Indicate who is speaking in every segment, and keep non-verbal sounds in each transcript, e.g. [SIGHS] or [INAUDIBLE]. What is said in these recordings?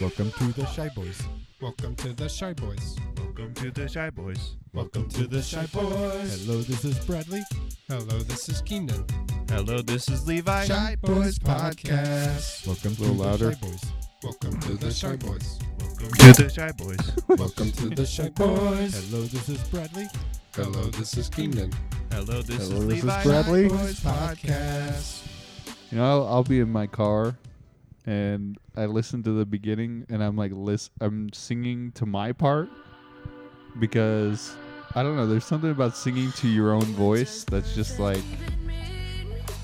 Speaker 1: Welcome to the Shy Boys.
Speaker 2: Welcome to the Shy Boys.
Speaker 3: Welcome to the Shy Boys.
Speaker 2: Welcome to the Shy Boys.
Speaker 1: Hello, this is Bradley.
Speaker 2: Hello, this is Keenan.
Speaker 3: Hello, this is Levi.
Speaker 1: Welcome to
Speaker 4: Little
Speaker 1: the
Speaker 4: louder.
Speaker 1: Shy Boys.
Speaker 2: Welcome to the Shy Boys.
Speaker 3: Welcome to the Shy Boys.
Speaker 2: Welcome to the Shy Boys.
Speaker 1: Hello, this is Bradley.
Speaker 2: Hello, this is Keenan.
Speaker 3: Hello, this
Speaker 4: Hello,
Speaker 3: is
Speaker 4: this is
Speaker 3: Levi.
Speaker 4: Bradley.
Speaker 2: Boys Podcast.
Speaker 4: You know, I'll, I'll be in my car, and I listen to the beginning, and I'm like, list, I'm singing to my part because I don't know. There's something about singing to your own voice that's just like,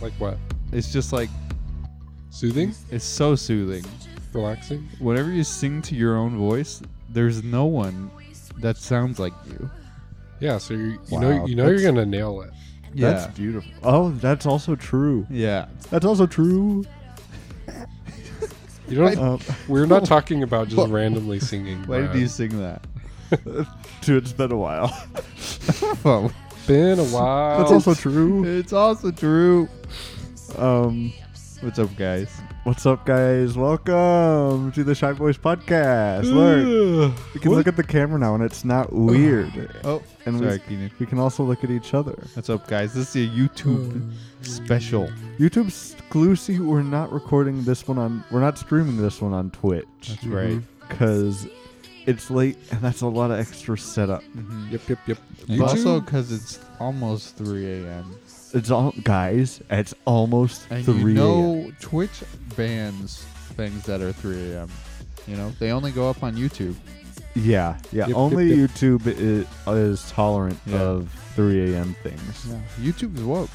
Speaker 2: Like what?
Speaker 4: it's just like,
Speaker 2: Soothing?
Speaker 4: it's so soothing.
Speaker 2: Relaxing?
Speaker 4: Whenever you sing to your own voice, there's no one that sounds like you.
Speaker 2: Yeah, so you, you
Speaker 1: Wow,
Speaker 2: know you know you're
Speaker 1: that's-
Speaker 2: gonna nail it.
Speaker 4: Yeah.
Speaker 1: That's beautiful. Oh, that's also true.
Speaker 4: yeah.
Speaker 1: That's also true.
Speaker 2: You don't
Speaker 1: Um, [LAUGHS]
Speaker 2: we're not talking about just randomly singing.
Speaker 4: Why
Speaker 2: Brad.
Speaker 4: did you sing that? [LAUGHS]
Speaker 1: dude, it's been a while. [LAUGHS]
Speaker 4: Oh,
Speaker 2: been a while?
Speaker 1: That's also true.
Speaker 4: it's also true.
Speaker 1: Um,
Speaker 4: What's up, guys?
Speaker 1: what's up, guys? Welcome to the Shy Boys podcast. Look, you can look at the camera now, and it's not weird.
Speaker 4: Oh,
Speaker 1: And we-
Speaker 4: sorry, Keenan.
Speaker 1: We can also look at each other.
Speaker 4: What's up, guys? This is a YouTube special.
Speaker 1: YouTube exclusive. We're not recording this one on. We're not streaming this one on Twitch
Speaker 4: Right.
Speaker 1: because it's late, and that's a lot of extra setup.
Speaker 4: Mm-hmm.
Speaker 2: Yep, yep, yep.
Speaker 4: And also
Speaker 2: YouTube?
Speaker 4: because it's almost 3 a.m.
Speaker 1: It's all guys. It's almost
Speaker 4: And
Speaker 1: three.
Speaker 4: you
Speaker 1: a.m.
Speaker 4: know Twitch bans things that are 3 a.m. You know, they only go up on YouTube.
Speaker 1: Yeah, yeah.
Speaker 2: Yep, yep,
Speaker 1: only
Speaker 2: yep.
Speaker 1: YouTube is, is tolerant
Speaker 4: Yeah.
Speaker 1: of 3 a.m. things,
Speaker 4: YouTube's woke.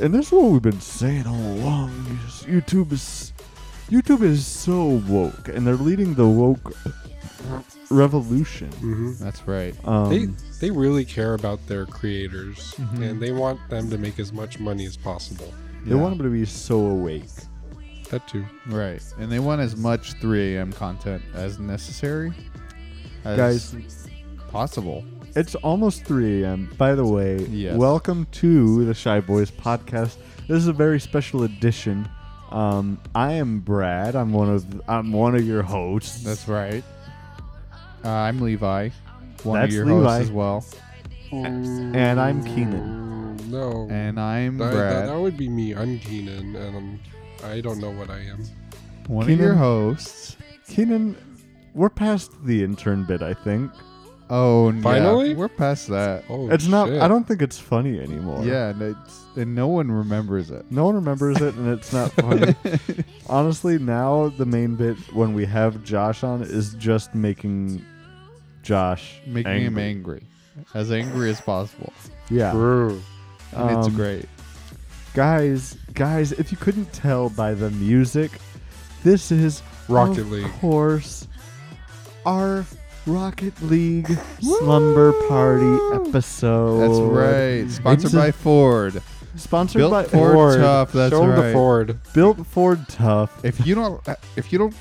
Speaker 1: and this is what we've been saying all along. you just- YouTube is YouTube is so woke, and they're leading the woke revolution.
Speaker 2: hmm
Speaker 4: That's right.
Speaker 1: Um, Mm-hmm.
Speaker 2: they they really care about their creators and they want them to make as much money as possible.
Speaker 1: They want them to be so awake.
Speaker 2: That too.
Speaker 4: Right. And they want as much 3 a.m. content as necessary. As
Speaker 1: Guys,
Speaker 4: Possible.
Speaker 1: it's almost 3 a.m. By the way,
Speaker 4: Yes.
Speaker 1: welcome to the Shy Boys podcast. This is a very special edition. Um, I am Brad. I'm one of I'm one of your hosts.
Speaker 4: That's right. Uh, I'm Levi. One
Speaker 1: That's
Speaker 4: of your
Speaker 1: Levi.
Speaker 4: hosts as well.
Speaker 1: and I'm Keenan.
Speaker 2: Mm, No.
Speaker 4: And I'm
Speaker 2: That,
Speaker 4: Brad.
Speaker 2: that, that would be me. I'm Keenan, and I'm, I don't know what I am.
Speaker 4: one of
Speaker 1: Keenan.
Speaker 4: your hosts.
Speaker 1: Keenan, we're past the intern bit. I think
Speaker 4: Oh, yeah.
Speaker 2: Finally?
Speaker 4: we're past that.
Speaker 2: Oh,
Speaker 1: it's not.
Speaker 2: shit.
Speaker 1: I don't think it's funny anymore.
Speaker 4: Yeah, and it's and no one remembers it.
Speaker 1: No one remembers it, and it's not
Speaker 4: [LAUGHS]
Speaker 1: funny. Honestly, now the main bit when we have Josh on is just making Josh
Speaker 4: Making
Speaker 1: angry.
Speaker 4: him angry, as angry as possible.
Speaker 1: Yeah,
Speaker 2: True.
Speaker 4: And it's
Speaker 1: Um,
Speaker 4: great.
Speaker 1: guys, guys, if you couldn't tell by the music, this is
Speaker 2: Rocket
Speaker 1: of
Speaker 2: League.
Speaker 1: course, our Rocket League slumber party episode.
Speaker 4: That's right. Sponsored
Speaker 1: a-
Speaker 4: by Ford.
Speaker 1: Sponsored
Speaker 4: Built
Speaker 1: by
Speaker 4: Ford,
Speaker 1: Ford.
Speaker 4: Tough. That's
Speaker 2: Show 'em
Speaker 4: right.
Speaker 2: the Ford.
Speaker 1: Built Ford Tough.
Speaker 4: If you don't, uh, if you don't,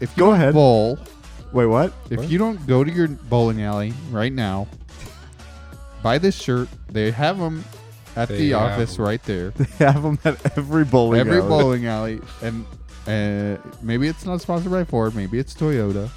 Speaker 4: if you
Speaker 1: Go
Speaker 4: don't
Speaker 1: ahead.
Speaker 4: bowl,
Speaker 1: Wait, what? [LAUGHS]
Speaker 4: if
Speaker 2: What?
Speaker 4: you don't go to your bowling alley right now, buy this shirt. They have them at
Speaker 2: They
Speaker 4: the
Speaker 2: have
Speaker 4: office
Speaker 2: 'em.
Speaker 4: right there.
Speaker 1: They have them at every bowling.
Speaker 4: Every
Speaker 1: alley.
Speaker 4: bowling alley, and uh, maybe it's not sponsored by Ford. Maybe it's Toyota.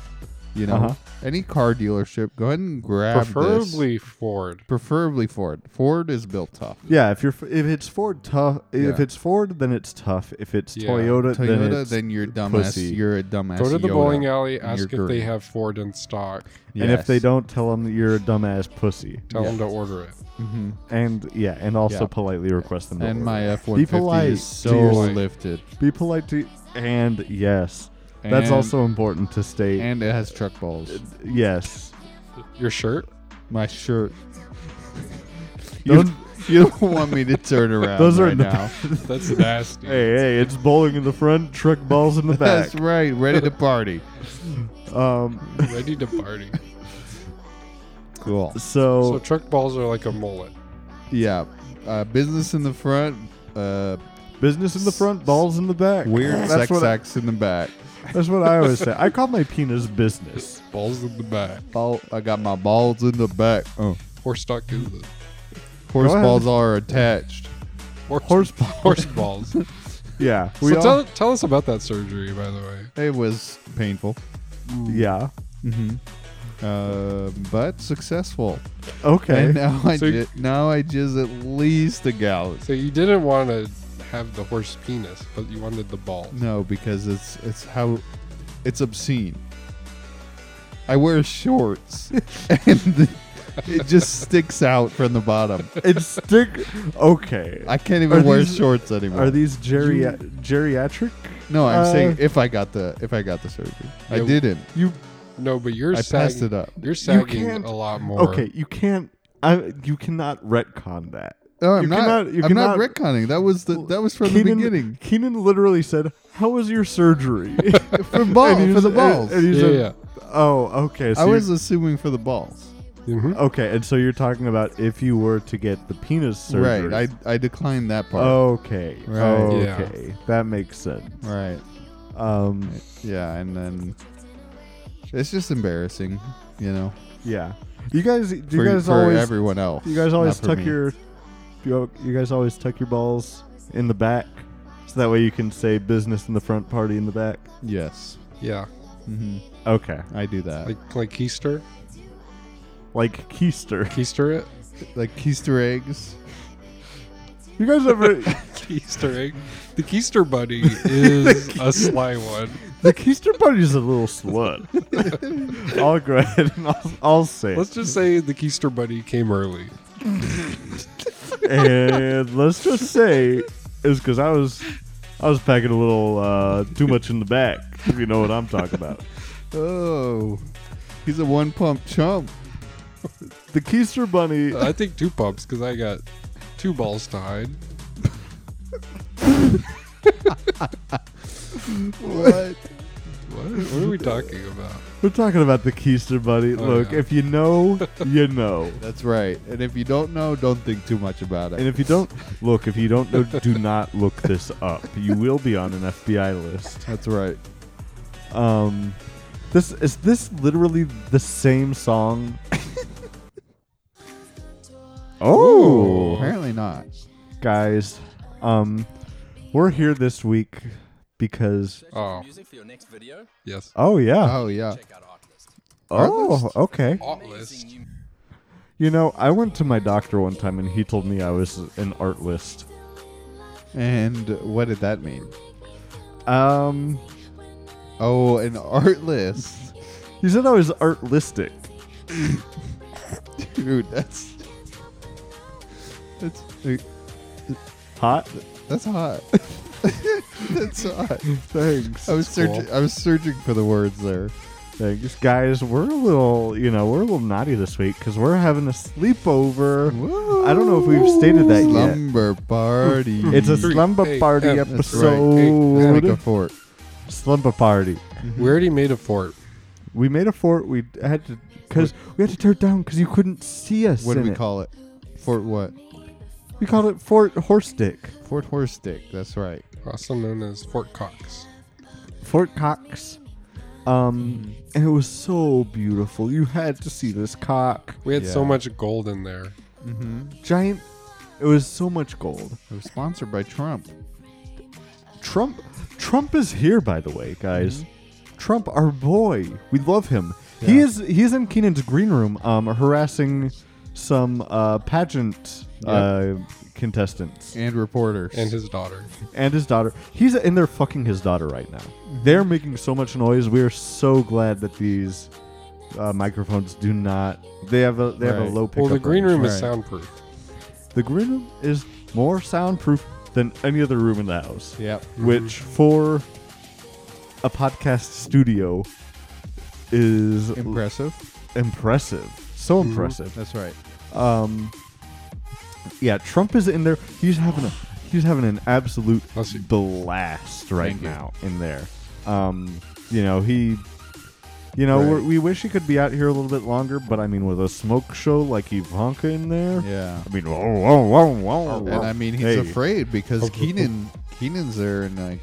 Speaker 4: You know,
Speaker 1: Uh-huh.
Speaker 4: any car dealership, go ahead and grab this.
Speaker 2: Preferably Ford.
Speaker 4: Preferably Ford. Ford is built tough.
Speaker 1: Yeah, if you're if it's Ford tough, if
Speaker 4: Yeah.
Speaker 1: it's Ford, then it's tough. If it's
Speaker 2: Yeah.
Speaker 1: Toyota, then
Speaker 4: Toyota, then,
Speaker 1: it's
Speaker 4: you're dumbass.
Speaker 1: pussy.
Speaker 4: You're a dumbass.
Speaker 2: Go to the
Speaker 4: Yoda.
Speaker 2: bowling alley,
Speaker 4: and
Speaker 2: ask
Speaker 4: you're
Speaker 2: if
Speaker 4: green.
Speaker 2: they have Ford in stock.
Speaker 1: and if they
Speaker 4: Yes.
Speaker 1: don't, tell them that you're a dumbass pussy.
Speaker 2: Tell
Speaker 4: Yeah.
Speaker 2: them to order it.
Speaker 4: Mhm.
Speaker 1: And yeah, and also
Speaker 4: Yeah.
Speaker 1: politely request them. to
Speaker 4: and
Speaker 1: order.
Speaker 4: my F one
Speaker 1: Be polite
Speaker 4: fifty is
Speaker 1: to
Speaker 4: so
Speaker 2: your-
Speaker 4: lifted.
Speaker 1: be polite to and yes, that's
Speaker 4: And-
Speaker 1: also important to state.
Speaker 4: and it has truck balls.
Speaker 1: yes, [LAUGHS]
Speaker 2: Your shirt?
Speaker 4: My shirt. you,
Speaker 1: Those-
Speaker 4: you don't want me
Speaker 1: [LAUGHS]
Speaker 4: to turn around.
Speaker 1: those are
Speaker 4: right
Speaker 1: in the
Speaker 4: now.
Speaker 2: That's nasty.
Speaker 1: hey hey, it's bowling in the front, truck balls
Speaker 4: [LAUGHS]
Speaker 1: in the back.
Speaker 4: That's right. Ready to party.
Speaker 1: Um,
Speaker 2: Ready to party.
Speaker 4: Cool.
Speaker 2: So
Speaker 1: so
Speaker 2: truck balls are like a mullet.
Speaker 4: Yeah. Uh, business in the front. Uh,
Speaker 1: business in the front, balls in the back.
Speaker 4: weird
Speaker 1: That's
Speaker 4: sex
Speaker 1: what I-
Speaker 4: acts in the back.
Speaker 1: that's what I always
Speaker 4: [LAUGHS]
Speaker 1: say. I call my penis business.
Speaker 2: Balls in the back.
Speaker 4: Ball, I got my balls in the back. Oh.
Speaker 2: Horse stock is the
Speaker 4: Horse
Speaker 1: ahead.
Speaker 4: balls are attached.
Speaker 2: horse,
Speaker 1: Horse balls. [LAUGHS]
Speaker 2: horse balls.
Speaker 1: yeah.
Speaker 2: so tell, tell us about that surgery, by the way.
Speaker 4: It was painful,
Speaker 1: yeah.
Speaker 4: uh, but successful.
Speaker 1: Mm-hmm. Okay.
Speaker 4: And uh, now I
Speaker 2: So-
Speaker 4: ju- now I jizz at least a gallon.
Speaker 2: So you didn't want to have the horse penis, but you wanted the balls.
Speaker 4: No, because it's it's how it's obscene. I wear shorts, [LAUGHS] and it just sticks out from the bottom.
Speaker 1: [LAUGHS] it's stick. Okay.
Speaker 4: [LAUGHS] I can't even
Speaker 1: Are
Speaker 4: wear
Speaker 1: these-
Speaker 4: shorts anymore.
Speaker 1: Are these geri- geriatric?
Speaker 4: no, I'm
Speaker 1: uh,
Speaker 4: saying if I got the if I got the surgery, I
Speaker 2: Yeah,
Speaker 4: didn't.
Speaker 1: You
Speaker 2: No, but you're
Speaker 4: I
Speaker 2: sagging.
Speaker 4: passed it up.
Speaker 2: You're sagging
Speaker 1: can't-
Speaker 2: a lot more.
Speaker 1: okay? You can't. I. You cannot retcon that.
Speaker 4: No, I'm
Speaker 1: You
Speaker 4: not.
Speaker 1: cannot- you
Speaker 4: I'm not
Speaker 1: cannot-
Speaker 4: retconning. That was the that was from the
Speaker 1: Keenan-
Speaker 4: beginning.
Speaker 1: Keenan literally said, "How was your surgery?"
Speaker 4: [LAUGHS] For ball,
Speaker 1: And he
Speaker 4: for
Speaker 1: was-
Speaker 4: the
Speaker 1: and-
Speaker 4: balls.
Speaker 1: and he
Speaker 2: Yeah,
Speaker 1: said,
Speaker 2: yeah.
Speaker 1: Oh, okay. So
Speaker 4: I
Speaker 1: you're-
Speaker 4: was assuming for the balls.
Speaker 2: Mhm.
Speaker 1: okay, and so you're talking about if you were to get the penis surgery,
Speaker 4: Right. I I declined that part.
Speaker 1: Okay.
Speaker 4: Right.
Speaker 1: Okay. That makes sense.
Speaker 4: Right.
Speaker 1: Um.
Speaker 4: Yeah, and then it's just embarrassing, you know,
Speaker 1: Yeah. You guys. You
Speaker 4: for,
Speaker 1: guys
Speaker 4: for
Speaker 1: always.
Speaker 4: everyone else.
Speaker 1: you guys always
Speaker 4: not for
Speaker 1: tuck
Speaker 4: me.
Speaker 1: your. You, you guys always tuck your balls in the back, so that way you can say business in the front, party in the back.
Speaker 4: yes.
Speaker 2: Yeah.
Speaker 4: hmm
Speaker 1: Okay.
Speaker 4: I do that. Like,
Speaker 2: Like like keister,
Speaker 1: Like keister. [LAUGHS]
Speaker 2: keister it,
Speaker 4: like Easter eggs.
Speaker 1: You guys ever?
Speaker 2: keister egg. The keister buddy
Speaker 4: [LAUGHS]
Speaker 2: is a sly one.
Speaker 1: the keister party is a little
Speaker 2: [LAUGHS]
Speaker 1: slut. I'll go ahead and I'll, I'll say. it.
Speaker 2: Let's just say the keister buddy came early.
Speaker 1: and let's just say is because I was I was packing a little uh, too much in the back. If you know what I'm talking about.
Speaker 4: Oh, he's a one pump chump.
Speaker 1: The Keister Bunny.
Speaker 2: Uh, I think two pumps because I got two balls to hide. What?
Speaker 4: What?
Speaker 2: What are we talking about?
Speaker 1: We're talking about the Keister Bunny.
Speaker 2: Oh,
Speaker 1: Look,
Speaker 2: yeah.
Speaker 1: if you know, you know.
Speaker 4: That's right. And if you don't know, don't think too much about
Speaker 1: And
Speaker 4: it.
Speaker 1: if you don't look, if you don't know, do not look this up. You will be on an FBI list.
Speaker 4: That's right.
Speaker 1: Um, this is this literally the same song. oh,
Speaker 4: Apparently not.
Speaker 1: guys. Um, we're here this week because
Speaker 2: Oh,
Speaker 5: Music for your next video?
Speaker 2: yes.
Speaker 1: oh yeah,
Speaker 4: Oh yeah.
Speaker 5: Check out Artlist.
Speaker 1: oh
Speaker 4: Artlist?
Speaker 1: okay.
Speaker 2: Artlist.
Speaker 5: new
Speaker 1: You know, I went to my doctor one time and he told me I was an art list.
Speaker 4: And what did that mean?
Speaker 1: Um,
Speaker 4: Oh, an art list.
Speaker 1: he said I was artlistic.
Speaker 4: [LAUGHS] Dude, that's that's
Speaker 1: Hot.
Speaker 4: that's hot. [LAUGHS] that's hot.
Speaker 1: Thanks.
Speaker 4: I was
Speaker 2: That's cool.
Speaker 4: searching. I was searching for the words there.
Speaker 1: Thanks, guys. We're a little, you know, we're a little naughty this week because we're having a sleepover. I don't know if we've stated that yet.
Speaker 4: Slumber party.
Speaker 1: [LAUGHS] It's a
Speaker 2: Three,
Speaker 1: slumber
Speaker 2: eight,
Speaker 1: party
Speaker 2: yeah, that's right.
Speaker 1: episode.
Speaker 4: Make a fort.
Speaker 1: Slumber party.
Speaker 2: We already made a fort.
Speaker 1: We made a fort. We had to because we had to tear it down because you couldn't see us.
Speaker 4: What do
Speaker 1: in
Speaker 4: we
Speaker 1: it.
Speaker 4: call it? Fort what?
Speaker 1: We called it Fort Horse Dick.
Speaker 4: Fort Horse Dick. That's right.
Speaker 2: also known as Fort Cox.
Speaker 1: Fort Cox.
Speaker 4: Mm.
Speaker 1: Um, and it was so beautiful. You had to see this cock.
Speaker 2: We had so
Speaker 4: Yeah.
Speaker 2: much gold in there.
Speaker 4: Mm-hmm.
Speaker 1: Giant. It was so much gold.
Speaker 4: It was sponsored by Trump.
Speaker 1: Trump. Trump is here, by the way, guys.
Speaker 2: Mm-hmm.
Speaker 1: Trump, our boy. We love him. He
Speaker 4: Yeah.
Speaker 1: is. He is in Keenan's green room, um, harassing some uh, pageant uh, contestants
Speaker 4: And reporters.
Speaker 2: And his daughter.
Speaker 1: and his daughter. He's in there fucking his daughter right now.
Speaker 2: Mm-hmm.
Speaker 1: They're making so much noise. We are so glad that these uh, microphones do not. They have a they have a
Speaker 4: Right.
Speaker 1: low pickup.
Speaker 2: Well, the green room
Speaker 1: range.
Speaker 2: is
Speaker 4: Right.
Speaker 2: soundproof.
Speaker 1: The green room is more soundproof than any other room in the house.
Speaker 4: yep.
Speaker 1: Which for a podcast studio is l-
Speaker 4: Impressive.
Speaker 1: impressive. So
Speaker 4: Hmm.
Speaker 1: impressive.
Speaker 4: That's right.
Speaker 1: Um, yeah, Trump is in there. He's having a he's having an absolute
Speaker 2: Let's see.
Speaker 1: blast right
Speaker 4: Thank you.
Speaker 1: now in there. Um, you know he, you know
Speaker 4: Right.
Speaker 1: we're, we wish he could be out here a little bit longer, but I mean with a smoke show like Ivanka in there,
Speaker 4: Yeah.
Speaker 1: I mean whoa whoa whoa whoa.
Speaker 4: And I mean, he's
Speaker 1: Oh, Hey.
Speaker 4: afraid because Keenan, Keenan's there, and like,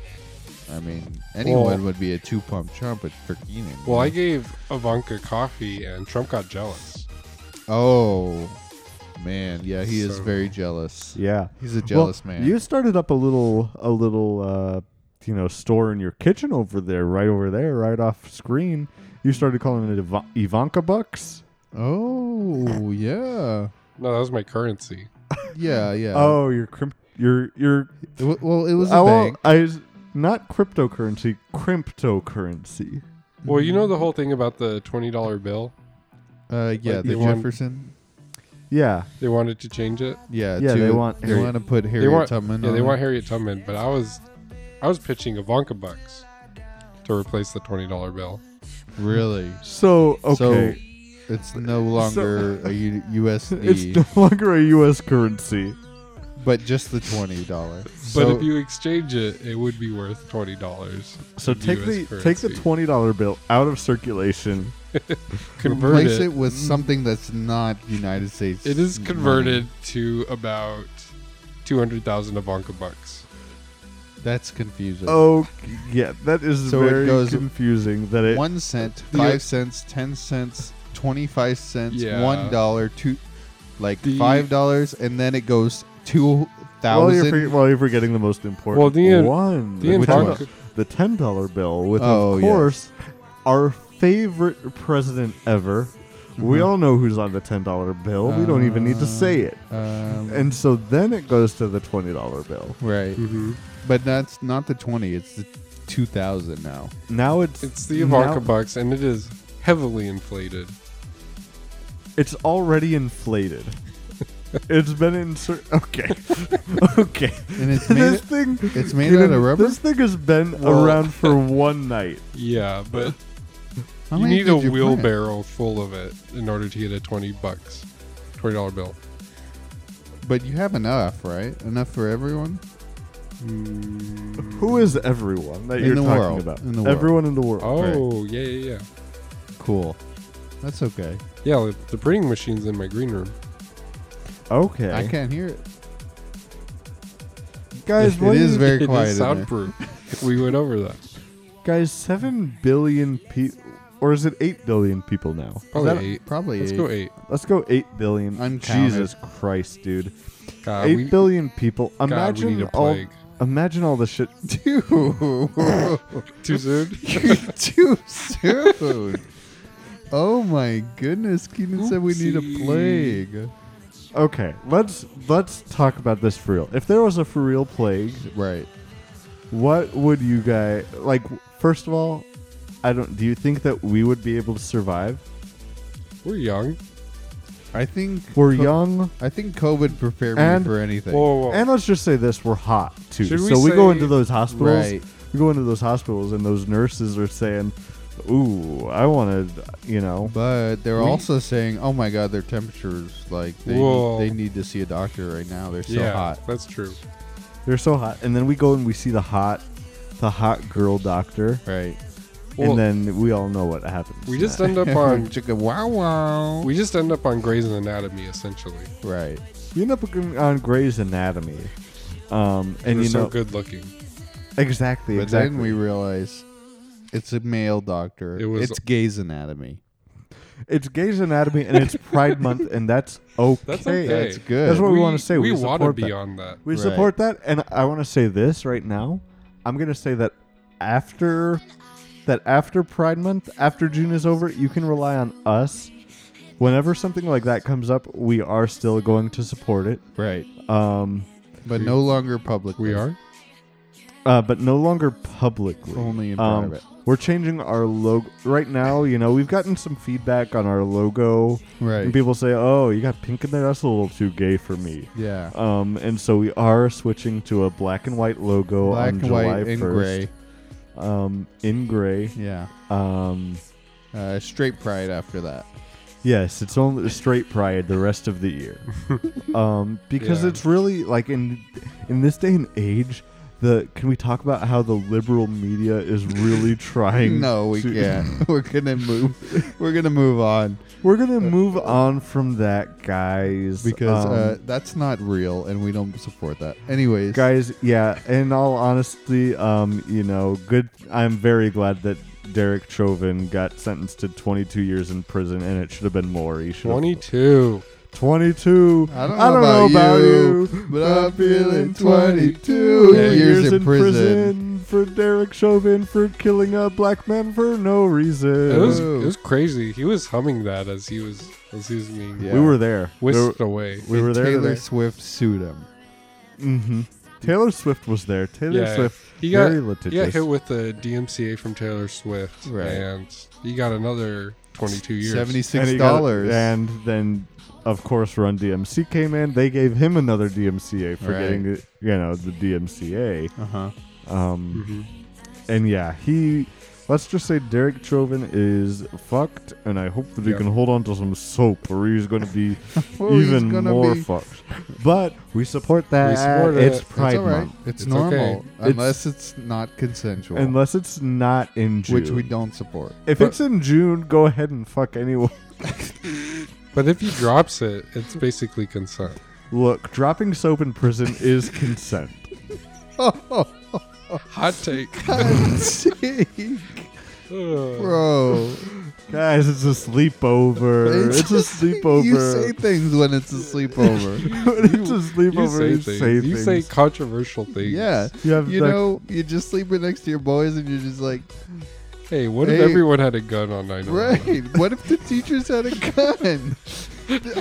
Speaker 4: I mean, anyone
Speaker 2: Well-
Speaker 4: would be a two pump chump but for Keenan.
Speaker 2: Well, I
Speaker 4: you know?
Speaker 2: gave Ivanka coffee, and Trump got jealous.
Speaker 4: oh, man, yeah, he is
Speaker 2: So-
Speaker 4: very jealous.
Speaker 1: Yeah.
Speaker 4: He's a jealous
Speaker 1: Well,
Speaker 4: man.
Speaker 1: You started up a little a little uh you know store in your kitchen over there, right over there, right off screen. You started calling it Iva- Ivanka Bucks. [LAUGHS]
Speaker 4: oh yeah,
Speaker 2: No, that was my currency.
Speaker 4: yeah, yeah.
Speaker 1: Oh, your crypt, your your.
Speaker 4: It wa- well, it was a
Speaker 1: I
Speaker 4: bank.
Speaker 1: won't- I was- not cryptocurrency, cryptocurrency.
Speaker 2: Well, you know
Speaker 4: Mm-hmm.
Speaker 2: the whole thing about the twenty dollar bill.
Speaker 4: Uh, yeah,
Speaker 2: Like,
Speaker 4: the
Speaker 2: you want-
Speaker 4: Jefferson.
Speaker 1: Yeah,
Speaker 2: They wanted to change it.
Speaker 4: Yeah,
Speaker 1: Yeah, they
Speaker 4: to-
Speaker 1: want
Speaker 4: they
Speaker 1: Harriet-
Speaker 4: want to put Harriet
Speaker 2: they want
Speaker 4: Tubman.
Speaker 2: Yeah,
Speaker 4: on
Speaker 2: they
Speaker 4: it.
Speaker 2: want Harriet Tubman, but I was, I was pitching Ivanka bucks to replace the twenty dollar bill.
Speaker 4: really.
Speaker 1: So okay,
Speaker 4: So
Speaker 2: [LAUGHS]
Speaker 4: it's no longer a U- USD,
Speaker 1: it's no [LAUGHS] longer a U.S. currency.
Speaker 4: but just the twenty dollar.
Speaker 2: but if you exchange it, it would be worth twenty dollars.
Speaker 1: So take the take the twenty dollar bill out of circulation.
Speaker 2: convert
Speaker 4: replace
Speaker 2: it.
Speaker 4: it. Mm-hmm. with something that's not United States,
Speaker 2: It is
Speaker 4: money.
Speaker 2: converted to about two hundred thousand Ivanka bucks.
Speaker 4: That's confusing.
Speaker 1: Oh yeah, that is
Speaker 4: So it
Speaker 1: very
Speaker 4: goes
Speaker 1: confusing. That it
Speaker 4: one cent,
Speaker 2: The-
Speaker 4: five cents, ten cents, twenty-five cents,
Speaker 2: Yeah.
Speaker 4: one dollar, two, like
Speaker 2: The-
Speaker 4: five dollars, and then it goes two
Speaker 1: while you're,
Speaker 4: thousand.
Speaker 1: forget- while you're forgetting the most important
Speaker 2: Well, the-
Speaker 1: one,
Speaker 2: The
Speaker 4: Which
Speaker 2: Ivanka,
Speaker 1: the ten dollar bill with,
Speaker 4: Oh,
Speaker 1: of
Speaker 4: yes.
Speaker 1: course, our favorite president ever.
Speaker 4: Mm-hmm.
Speaker 1: We all know who's on the ten dollar bill. we don't even need to say it.
Speaker 4: um,
Speaker 1: And Hmm. so then it goes to the twenty dollar bill.
Speaker 4: right,
Speaker 2: Mhm.
Speaker 4: but that's not the twenty; it's the two thousand now.
Speaker 1: Now it's
Speaker 2: it's the Ivanka
Speaker 1: now-
Speaker 2: bucks, and it is heavily inflated.
Speaker 1: It's already
Speaker 2: [LAUGHS]
Speaker 1: inflated. it's been insert. Okay, [LAUGHS] okay.
Speaker 4: And
Speaker 1: [LAUGHS]
Speaker 4: it's made
Speaker 1: this
Speaker 4: it-
Speaker 1: thing.
Speaker 4: it's made out of rubber?
Speaker 1: This thing has been
Speaker 2: Well-
Speaker 1: around
Speaker 4: [LAUGHS]
Speaker 1: for one night.
Speaker 2: Yeah, but
Speaker 4: How
Speaker 2: you
Speaker 4: many
Speaker 2: need
Speaker 4: did
Speaker 2: a
Speaker 4: you plant?
Speaker 2: wheelbarrow full of it in order to get a twenty bucks, twenty dollar bill.
Speaker 4: but you have enough, right? Enough for everyone. Hmm.
Speaker 1: Who is everyone that
Speaker 4: In
Speaker 1: you're
Speaker 4: the
Speaker 1: talking
Speaker 4: world.
Speaker 1: about?
Speaker 4: In the world.
Speaker 1: everyone in the world.
Speaker 2: Oh yeah, yeah, yeah.
Speaker 4: Cool. That's okay.
Speaker 2: Yeah, the, the printing machine's in my green room.
Speaker 1: Okay,
Speaker 4: I can't hear it.
Speaker 1: guys.
Speaker 4: It-
Speaker 1: what
Speaker 4: it
Speaker 1: do
Speaker 4: is
Speaker 1: you-
Speaker 4: very
Speaker 2: [LAUGHS] It is
Speaker 4: quiet in there.
Speaker 2: soundproof. we went over that.
Speaker 1: guys. Seven billion people, or is it eight billion people now?
Speaker 2: Probably
Speaker 4: that-
Speaker 2: eight.
Speaker 4: Probably
Speaker 2: Let's
Speaker 4: eight.
Speaker 2: go eight.
Speaker 1: Let's go eight billion.
Speaker 4: Uncounted.
Speaker 1: Jesus Christ, dude.
Speaker 2: God,
Speaker 1: Eight
Speaker 2: Uh, we,
Speaker 1: billion people.
Speaker 2: God,
Speaker 1: Imagine
Speaker 2: we need a
Speaker 1: all.
Speaker 2: plague.
Speaker 1: Imagine all the shit. [LAUGHS]
Speaker 4: Dude,
Speaker 2: Too soon.
Speaker 4: [LAUGHS] too soon. Oh my goodness, Keenan said we need a
Speaker 2: Oopsie.
Speaker 4: plague.
Speaker 1: Okay, let's let's talk about this for real. If there was a for real plague,
Speaker 4: Right.
Speaker 1: what would you guys like? First of all, I don't. Do you think that we would be able to survive?
Speaker 2: We're young.
Speaker 4: I think
Speaker 1: We're
Speaker 4: co-
Speaker 1: young,
Speaker 4: I think COVID prepared
Speaker 1: And-
Speaker 4: me for anything.
Speaker 2: Whoa, whoa, whoa.
Speaker 1: and let's just say this: we're hot too.
Speaker 2: Should we
Speaker 1: so we go
Speaker 2: say-
Speaker 1: into those hospitals.
Speaker 4: right.
Speaker 1: We go into those hospitals, and those nurses are saying, "Ooh, I want to," you know.
Speaker 4: But they're
Speaker 2: We-
Speaker 4: also saying, "Oh my God, their temperatures like they
Speaker 2: Whoa.
Speaker 4: need, they need to see a doctor right now. They're so
Speaker 2: yeah,
Speaker 4: hot."
Speaker 2: that's true.
Speaker 1: They're so hot, and then we go and we see the hot, the hot girl doctor,
Speaker 4: Right.
Speaker 2: Well,
Speaker 1: and then we all know what happens.
Speaker 2: we
Speaker 1: next.
Speaker 2: just
Speaker 4: [LAUGHS]
Speaker 2: end up on
Speaker 4: Chicken wow wow.
Speaker 2: we just end up on Grey's Anatomy essentially.
Speaker 4: right.
Speaker 1: You end up on Grey's Anatomy, um, and
Speaker 2: We're
Speaker 1: you
Speaker 2: so
Speaker 1: know
Speaker 2: good looking.
Speaker 1: exactly,
Speaker 4: But
Speaker 1: exactly.
Speaker 4: then we realize it's a male doctor.
Speaker 2: It was-
Speaker 4: it's Gay's Anatomy.
Speaker 1: it's Grey's Anatomy, and it's Pride Month, and
Speaker 2: [LAUGHS]
Speaker 1: that's okay.
Speaker 2: That's okay.
Speaker 4: That's good.
Speaker 1: That's what we wanna say. We
Speaker 2: We, want to
Speaker 1: support
Speaker 2: be
Speaker 1: that.
Speaker 2: on that.
Speaker 1: We
Speaker 4: Right.
Speaker 1: support that, and I want to say this right now. I'm gonna say that after that after Pride Month, after June is over, you can rely on us. Whenever something like that comes up, we are still going to support it.
Speaker 4: Right.
Speaker 1: Um,
Speaker 4: But no longer public.
Speaker 2: We are.
Speaker 1: uh, but no longer publicly.
Speaker 4: Only in
Speaker 1: Um,
Speaker 4: private.
Speaker 1: We're changing our logo right now. You know, we've gotten some feedback on our logo,
Speaker 4: Right.
Speaker 1: and people say, "Oh, you got pink in there. That's a little too gay for me."
Speaker 4: yeah.
Speaker 1: Um, and so we are switching to a black and white logo
Speaker 4: Black
Speaker 1: on
Speaker 4: and
Speaker 1: July
Speaker 4: white and
Speaker 1: 1st,
Speaker 4: gray.
Speaker 1: Um, in gray.
Speaker 4: Yeah.
Speaker 1: Um,
Speaker 4: Uh, straight pride after that.
Speaker 1: yes, it's only straight pride the rest of the
Speaker 4: [LAUGHS]
Speaker 1: year. um, because
Speaker 2: Yeah.
Speaker 1: it's really like in in this day and age, the can we talk about how the liberal media is
Speaker 4: [LAUGHS]
Speaker 1: really trying?
Speaker 4: No, we
Speaker 1: to-
Speaker 4: [LAUGHS] can't. we're gonna move. We're gonna move on
Speaker 1: [LAUGHS] We're gonna move on from that, guys.
Speaker 4: because
Speaker 1: Um,
Speaker 4: uh, that's not real, and we don't support that. Anyways,
Speaker 1: guys, yeah. In all honesty, um, you know, good. I'm very glad that Derek Chauvin got sentenced to 22 years in prison, and it should have been more. He should have-
Speaker 2: Twenty two.
Speaker 1: 22.
Speaker 4: I don't know, about, you, but I'm feeling 22
Speaker 1: Yeah,
Speaker 4: years, in, prison.
Speaker 1: prison for Derek Chauvin for killing a black man for no reason.
Speaker 2: It was
Speaker 4: Ooh.
Speaker 2: it was crazy. He was humming that as he was as he was being
Speaker 4: Yeah.
Speaker 1: We were there.
Speaker 2: whisked away.
Speaker 1: We were
Speaker 4: Did
Speaker 1: there
Speaker 4: Taylor
Speaker 1: today.
Speaker 4: Swift sued him.
Speaker 1: hmm Taylor Swift was there. Taylor
Speaker 2: Mm-hmm. Yeah.
Speaker 1: Swift,
Speaker 2: He got
Speaker 1: very
Speaker 2: he got
Speaker 1: litigious.
Speaker 2: hit with the DMCA from Taylor Swift,
Speaker 4: Right.
Speaker 2: and he got another twenty two years.
Speaker 1: And
Speaker 4: Seventy-six
Speaker 1: he got-
Speaker 4: dollars.
Speaker 1: And then, of course, Run DMC came in. They gave him another DMCA for
Speaker 4: Right.
Speaker 1: getting, the, you know, the DMCA.
Speaker 4: Uh
Speaker 2: Uh-huh.
Speaker 4: huh.
Speaker 1: Um,
Speaker 2: Mhm.
Speaker 1: And yeah, he. Let's just say Derek Chauvin is fucked, and I hope that he
Speaker 2: Yep.
Speaker 1: can hold on to some soap, or he's going to
Speaker 4: [LAUGHS]
Speaker 1: be
Speaker 4: Well, he's
Speaker 1: even
Speaker 4: gonna
Speaker 1: more
Speaker 4: be-
Speaker 1: fucked. But we support that.
Speaker 2: support it.
Speaker 1: it's
Speaker 2: It's
Speaker 1: Pride
Speaker 4: it's all right.
Speaker 1: Month,
Speaker 4: It's,
Speaker 2: It's
Speaker 4: normal
Speaker 2: okay.
Speaker 4: unless it's, not consensual,
Speaker 1: unless it's not in June.
Speaker 4: which we
Speaker 1: [LAUGHS]
Speaker 4: don't support.
Speaker 1: If
Speaker 2: But-
Speaker 1: it's in June, go ahead and fuck anyone. [LAUGHS]
Speaker 2: But if he drops it, it's basically consent.
Speaker 1: Look, dropping soap in prison is [LAUGHS] consent.
Speaker 2: Hot take, Ugh.
Speaker 4: Bro,
Speaker 1: Guys, it's a
Speaker 4: [LAUGHS]
Speaker 1: sleepover. It's, a sleepover. [LAUGHS]
Speaker 4: You say things when it's a sleepover.
Speaker 1: it's a
Speaker 2: You
Speaker 1: sleepover.
Speaker 2: say
Speaker 1: You
Speaker 2: things.
Speaker 1: say
Speaker 2: You say
Speaker 1: things.
Speaker 2: controversial things.
Speaker 4: yeah,
Speaker 1: You have
Speaker 4: you
Speaker 1: the-
Speaker 4: know, you're just sleeping next to your boys, and you're just like,
Speaker 2: Hey, what if
Speaker 4: Hey.
Speaker 2: everyone had a gun on 9
Speaker 4: right? What if the teachers
Speaker 1: [LAUGHS]
Speaker 4: had a gun?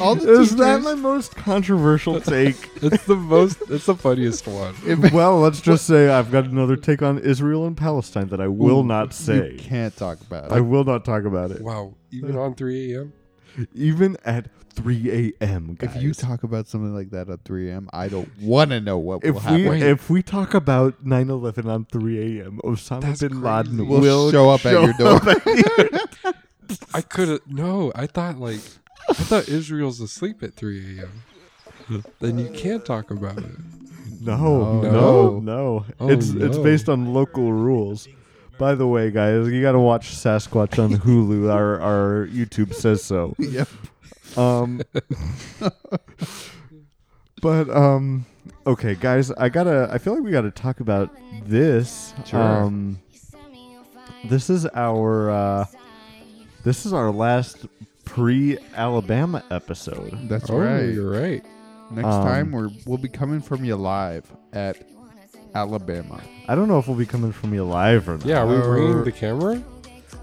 Speaker 4: All the
Speaker 1: Is
Speaker 4: teachers.
Speaker 1: that my most
Speaker 4: [LAUGHS]
Speaker 1: controversial take?
Speaker 2: It's the most. It's the funniest one.
Speaker 4: if-
Speaker 1: well, let's just say I've got another take on Israel and Palestine that I will
Speaker 4: Ooh,
Speaker 1: not say.
Speaker 4: You can't talk about
Speaker 1: I
Speaker 4: it.
Speaker 1: will not talk about it.
Speaker 2: Wow. Even on 3 a.m.
Speaker 1: Even at 3 a.m. Guys.
Speaker 4: If you talk about something like that at 3 a.m., I don't want to know what will
Speaker 1: if we
Speaker 4: happen.
Speaker 2: Wait.
Speaker 1: if we talk about 9/11 on 3 a.m., Osama
Speaker 2: That's
Speaker 1: bin Laden
Speaker 2: crazy.
Speaker 1: will
Speaker 4: We'll show up at your door.
Speaker 2: I could have. No, I thought like I thought Israel's asleep at 3 a.m. then you can't talk about it.
Speaker 1: No,
Speaker 4: No.
Speaker 1: no, no.
Speaker 4: No.
Speaker 2: Oh,
Speaker 1: it's it's
Speaker 2: no.
Speaker 1: based on local rules. By the way, guys, you gotta watch Sasquatch on Hulu. our our YouTube says so.
Speaker 4: [LAUGHS] Yep.
Speaker 1: Um, but um, okay, guys, I gotta. I feel like we gotta talk about this.
Speaker 4: Sure.
Speaker 1: Um, this is our uh, this is our last pre-Alabama episode.
Speaker 4: That's
Speaker 2: oh,
Speaker 4: right.
Speaker 2: You're right.
Speaker 4: Next
Speaker 1: Um,
Speaker 4: time we're we'll be coming from you live at Alabama.
Speaker 1: I don't know if we'll be coming from you live or not.
Speaker 2: Yeah, are we bringing
Speaker 1: Or-
Speaker 2: the camera?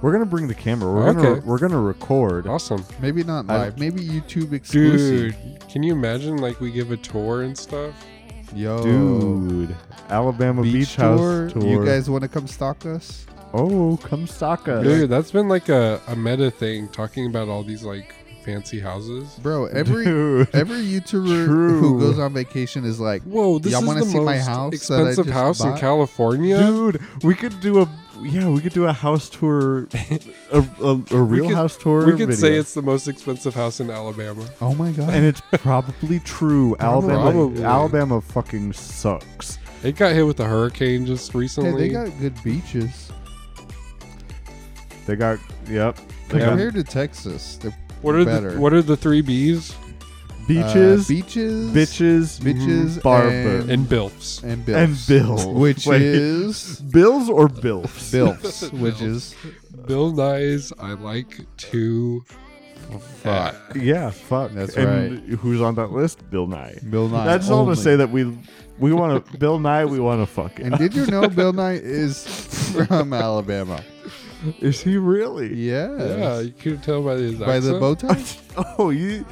Speaker 1: We're gonna bring the camera. We're gonna
Speaker 2: Okay. Oh.
Speaker 1: we're gonna record.
Speaker 2: Awesome,
Speaker 4: Maybe not
Speaker 1: I-
Speaker 4: live. Maybe YouTube
Speaker 2: dude.
Speaker 4: exclusive.
Speaker 2: Can you imagine like we give a tour and stuff?
Speaker 4: Yo,
Speaker 1: Dude, Alabama Beach, House tour.
Speaker 4: You guys want to come stalk us?
Speaker 1: oh, come stalk us.
Speaker 2: Dude, that's been like a, a meta thing talking about all these like fancy houses.
Speaker 4: Bro, every
Speaker 1: Dude.
Speaker 4: every YouTuber
Speaker 1: True.
Speaker 4: who goes on vacation is like,
Speaker 2: Whoa, this
Speaker 4: Y'all
Speaker 2: is
Speaker 4: wanna
Speaker 2: the
Speaker 4: see
Speaker 2: most
Speaker 4: my house that I
Speaker 2: expensive
Speaker 4: just
Speaker 2: house in
Speaker 4: bought?
Speaker 2: California.
Speaker 1: Dude, we could do a yeah, we could do a house
Speaker 2: [LAUGHS]
Speaker 1: tour, a, a, a
Speaker 2: We
Speaker 1: real
Speaker 2: could-
Speaker 1: house tour.
Speaker 2: We could
Speaker 1: video.
Speaker 2: say it's [LAUGHS] the most expensive house in Alabama.
Speaker 4: "Oh my god."
Speaker 1: and it's probably
Speaker 2: [LAUGHS]
Speaker 1: true. Alabama,
Speaker 2: Probably.
Speaker 1: Alabama fucking sucks.
Speaker 2: It got hit with a hurricane just
Speaker 4: hey,
Speaker 2: recently.
Speaker 4: they got good beaches
Speaker 1: They got yep, they got
Speaker 4: compared to Texas. They're
Speaker 2: what are
Speaker 4: better.
Speaker 2: the what are the three B's
Speaker 1: beaches,
Speaker 4: uh, beaches,
Speaker 1: bitches,
Speaker 4: bitches,
Speaker 1: barber,
Speaker 4: and-
Speaker 2: and Bilfs?
Speaker 4: and bills,
Speaker 1: and bills,
Speaker 4: which
Speaker 1: Wait, [LAUGHS]
Speaker 4: is
Speaker 1: bills or bilfs.
Speaker 4: [LAUGHS] bills, which is
Speaker 2: Bill Nye's I like to
Speaker 4: fuck.
Speaker 1: Yeah, fuck.
Speaker 4: That's
Speaker 1: and Who's on that list? Bill Nye.
Speaker 4: Bill Nye.
Speaker 1: That's all
Speaker 4: only.
Speaker 1: to say that we we want to Bill Nye. We want to fuck
Speaker 4: And
Speaker 1: it.
Speaker 4: did you know Bill Nye is from Alabama?
Speaker 1: [LAUGHS] Is he really?
Speaker 2: yeah,
Speaker 4: Yes.
Speaker 2: you could tell by his
Speaker 4: By the
Speaker 2: accent.
Speaker 4: bow tie?
Speaker 1: [LAUGHS] Oh, you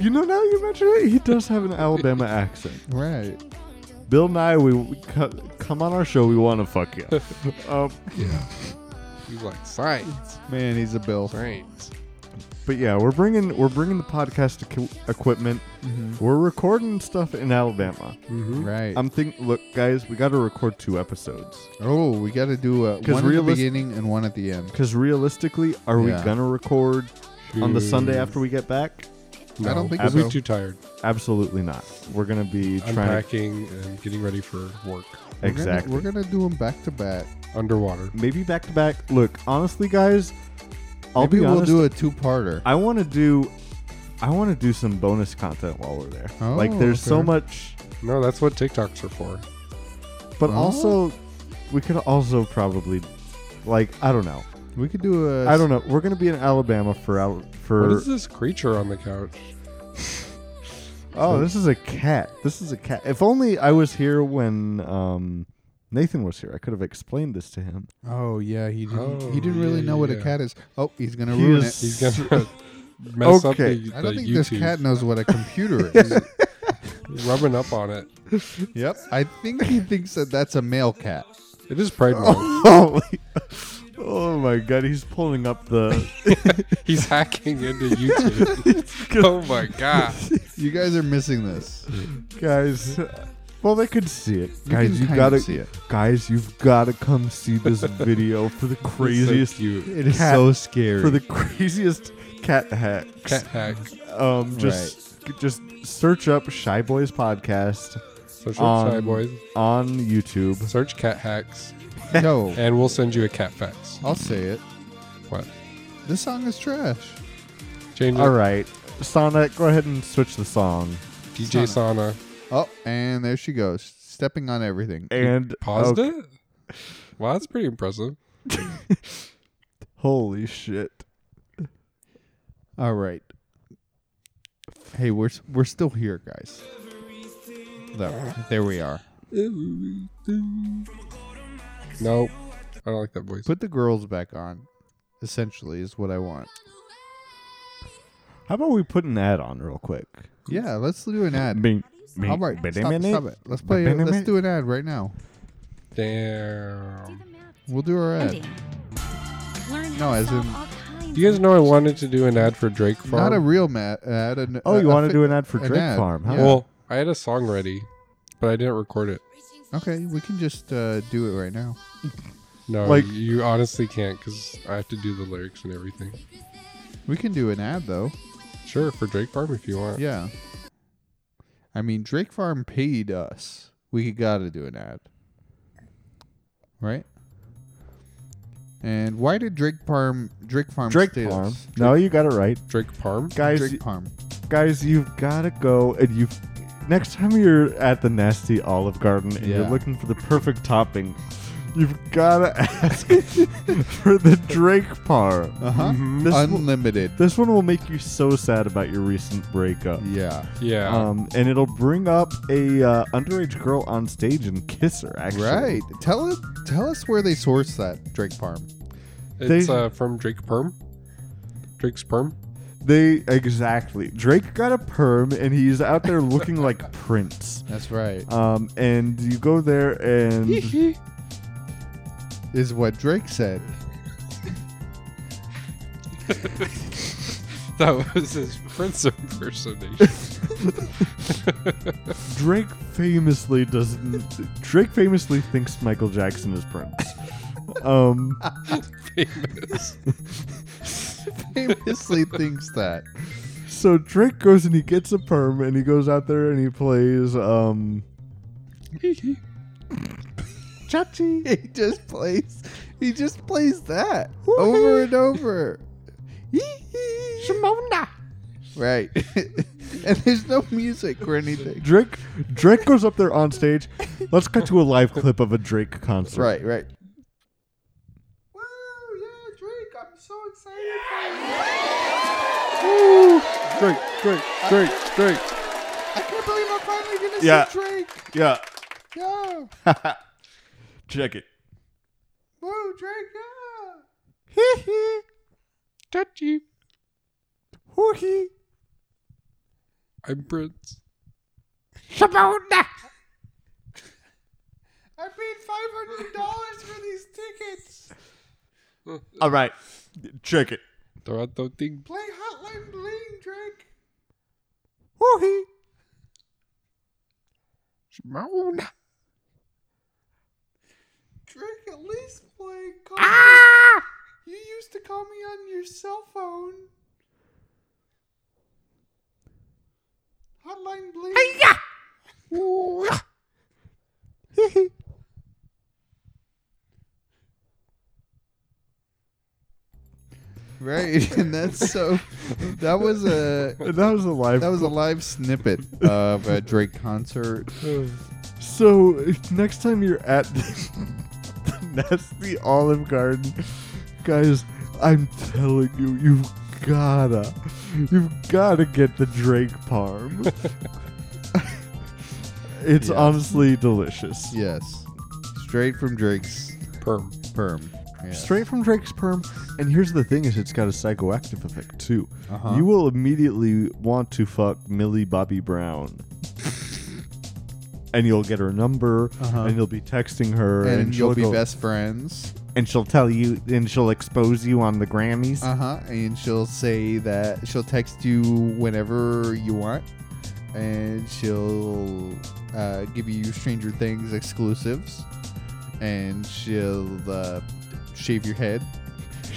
Speaker 1: you know now you mention it, he does have an Alabama accent.
Speaker 4: right.
Speaker 1: Bill Nye, we we co- come on our show. We want to fuck
Speaker 4: [LAUGHS]
Speaker 1: you. um,
Speaker 2: He's like science,
Speaker 4: Man, he's a Bill.
Speaker 2: science.
Speaker 1: but yeah, we're bringing we're bringing the podcast equi- equipment.
Speaker 4: Mm-hmm.
Speaker 1: We're recording stuff in Alabama.
Speaker 2: Mm-hmm.
Speaker 4: Right.
Speaker 1: I'm think. Look, guys, we got to record two episodes
Speaker 4: oh, we got to do uh,
Speaker 1: 'Cause
Speaker 4: one at the
Speaker 1: realis-
Speaker 4: beginning and one at the end.
Speaker 1: because realistically, are we
Speaker 4: Yeah.
Speaker 1: gonna record on the Sunday after we get back?
Speaker 4: I don't think
Speaker 2: I'd
Speaker 4: so.
Speaker 2: be too tired.
Speaker 1: Absolutely not. We're gonna be trying. to
Speaker 2: Unpacking and getting ready for work
Speaker 4: We're gonna-
Speaker 1: Exactly.
Speaker 4: We're going to do them back to back.
Speaker 2: underwater.
Speaker 1: Maybe back to back. Look, honestly, guys, I'll
Speaker 4: Maybe
Speaker 1: be
Speaker 4: we'll
Speaker 1: honest.
Speaker 4: do a two parter.
Speaker 1: I want to do, I want to do some bonus content while we're there.
Speaker 4: Oh,
Speaker 1: like, there's so
Speaker 4: okay.
Speaker 1: much,
Speaker 2: No, that's what TikToks are for.
Speaker 1: but
Speaker 4: Oh.
Speaker 1: also, we could also probably, like, I don't know,
Speaker 4: We could do a.
Speaker 1: I don't know. We're gonna be in Alabama for Al-
Speaker 2: What
Speaker 1: for
Speaker 2: is this creature on the couch?
Speaker 1: Oh, this is a cat. This is a cat. If only I was here when um, Nathan was here, I could have explained this to him. [LAUGHS]
Speaker 5: Oh yeah, he didn't.
Speaker 2: Oh,
Speaker 5: he didn't really
Speaker 2: yeah,
Speaker 5: know what
Speaker 2: yeah.
Speaker 5: a cat is. Oh, he's gonna
Speaker 1: He
Speaker 5: ruin
Speaker 1: is-
Speaker 5: it.
Speaker 2: He's
Speaker 5: [LAUGHS]
Speaker 2: gonna mess up
Speaker 1: Okay.
Speaker 2: the,
Speaker 5: I don't
Speaker 2: the
Speaker 5: think
Speaker 2: YouTube.
Speaker 5: this cat knows
Speaker 1: [LAUGHS]
Speaker 5: what a computer is.
Speaker 2: Rubbing up on it.
Speaker 5: yep.
Speaker 4: I think he thinks that that's a male cat.
Speaker 2: It is Pride Month.
Speaker 1: Oh, oh my god, he's pulling up the.
Speaker 2: He's hacking
Speaker 5: [LAUGHS]
Speaker 2: into YouTube. oh my god.
Speaker 4: You guys are missing this.
Speaker 1: guys. Well, they could see it, guys.
Speaker 4: can
Speaker 1: You
Speaker 4: kinda
Speaker 1: gotta
Speaker 4: see it.
Speaker 1: guys. You've gotta come see
Speaker 2: [LAUGHS]
Speaker 1: this video for the craziest,
Speaker 2: So cute.
Speaker 4: It is
Speaker 1: Cat
Speaker 4: so scary.
Speaker 1: [LAUGHS] for the craziest cat hack.
Speaker 2: Cat hack.
Speaker 1: Um, just just search up Shy Boys podcast
Speaker 2: Search
Speaker 1: Um,
Speaker 2: Shy Boys.
Speaker 1: on YouTube.
Speaker 2: Search cat hacks,
Speaker 4: no,
Speaker 2: and we'll send you a cat fax.
Speaker 4: I'll say it.
Speaker 2: What?
Speaker 4: This song is trash.
Speaker 2: Change it.
Speaker 1: All right, Sana, go ahead and switch the song.
Speaker 2: DJ Sauna.
Speaker 4: Oh, and there she goes, stepping on everything.
Speaker 1: And uh,
Speaker 2: Paused
Speaker 1: okay,
Speaker 2: it? Wow, that's pretty impressive.
Speaker 1: Holy shit!
Speaker 4: All right. Hey, we're s- we're still here, guys. There, there we are.
Speaker 2: Nope. I don't like that voice.
Speaker 4: Put the girls back on. Essentially, is what I want.
Speaker 1: How about we put an ad on real quick?
Speaker 4: Yeah, let's do an ad.
Speaker 1: Bing, bing,
Speaker 4: All right,
Speaker 1: bing,
Speaker 4: stop,
Speaker 1: bing,
Speaker 4: stop
Speaker 1: bing.
Speaker 4: it. Let's play.
Speaker 1: Bing, bing,
Speaker 4: Let's
Speaker 1: bing.
Speaker 4: do an ad right now.
Speaker 2: Damn.
Speaker 4: We'll do our ad.
Speaker 6: No, as in.
Speaker 2: Do you guys know I wanted to do an ad for Drake Farm?
Speaker 4: Not a real ma- ad. An,
Speaker 1: Oh, you
Speaker 4: a- a
Speaker 1: want to
Speaker 4: fi-
Speaker 1: do an ad for
Speaker 4: an
Speaker 1: Drake
Speaker 4: ad,
Speaker 1: Farm? Huh?
Speaker 4: yeah.
Speaker 2: Well, I had a song ready, but I didn't record it.
Speaker 4: Okay, we can just uh, do it right now.
Speaker 2: No,
Speaker 1: Like-
Speaker 2: like you honestly can't because I have to do the lyrics and everything.
Speaker 4: We can do an ad though.
Speaker 2: Sure, for Drake Farm if you want.
Speaker 4: Yeah. I mean, Drake Farm paid us. We got to do an ad. Right? And why did Drake Farm Drake Farm
Speaker 1: Drake
Speaker 4: stay
Speaker 1: Farm.
Speaker 4: us?
Speaker 1: No, you got it right,
Speaker 2: Drake
Speaker 4: Um,
Speaker 2: Parm.
Speaker 1: guys.
Speaker 4: Drake Farm.
Speaker 1: guys, you've got to go and you. Next time you're at the nasty Olive Garden and you're
Speaker 4: Yeah.
Speaker 1: looking for the perfect topping, you've got to [LAUGHS] ask for the Drake par.
Speaker 4: Uh-huh.
Speaker 1: This will-
Speaker 4: Unlimited.
Speaker 1: This one will make you so sad about your recent breakup.
Speaker 4: yeah.
Speaker 2: Yeah.
Speaker 1: Um, and it'll bring up a uh, underage girl on stage and kiss her. Actually,
Speaker 4: Right. Tell us tell us where they source that Drake Farm.
Speaker 2: it's
Speaker 1: they-
Speaker 2: uh, from Drake Perm. Drake's Perm.
Speaker 1: They exactly. Drake got a perm and he's out there looking
Speaker 4: [LAUGHS]
Speaker 1: like Prince.
Speaker 4: That's right.
Speaker 1: [LAUGHS] Um, and you go there and
Speaker 4: Is what Drake said. [LAUGHS]
Speaker 2: [LAUGHS] That was his
Speaker 1: [LAUGHS]
Speaker 2: Prince impersonation.
Speaker 1: Drake famously doesn't. Drake famously thinks Michael Jackson is Prince. Um,
Speaker 2: Famous.
Speaker 4: Famously thinks that.
Speaker 1: so Drake goes and he gets a perm and he goes out there and he plays um, Chachi.
Speaker 4: [LAUGHS] He just plays. He just plays that over and over. Shimona. Right. [LAUGHS] and there's no music or anything.
Speaker 1: Drake Drake goes up there on stage. Let's cut to a live clip of a Drake concert.
Speaker 4: Right. Right. Woo! Yeah, Drake. I'm so excited.
Speaker 1: Drake, Drake, Drake, Drake.
Speaker 4: I can't believe I'm finally gonna
Speaker 1: Yeah.
Speaker 4: see Drake.
Speaker 1: Yeah.
Speaker 4: Yeah.
Speaker 1: Check it.
Speaker 4: Woo, Drake. Yeah.
Speaker 2: Touchy.
Speaker 1: Hoo-hee.
Speaker 2: I'm Prince.
Speaker 4: I paid five hundred dollars for these tickets.
Speaker 1: All right. Check it.
Speaker 2: Toronto thing.
Speaker 4: Play Hotline Bling, Drake.
Speaker 1: Hoo-hee.
Speaker 2: Shimona.
Speaker 4: Drake, at least play. Call Me. You used to call me on your cell phone. Hotline Bling. [LAUGHS] Right, and that's so. That was a
Speaker 1: And that was a live.
Speaker 4: that was a live snippet of a Drake concert.
Speaker 1: so [LAUGHS] next time you're at [LAUGHS] the, nasty Olive Garden, guys, I'm telling you, you've gotta, you've gotta get the Drake parm. [LAUGHS] It's
Speaker 4: Yeah.
Speaker 1: honestly delicious.
Speaker 4: Yes. Straight from Drake's
Speaker 2: Perm.
Speaker 4: perm. Yeah.
Speaker 1: Straight from Drake's perm. And here's the thing: is it's got a psychoactive effect too.
Speaker 4: Uh-huh.
Speaker 1: You will immediately want to fuck Millie Bobby
Speaker 4: [LAUGHS]
Speaker 1: Brown. And you'll get her number,
Speaker 4: Uh-huh.
Speaker 1: and you'll be texting her,
Speaker 4: and,
Speaker 1: and, she'll
Speaker 4: you'll be
Speaker 1: go-
Speaker 4: best friends.
Speaker 1: and she'll tell you, and she'll expose you on the Grammys.
Speaker 4: Uh huh. And she'll say that she'll text you whenever you want, and she'll uh, give you Stranger Things exclusives, and she'll uh, shave your head.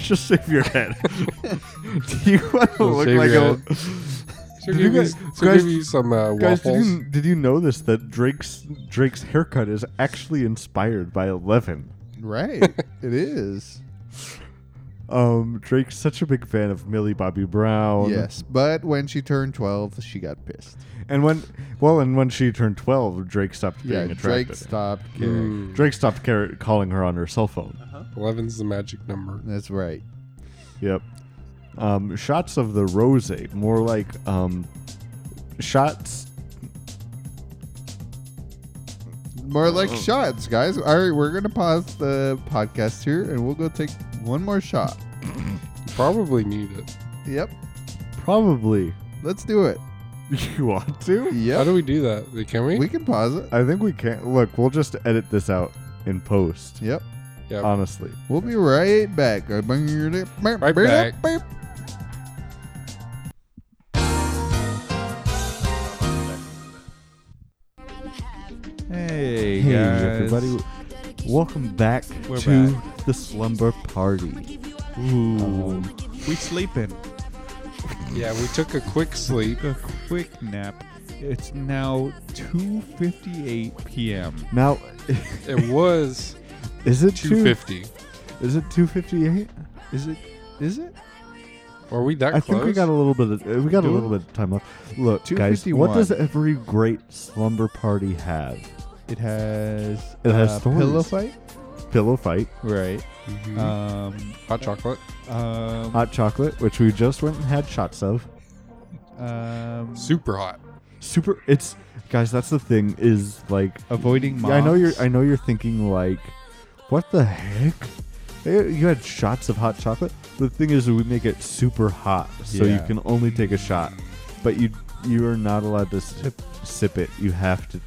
Speaker 1: [LAUGHS] She'll shave your
Speaker 4: [LAUGHS]
Speaker 1: head. Do you want to
Speaker 2: She'll
Speaker 1: look
Speaker 2: shave
Speaker 1: like
Speaker 2: your
Speaker 1: a?
Speaker 2: head.
Speaker 1: Did
Speaker 2: So give,
Speaker 1: you
Speaker 2: you,
Speaker 1: guys-
Speaker 2: so
Speaker 1: guys-
Speaker 2: give you some uh,
Speaker 1: Guys, did
Speaker 2: waffles.
Speaker 1: you, did you know this? That Drake's Drake's haircut is actually inspired by Eleven.
Speaker 4: Right. [LAUGHS] it is.
Speaker 1: Um, Drake's such a big fan of Millie Bobby Brown.
Speaker 4: Yes. But when she turned twelve, she got pissed.
Speaker 1: And when, well, and when she turned twelve, Drake stopped being
Speaker 4: Yeah.
Speaker 1: attracted.
Speaker 4: Drake stopped caring.
Speaker 2: Mm.
Speaker 1: Drake stopped car- calling her on her cell phone.
Speaker 2: 11's the magic number.
Speaker 4: That's right.
Speaker 1: Yep. Um, shots of the rose, more like um, shots.
Speaker 4: More like shots, guys. All right, we're gonna pause the podcast here, and we'll go take one more shot.
Speaker 2: Probably need it.
Speaker 4: Yep.
Speaker 1: Probably [LAUGHS]
Speaker 4: Let's do it.
Speaker 1: you want to.
Speaker 2: How
Speaker 4: Yep.
Speaker 2: do we do that? Can we?
Speaker 4: We can pause it.
Speaker 1: I think we can. Look, we'll just edit this out in post.
Speaker 4: Yep.
Speaker 2: Yep.
Speaker 1: Honestly.
Speaker 4: We'll be right back.
Speaker 2: Right
Speaker 4: Right
Speaker 2: back.
Speaker 7: Hey,
Speaker 1: Hey,
Speaker 7: guys.
Speaker 1: everybody. Welcome back
Speaker 7: We're
Speaker 1: to the slumber party.
Speaker 7: Ooh, we sleeping.
Speaker 2: yeah, we took a quick sleep.
Speaker 7: A quick nap. It's now 2:58 p.m.
Speaker 1: Now, [LAUGHS]
Speaker 2: It was
Speaker 1: is it [LAUGHS] two?
Speaker 2: 250.
Speaker 1: Is it two fifty eight?
Speaker 7: Is it? Is it?
Speaker 2: Are we that
Speaker 1: I
Speaker 2: close?
Speaker 1: think we got a little bit. Of, uh, we got a
Speaker 4: Do it.
Speaker 1: little bit of time left. Look, guys, what
Speaker 4: 251.
Speaker 1: does every great slumber party have?
Speaker 4: It has
Speaker 1: It has
Speaker 4: uh,
Speaker 1: stories.
Speaker 4: pillow fight.
Speaker 1: Pillow fight,
Speaker 4: Right.
Speaker 2: Mhm.
Speaker 4: Um.
Speaker 2: Hot chocolate.
Speaker 4: Um.
Speaker 1: hot chocolate, which we just went and had shots of.
Speaker 4: um
Speaker 2: Super hot.
Speaker 1: Super. It's guys. That's the thing. Is like
Speaker 4: avoiding.
Speaker 1: Yeah, I know you're.
Speaker 4: mobs.
Speaker 1: I know you're thinking like, what the heck? Eh, You had shots of hot chocolate. The thing is, we make it super hot, so you
Speaker 4: Yeah.
Speaker 1: can only take a shot. But you you are not allowed to sip, sip it. You have to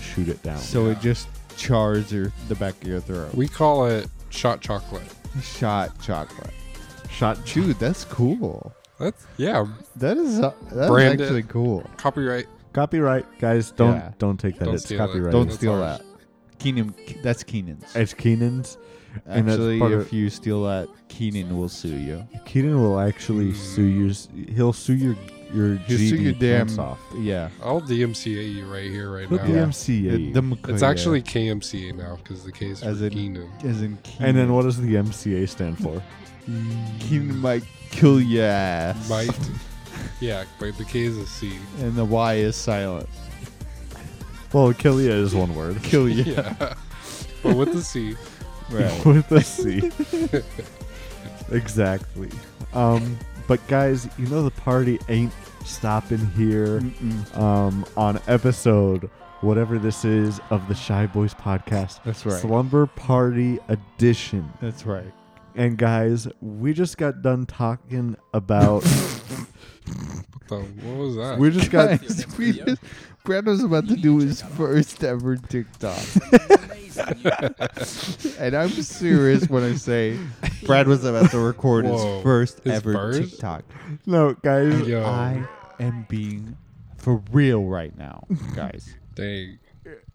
Speaker 1: shoot it down.
Speaker 4: So it just chars your the back of your throat.
Speaker 2: We call it shot chocolate.
Speaker 4: shot chocolate.
Speaker 1: Shot choose.
Speaker 4: Dude, that's cool.
Speaker 2: That's yeah.
Speaker 4: That is uh, that's
Speaker 2: Brand it.
Speaker 4: actually cool.
Speaker 2: Copyright.
Speaker 1: Copyright, guys. Don't
Speaker 4: Yeah.
Speaker 1: don't take that.
Speaker 2: Don't
Speaker 1: it's
Speaker 2: steal it.
Speaker 1: copyright.
Speaker 4: Don't
Speaker 2: That's
Speaker 4: steal
Speaker 2: ours.
Speaker 4: that. Keenan, that's Keenan's.
Speaker 1: It's Keenan's. and that's
Speaker 4: Actually,
Speaker 1: part
Speaker 4: if
Speaker 1: of-
Speaker 4: you steal that, Keenan will sue you.
Speaker 1: Keenan will actually sue you. s- He'll sue your your
Speaker 4: He'll
Speaker 1: GD
Speaker 4: sue your damn.
Speaker 1: pants off.
Speaker 4: Yeah.
Speaker 2: I'll DMCA you E right here, right
Speaker 1: He'll
Speaker 2: now.
Speaker 1: DMCA you.
Speaker 4: The Macaulay,
Speaker 2: It's actually KMCA E now because the case
Speaker 4: E As
Speaker 2: is
Speaker 4: in-
Speaker 2: Keenan.
Speaker 4: as in Keenan.
Speaker 1: and then what does the MCA stand for?
Speaker 4: Keenan might kill your ass.
Speaker 2: Might. yeah, but the K is a C.
Speaker 4: And the Y is silent.
Speaker 1: [LAUGHS] Well, kill ya is one word.
Speaker 4: Kill you.
Speaker 2: Yeah. but with the C.
Speaker 1: [LAUGHS]
Speaker 4: Right.
Speaker 1: with a C. [LAUGHS] exactly. Um, but guys, you know the party ain't stopping here. Um, on episode whatever this is of the Shy Boys podcast,
Speaker 4: That's right.
Speaker 1: Slumber Party Edition.
Speaker 4: That's right.
Speaker 1: And guys, we just got done talking about.
Speaker 4: [LAUGHS]
Speaker 2: What, the, what was that?
Speaker 1: we just got.
Speaker 4: Guys, [LAUGHS] we just, Brad was about to do his first ever TikTok. and I'm serious when
Speaker 2: [LAUGHS]
Speaker 4: I say Brad was about to record
Speaker 2: Whoa.
Speaker 4: his first
Speaker 2: His
Speaker 4: ever
Speaker 2: first?
Speaker 4: TikTok.
Speaker 1: [LAUGHS] no, guys.
Speaker 2: Yo,
Speaker 4: I am being for real right now, guys.
Speaker 2: dang.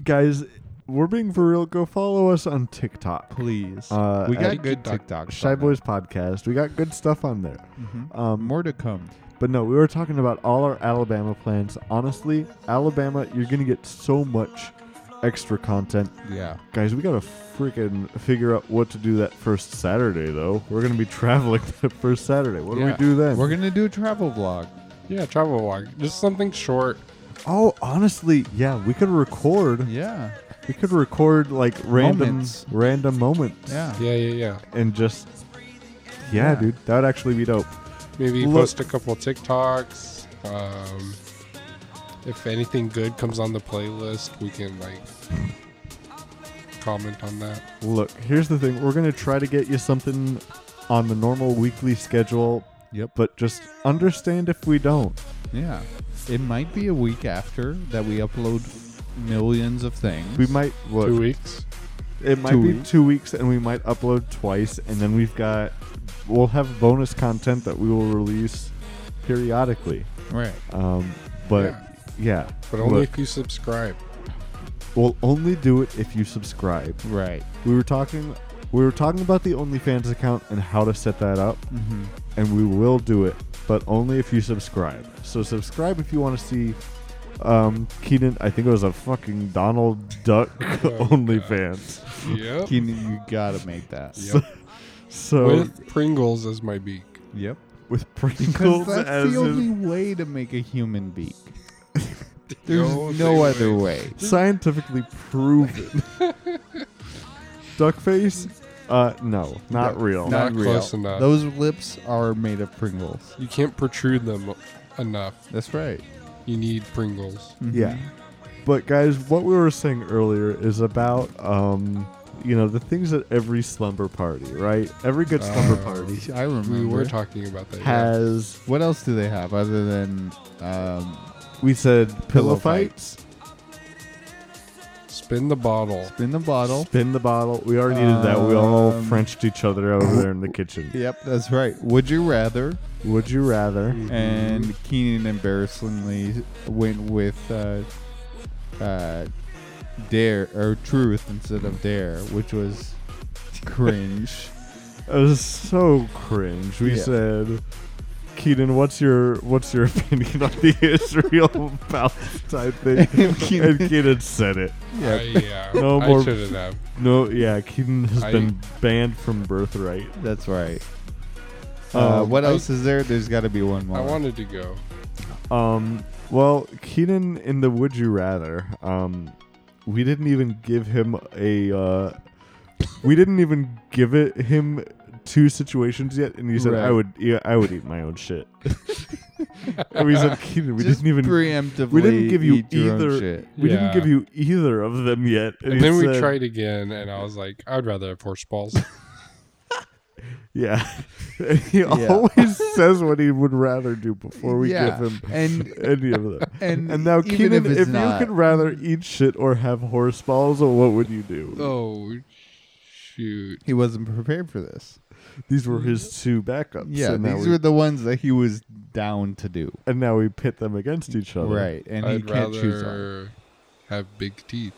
Speaker 1: Guys, we're being for real. Go follow us on TikTok.
Speaker 4: Please.
Speaker 1: Uh,
Speaker 4: we
Speaker 1: at
Speaker 4: got good
Speaker 2: TikTok.
Speaker 4: TikTok. Mm-hmm.
Speaker 1: Shy Boys podcast. We got good stuff on there. Um,
Speaker 4: More to come.
Speaker 1: But no, we were talking about all our Alabama plans. Honestly, Alabama, you're going to get so much extra content.
Speaker 4: Yeah.
Speaker 1: Guys, we got to freaking figure out what to do that first Saturday, though. We're going to be [LAUGHS] traveling that first Saturday. What do
Speaker 2: Yeah.
Speaker 1: we do then?
Speaker 4: We're going to do a travel vlog.
Speaker 2: Yeah, travel vlog. Just something short.
Speaker 1: oh, honestly, yeah, we could record.
Speaker 4: Yeah.
Speaker 1: We could record like random
Speaker 4: Moments.
Speaker 1: random moments.
Speaker 4: Yeah.
Speaker 2: Yeah, yeah, yeah.
Speaker 1: And just, yeah,
Speaker 4: Yeah.
Speaker 1: dude, that would actually be dope.
Speaker 2: Maybe
Speaker 1: Look.
Speaker 2: post a couple TikToks. Um, If anything good comes on the playlist, we can like comment on that.
Speaker 1: Look, here's the thing. We're gonna try to get you something on the normal weekly schedule.
Speaker 4: Yep.
Speaker 1: But just understand if we don't.
Speaker 4: Yeah. It might be a week after that we upload millions of things.
Speaker 1: We might look.
Speaker 2: Two weeks.
Speaker 1: It might
Speaker 4: Two
Speaker 1: be
Speaker 4: weeks.
Speaker 1: two weeks, and we might upload twice, and then we've got we'll have bonus content that we will release periodically.
Speaker 4: right.
Speaker 1: Um, but yeah,
Speaker 2: But only
Speaker 1: look,
Speaker 2: if you subscribe.
Speaker 1: we'll only do it if you subscribe.
Speaker 4: Right.
Speaker 1: We were talking, we were talking about the OnlyFans account and how to set that up,
Speaker 4: Mhm.
Speaker 1: and we will do it, but only if you subscribe. So subscribe if you want to see. Um, Keenan, I think it was a fucking Donald Duck [LAUGHS]
Speaker 2: God.
Speaker 1: OnlyFans.
Speaker 2: Yep.
Speaker 4: Keenan, you gotta make that.
Speaker 2: Yep.
Speaker 1: So
Speaker 2: With Pringles as my beak.
Speaker 4: Yep.
Speaker 1: with
Speaker 4: Because
Speaker 1: Pringles as
Speaker 4: that's the
Speaker 1: his-
Speaker 4: only way to make a
Speaker 2: [LAUGHS]
Speaker 4: human beak. There's
Speaker 2: No
Speaker 4: no,
Speaker 2: other
Speaker 4: other way.
Speaker 1: scientifically proven. Duckface? Uh, no, not real.
Speaker 2: Not
Speaker 4: Not real.
Speaker 2: close enough.
Speaker 4: Those lips are made of Pringles.
Speaker 2: You can't protrude them enough.
Speaker 4: That's right.
Speaker 2: You need Pringles.
Speaker 1: Yeah. But guys, what we were saying earlier is about um, you know, the things at every slumber party, right? Every good slumber
Speaker 2: Oh.
Speaker 1: party
Speaker 4: Mm-hmm. I remember.
Speaker 2: We were talking about that. yeah.
Speaker 1: has
Speaker 4: what else do they have other than um,
Speaker 1: we said pillow,
Speaker 4: Pillow
Speaker 1: fights,
Speaker 2: Spin the bottle.
Speaker 4: spin the bottle?
Speaker 1: spin the bottle. We already did that. We all
Speaker 4: Um,
Speaker 1: Frenched each other over there in
Speaker 4: [LAUGHS]
Speaker 1: the kitchen.
Speaker 4: Yep, that's right. Would you rather?
Speaker 1: Would you rather?
Speaker 4: And Keenan embarrassingly went with uh, uh, dare or truth instead of dare, which was cringe.
Speaker 1: It was so cringe. We
Speaker 4: Yeah.
Speaker 1: said, Keaton, what's your what's your [LAUGHS] opinion on the Israel [LAUGHS] Palestine thing?
Speaker 4: And [LAUGHS] Keaton-
Speaker 1: and Keaton said it.
Speaker 2: I, yeah.
Speaker 1: No
Speaker 2: I
Speaker 1: more-
Speaker 2: shouldn't have.
Speaker 1: No, yeah, Keaton has
Speaker 2: I-
Speaker 1: been banned from birthright.
Speaker 4: That's right. Uh,
Speaker 1: Um,
Speaker 4: what
Speaker 2: I-
Speaker 4: else is there? There's got to be one more.
Speaker 2: I wanted to go.
Speaker 1: Um, well, Keaton in the Would You Rather, um, we didn't even give him a, uh, we didn't even give it him two situations yet, and he said I
Speaker 4: Right.
Speaker 1: would, yeah, I would eat my own shit. [LAUGHS] and we said Keaton, we
Speaker 4: Just
Speaker 1: didn't even,
Speaker 4: preemptively.
Speaker 1: we didn't give you
Speaker 4: eat your own
Speaker 1: either-
Speaker 4: shit.
Speaker 1: we didn't
Speaker 2: Yeah.
Speaker 1: give you either of them yet.
Speaker 2: And,
Speaker 1: he
Speaker 2: then we
Speaker 1: said-
Speaker 2: tried again, and I was like, I'd rather have horse balls.
Speaker 1: yeah. [LAUGHS] And he always says what he would rather do before we
Speaker 4: Yeah,
Speaker 1: give him
Speaker 4: [LAUGHS] and
Speaker 1: any of them.
Speaker 4: and
Speaker 1: And now,
Speaker 4: even
Speaker 1: Keenan,
Speaker 4: if,
Speaker 1: if,
Speaker 4: it's
Speaker 1: you
Speaker 4: not,
Speaker 1: could rather eat shit or have horse balls, what would you do?
Speaker 2: oh, shoot.
Speaker 4: he wasn't prepared for this.
Speaker 1: These were his two backups.
Speaker 4: Mm-hmm. Yeah,
Speaker 1: and now,
Speaker 4: these
Speaker 1: we,
Speaker 4: were the ones that he was down to do.
Speaker 1: and now we pit them against each other.
Speaker 4: Right, and he
Speaker 2: I'd
Speaker 4: can't choose one.
Speaker 2: rather have big teeth.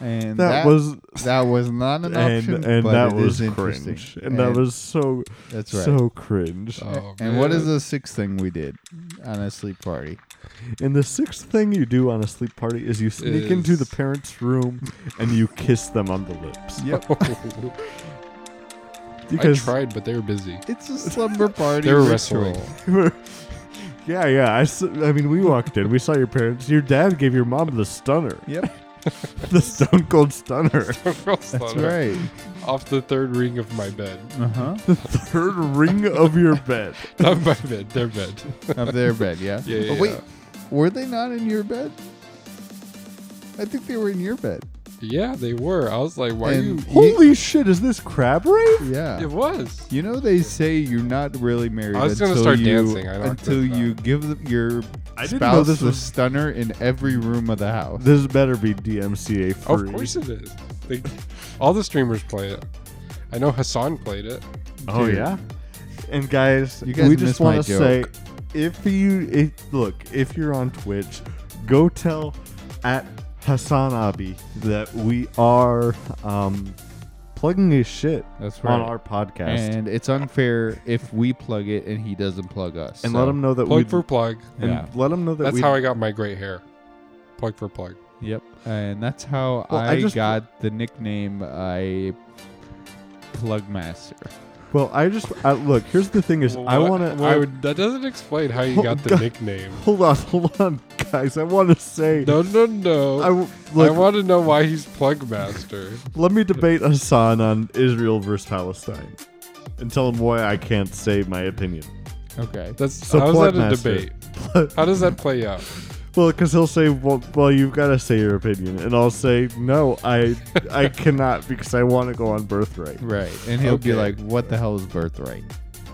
Speaker 4: And
Speaker 1: That, was
Speaker 4: that was not an option,
Speaker 1: and and
Speaker 4: but
Speaker 1: that
Speaker 4: it is
Speaker 1: was
Speaker 4: interesting.
Speaker 1: cringe, and, that was so
Speaker 4: that's right. Uh,
Speaker 1: so cringe.
Speaker 2: Oh,
Speaker 4: and what
Speaker 2: man.
Speaker 4: is the sixth thing we did on a sleep party?
Speaker 1: And the sixth thing you do on a sleep party is you sneak into
Speaker 2: Is-
Speaker 1: the parents' room and you kiss them on the lips.
Speaker 2: [LAUGHS] Oh. I
Speaker 1: [LAUGHS] because
Speaker 2: tried, but they were busy.
Speaker 4: It's
Speaker 1: [LAUGHS]
Speaker 4: a slumber party.
Speaker 2: They were
Speaker 4: ritual.
Speaker 2: wrestling. [LAUGHS]
Speaker 1: yeah, yeah. I, s- I mean, we walked in, we saw your parents. Your dad gave your mom the stunner,
Speaker 4: Yep,
Speaker 1: [LAUGHS] the stone cold stunner. [LAUGHS]
Speaker 4: that's right.
Speaker 2: Off the third ring of my bed.
Speaker 4: Uh
Speaker 1: Uh-huh.
Speaker 4: huh.
Speaker 1: third ring of your bed.
Speaker 2: Not my bed, their bed.
Speaker 4: Of their bed, yeah.
Speaker 2: [LAUGHS] Yeah, yeah,
Speaker 4: But wait, were they not in your bed? I think they were in your bed.
Speaker 2: Yeah, they were. I was like, why
Speaker 4: And
Speaker 2: [LAUGHS] you.
Speaker 1: Holy shit, is this crab rave?
Speaker 4: Yeah.
Speaker 2: It was.
Speaker 4: You know they say you're not really married
Speaker 2: I was gonna
Speaker 4: until
Speaker 2: start
Speaker 4: you,
Speaker 2: dancing. I knocked
Speaker 4: until
Speaker 2: it out.
Speaker 4: you give the, your
Speaker 1: I didn't know
Speaker 4: spouse
Speaker 1: this
Speaker 4: the
Speaker 1: was-
Speaker 4: stunner in every room of the house.
Speaker 1: This better be DMCA free.
Speaker 2: Of course it is. They, all the streamers play it. I know Hassan played it.
Speaker 1: Oh
Speaker 4: Dude.
Speaker 1: yeah. And guys,
Speaker 4: You guys
Speaker 1: we just
Speaker 4: missed my
Speaker 1: want to
Speaker 4: joke.
Speaker 1: say, if you if look, if you're on Twitch, go tell at Hassan Abi that we are um, plugging his shit
Speaker 4: That's
Speaker 1: on
Speaker 4: right.
Speaker 1: our podcast and,
Speaker 4: and it's unfair if we plug it and he doesn't plug us. so-
Speaker 1: let him know that we
Speaker 2: Plug for plug.
Speaker 1: and
Speaker 4: yeah.
Speaker 1: let him know that
Speaker 2: That's
Speaker 1: we
Speaker 2: how I got my gray hair. Plug for plug.
Speaker 4: Yep. And that's how
Speaker 1: Well, I
Speaker 4: I,
Speaker 1: just-
Speaker 4: got the nickname I plug master.
Speaker 1: well I just I, look here's the thing is I
Speaker 2: What-
Speaker 1: want to
Speaker 2: why would- that doesn't explain
Speaker 1: [LAUGHS]
Speaker 2: how you
Speaker 1: Hold-
Speaker 2: got the
Speaker 1: don't-
Speaker 2: nickname.
Speaker 1: hold on [LAUGHS] hold on guys I want to say
Speaker 2: No, no, no.
Speaker 1: I
Speaker 2: I,
Speaker 1: w- look,
Speaker 2: want to know why he's plug master.
Speaker 1: let me debate Hassan on Israel versus Palestine and tell him why I can't say my opinion.
Speaker 4: Okay.
Speaker 2: That's
Speaker 1: So
Speaker 2: how's
Speaker 1: plug
Speaker 2: that a
Speaker 1: master. [LAUGHS]
Speaker 2: debate? How does that play out?
Speaker 1: Well, because he'll say, well, "Well, you've got to say your opinion," and I'll say, "No, I,
Speaker 4: [LAUGHS]
Speaker 1: I cannot because I want to go on birthright."
Speaker 4: Right. And he'll be
Speaker 2: Okay.
Speaker 4: like, what the hell is birthright?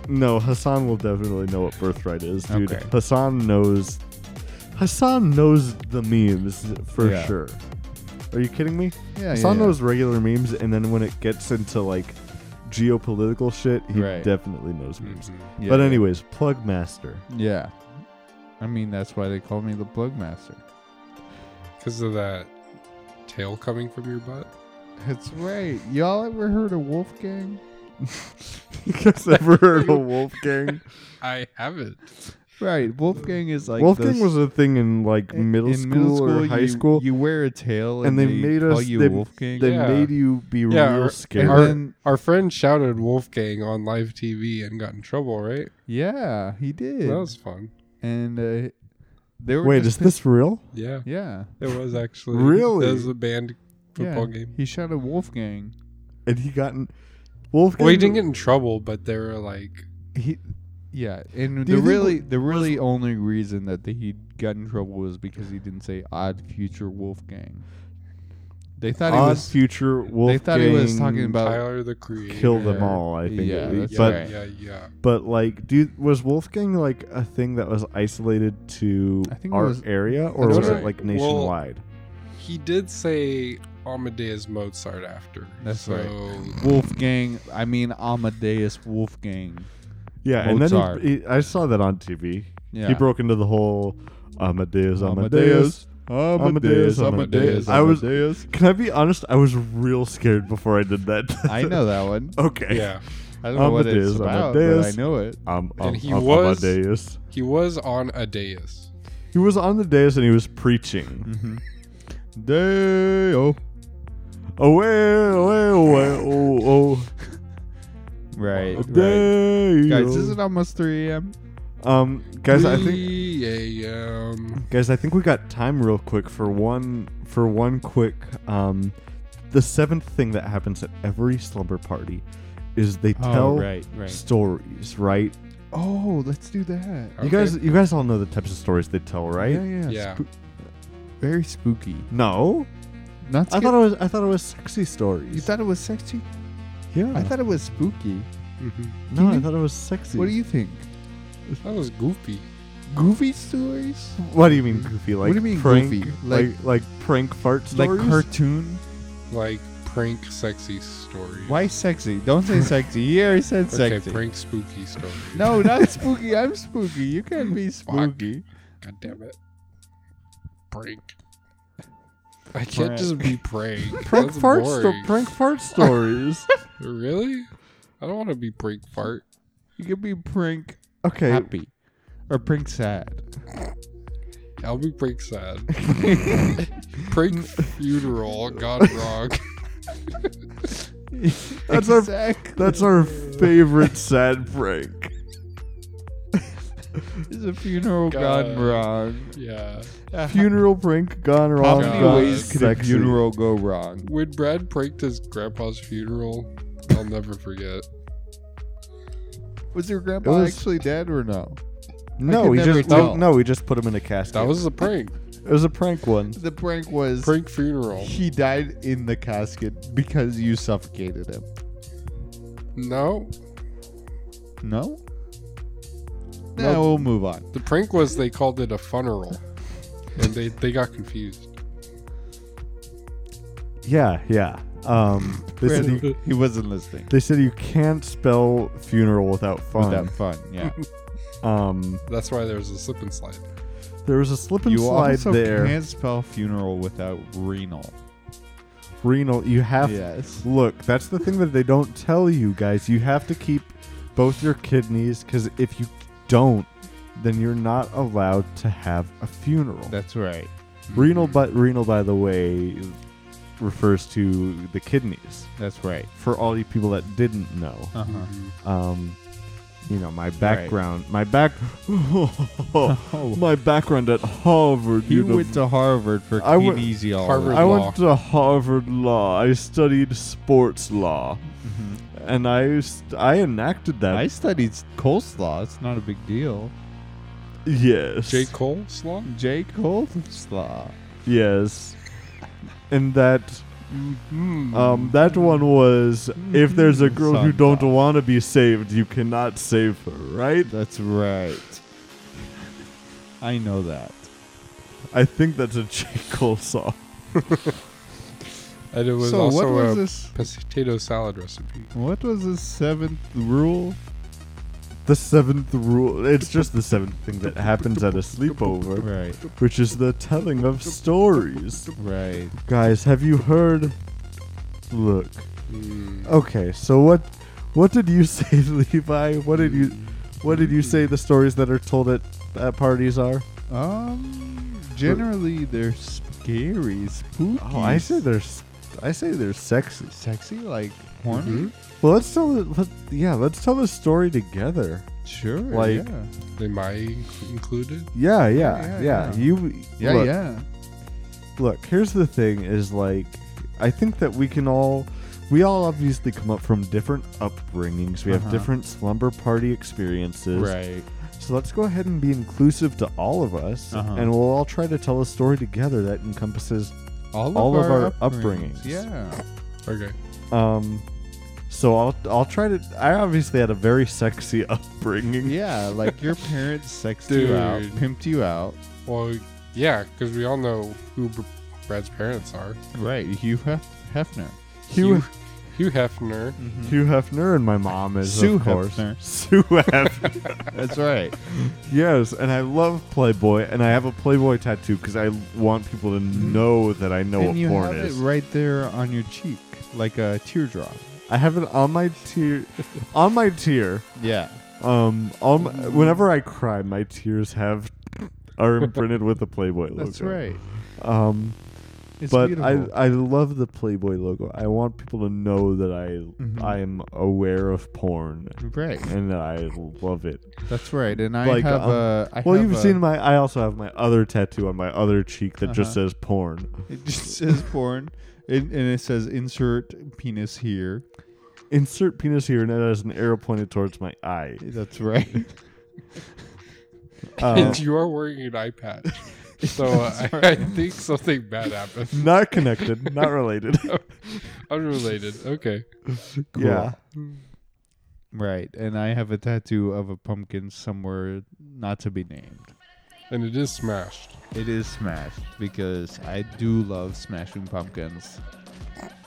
Speaker 1: No, Hassan will definitely know what birthright is, dude.
Speaker 4: Okay.
Speaker 1: Hassan knows. Hassan knows the memes for
Speaker 4: Yeah.
Speaker 1: sure. Are you kidding me?
Speaker 4: Yeah,
Speaker 1: Hassan knows regular memes, and then when it gets into like geopolitical shit, he
Speaker 4: Right.
Speaker 1: definitely knows memes.
Speaker 2: Mhm.
Speaker 4: Yeah,
Speaker 1: but
Speaker 4: yeah.
Speaker 1: anyways, plug
Speaker 4: [LAUGHS]
Speaker 1: master.
Speaker 4: Yeah. I mean, that's why they call me the plug master.
Speaker 2: Because of that tail coming from your butt?
Speaker 4: That's right. Y'all ever heard of Wolfgang?
Speaker 1: you guys ever heard of Wolfgang?
Speaker 2: I haven't.
Speaker 4: Right. Wolfgang is [LAUGHS] like
Speaker 1: Wolfgang
Speaker 4: this-
Speaker 1: was a thing in like
Speaker 4: in-
Speaker 1: middle,
Speaker 4: in
Speaker 1: school,
Speaker 4: middle
Speaker 1: or high
Speaker 4: you-
Speaker 1: school.
Speaker 4: You wear a tail,
Speaker 1: And
Speaker 4: and,
Speaker 1: they
Speaker 4: they,
Speaker 1: made
Speaker 4: call
Speaker 1: us-
Speaker 4: you
Speaker 1: they-
Speaker 4: Wolfgang.
Speaker 1: they
Speaker 2: Yeah.
Speaker 1: made you be
Speaker 2: Yeah,
Speaker 1: real
Speaker 2: or-
Speaker 1: scared.
Speaker 4: And
Speaker 2: Our,
Speaker 4: then-
Speaker 2: our friend shouted Wolfgang on live TV and got in trouble, right?
Speaker 4: yeah, he did.
Speaker 2: That was fun.
Speaker 4: and uh, they were
Speaker 1: Wait,
Speaker 4: just
Speaker 1: is this real?
Speaker 2: Yeah,
Speaker 4: thi- yeah,
Speaker 2: it was actually.
Speaker 1: Really?
Speaker 2: That was a band football
Speaker 4: yeah.
Speaker 2: game.
Speaker 4: He shot a Wolfgang.
Speaker 1: And he got in. Wolfgang.
Speaker 2: Well, he didn't get in trouble, but they were like,
Speaker 4: He, yeah, and
Speaker 1: Do you
Speaker 4: the
Speaker 1: think
Speaker 4: really, the really only reason that the, he got in trouble was because he didn't say "odd future Wolfgang." They thought
Speaker 1: Odd
Speaker 4: he was.
Speaker 1: future Wolfgang.
Speaker 4: they thought he was talking about.
Speaker 2: Tyler the Creator.
Speaker 1: kill them all. I think.
Speaker 4: Yeah,
Speaker 1: at least.
Speaker 4: that's
Speaker 1: but
Speaker 4: right.
Speaker 2: yeah, yeah.
Speaker 1: but like, do was Wolfgang like a thing that was isolated to
Speaker 4: I think it
Speaker 1: our
Speaker 4: was-
Speaker 1: area, or
Speaker 2: that's
Speaker 1: was
Speaker 2: right.
Speaker 1: it like
Speaker 2: Well,
Speaker 1: nationwide?
Speaker 2: He did say Amadeus Mozart after.
Speaker 4: That's
Speaker 2: so
Speaker 4: Wolfgang, I mean Amadeus Wolfgang.
Speaker 1: yeah, and
Speaker 4: Mozart.
Speaker 1: then he, he, I saw that on TV.
Speaker 4: Yeah.
Speaker 1: He broke into the whole Amadeus, Amadeus.
Speaker 4: Amadeus,
Speaker 1: Amadeus, Amadeus, I was- Can I be honest? I was real scared before I did that.
Speaker 4: [LAUGHS] I know that one.
Speaker 1: [LAUGHS] okay.
Speaker 2: yeah,
Speaker 4: I don't know what
Speaker 1: Amadeus,
Speaker 4: it's about,
Speaker 1: Amadeus.
Speaker 4: but I know it.
Speaker 1: Um,
Speaker 2: And
Speaker 1: um,
Speaker 2: he
Speaker 1: um,
Speaker 2: was-
Speaker 1: Amadeus.
Speaker 2: he was on a dais.
Speaker 1: He was on the dais and he was
Speaker 4: Mm.
Speaker 1: preaching.
Speaker 4: Deo.
Speaker 1: Oh, Away, away, away, oh, oh.
Speaker 4: Right, right.
Speaker 1: Day.
Speaker 4: Guys, is it almost 3 a.m.?
Speaker 1: um, guys, I think,
Speaker 2: Yeah,
Speaker 1: [LAUGHS]
Speaker 2: um,
Speaker 1: guys, I think we got time real quick for one, for one quick, um, the seventh thing that happens at every slumber party is they tell
Speaker 4: Oh, right, right.
Speaker 1: stories, right?
Speaker 4: Oh, let's do that.
Speaker 1: You
Speaker 2: Okay.
Speaker 1: guys, you guys all know the types of stories they tell, right?
Speaker 4: Yeah, yeah.
Speaker 2: Yeah.
Speaker 4: Spoo- very spooky.
Speaker 1: No,
Speaker 4: Not
Speaker 1: I
Speaker 4: sca-
Speaker 1: thought it was, I thought it was sexy stories.
Speaker 4: you thought it was sexy?
Speaker 1: yeah,
Speaker 4: I thought it was spooky.
Speaker 2: mhm.
Speaker 1: no, I thought it was sexy.
Speaker 4: What do you think?
Speaker 2: that was goofy.
Speaker 4: Goofy stories?
Speaker 1: What do you mean goofy? Like
Speaker 4: do you mean
Speaker 1: prank,
Speaker 4: goofy?
Speaker 1: Like,
Speaker 4: Like-
Speaker 1: like prank fart stories?
Speaker 4: Like cartoon?
Speaker 2: Like prank, sexy story.
Speaker 4: Why sexy? Don't [LAUGHS] say sexy. You already said
Speaker 2: Okay,
Speaker 4: sexy.
Speaker 2: prank, spooky story.
Speaker 4: No, not spooky. I'm spooky. You can't be spooky.
Speaker 2: God damn it. Prank. I can't just be [LAUGHS] prank.
Speaker 1: prank
Speaker 2: That's
Speaker 1: fart sto-
Speaker 2: boring.
Speaker 1: prank [LAUGHS] fart
Speaker 4: [LAUGHS]
Speaker 1: stories.
Speaker 2: Really? I don't want to be prank fart.
Speaker 4: You can be prank
Speaker 1: okay,
Speaker 4: happy or prank sad. [LAUGHS]
Speaker 2: I'll be prank sad. [LAUGHS] prank funeral. God wrong. [LAUGHS]
Speaker 1: That's our-
Speaker 4: [LAUGHS] exactly.
Speaker 1: that's our favorite sad prank.
Speaker 4: It's a funeral gone
Speaker 2: God.
Speaker 4: [LAUGHS] wrong.
Speaker 2: Yeah.
Speaker 1: Funeral prank gone
Speaker 4: How
Speaker 1: wrong.
Speaker 4: many
Speaker 1: gone
Speaker 4: ways could a
Speaker 1: sexy.
Speaker 4: funeral go wrong?
Speaker 2: When Brad pranked his grandpa's funeral, I'll never forget.
Speaker 4: Was your grandpa
Speaker 1: was-
Speaker 4: actually dead or no? I
Speaker 1: No,
Speaker 4: could
Speaker 1: we
Speaker 4: never
Speaker 1: just oh,
Speaker 4: tell.
Speaker 1: no, we just put him in a casket.
Speaker 2: That was a prank.
Speaker 1: it was a prank one.
Speaker 4: The prank was
Speaker 2: Prank funeral.
Speaker 4: he died in the casket because you suffocated him.
Speaker 2: No.
Speaker 4: No.
Speaker 2: No.
Speaker 4: Now we'll move on.
Speaker 2: The prank was they called it a funeral. And they, they got confused.
Speaker 1: Yeah, yeah. Um, they said you,
Speaker 4: Brandon, he wasn't listening.
Speaker 1: they said you can't spell funeral without fun.
Speaker 4: Without fun, yeah.
Speaker 1: Um,
Speaker 2: That's why there was a slip and slide.
Speaker 1: there was a slip and
Speaker 4: you
Speaker 1: slide
Speaker 4: also
Speaker 1: there.
Speaker 4: can't spell funeral without renal.
Speaker 1: Renal, you have
Speaker 4: Yes.
Speaker 1: Look, that's the thing that they don't tell you guys. You have to keep both your kidneys because if you don't, then you're not allowed to have a funeral.
Speaker 4: That's right.
Speaker 1: renal, but renal, by the way, refers to the kidneys.
Speaker 4: That's right.
Speaker 1: For all you people that didn't know,
Speaker 4: Uh huh.
Speaker 1: um, you know my background, my back, [LAUGHS] my background at Harvard.
Speaker 4: He
Speaker 1: University.
Speaker 4: went to Harvard for
Speaker 1: I went-
Speaker 4: kinesiology.
Speaker 2: Harvard.
Speaker 1: I
Speaker 2: law.
Speaker 1: went to Harvard Law. I studied sports law, and I st- I enacted that.
Speaker 4: I studied coleslaw. It's not a big deal.
Speaker 1: Yes.
Speaker 2: J. Cole slot?
Speaker 4: J. Cole slaw.
Speaker 1: Yes. And that um that one was if there's a girl who don't
Speaker 4: Santa.
Speaker 1: want to be saved, you cannot save her, right?
Speaker 4: That's right. I know that.
Speaker 1: I think that's a [LAUGHS] J. Cole song.
Speaker 2: And it was
Speaker 4: so
Speaker 2: also
Speaker 4: what was
Speaker 2: a
Speaker 4: this?
Speaker 2: potato salad recipe.
Speaker 4: What was the seventh rule?
Speaker 1: The seventh rule. It's just the seventh thing that happens at a sleepover,
Speaker 4: Right,
Speaker 1: which is the telling of stories.
Speaker 4: right.
Speaker 1: Guys, have you heard? Look. Okay, so what what did you [LAUGHS] say, Levi? What did you what did you say the stories that are told at, at parties are?
Speaker 4: Um, generally they're scary, spooky.
Speaker 1: Oh, I say they're s- I say they're sexy.
Speaker 4: sexy, like horny.
Speaker 1: Well, let's tell the let, yeah, let's tell the story together.
Speaker 4: Sure,
Speaker 1: Like-
Speaker 4: yeah,
Speaker 2: They might included.
Speaker 1: Yeah, yeah, yeah.
Speaker 4: yeah, yeah.
Speaker 1: You
Speaker 4: yeah,
Speaker 1: look,
Speaker 4: yeah.
Speaker 1: Look, here's the thing: is like, I think that we can all, we all obviously come up from different upbringings. We have
Speaker 4: Uh-huh.
Speaker 1: different slumber party experiences.
Speaker 4: Right.
Speaker 1: So let's go ahead and be inclusive to all of us,
Speaker 4: Uh-huh.
Speaker 1: and we'll all try to tell a story together that encompasses.
Speaker 4: All,
Speaker 1: all
Speaker 4: of,
Speaker 1: of
Speaker 4: our,
Speaker 1: our
Speaker 4: upbringings.
Speaker 1: upbringings.
Speaker 4: Yeah.
Speaker 2: Okay.
Speaker 1: Um, so I'll I'll try to. I obviously had a very sexy [LAUGHS] upbringing.
Speaker 4: Yeah, like your [LAUGHS] parents sexed
Speaker 2: Dude.
Speaker 4: you out, pimped you out.
Speaker 2: Well, yeah, because we all know who Br- Brad's parents are.
Speaker 4: Right, Hugh Hef- Hefner.
Speaker 1: [LAUGHS] Hugh-
Speaker 2: Hugh, Hugh Hefner.
Speaker 1: Hugh Hefner and my mom is
Speaker 4: Sue
Speaker 1: of course [LAUGHS]
Speaker 4: Hefner.
Speaker 1: Sue Hefner.
Speaker 4: That's [LAUGHS] right.
Speaker 1: yes, and I love Playboy, and I have a Playboy tattoo because I want people to know that I know
Speaker 4: Mm. and
Speaker 1: what
Speaker 4: you
Speaker 1: porn
Speaker 4: have
Speaker 1: is.
Speaker 4: it right there on your cheek, like a teardrop.
Speaker 1: I have it on my tear, on my tear.
Speaker 4: Yeah.
Speaker 1: Um, on my,
Speaker 4: Mm.
Speaker 1: whenever I cry, my tears have are imprinted with the Playboy logo.
Speaker 4: That's right.
Speaker 1: Um,
Speaker 4: It's
Speaker 1: but I
Speaker 4: beautiful.
Speaker 1: I love the Playboy logo. I want people to know that I
Speaker 4: Mm-hmm.
Speaker 1: I am aware of porn
Speaker 4: right.
Speaker 1: and that I love it.
Speaker 4: That's right. And I
Speaker 1: Like,
Speaker 4: have
Speaker 1: um,
Speaker 4: a. I
Speaker 1: Well,
Speaker 4: have
Speaker 1: you've
Speaker 4: a-
Speaker 1: seen my. I also have my other tattoo on my other cheek that just
Speaker 4: Uh-huh.
Speaker 1: says porn.
Speaker 4: It just says porn, and, and it says insert penis here.
Speaker 1: Insert penis here, and it has an arrow pointed towards my eye.
Speaker 4: That's right. [LAUGHS]
Speaker 1: Uh,
Speaker 2: [LAUGHS] and you are wearing an
Speaker 1: [LAUGHS]
Speaker 2: eye patch. So uh, I, I think something bad
Speaker 1: [LAUGHS]
Speaker 2: happened.
Speaker 1: not
Speaker 4: [LAUGHS]
Speaker 1: connected, not related.
Speaker 4: Oh,
Speaker 2: Unrelated. Okay.
Speaker 1: Yeah,
Speaker 4: right. And I have a tattoo of a pumpkin somewhere not to be named.
Speaker 2: And it is smashed.
Speaker 4: It is smashed because I do love smashing pumpkins.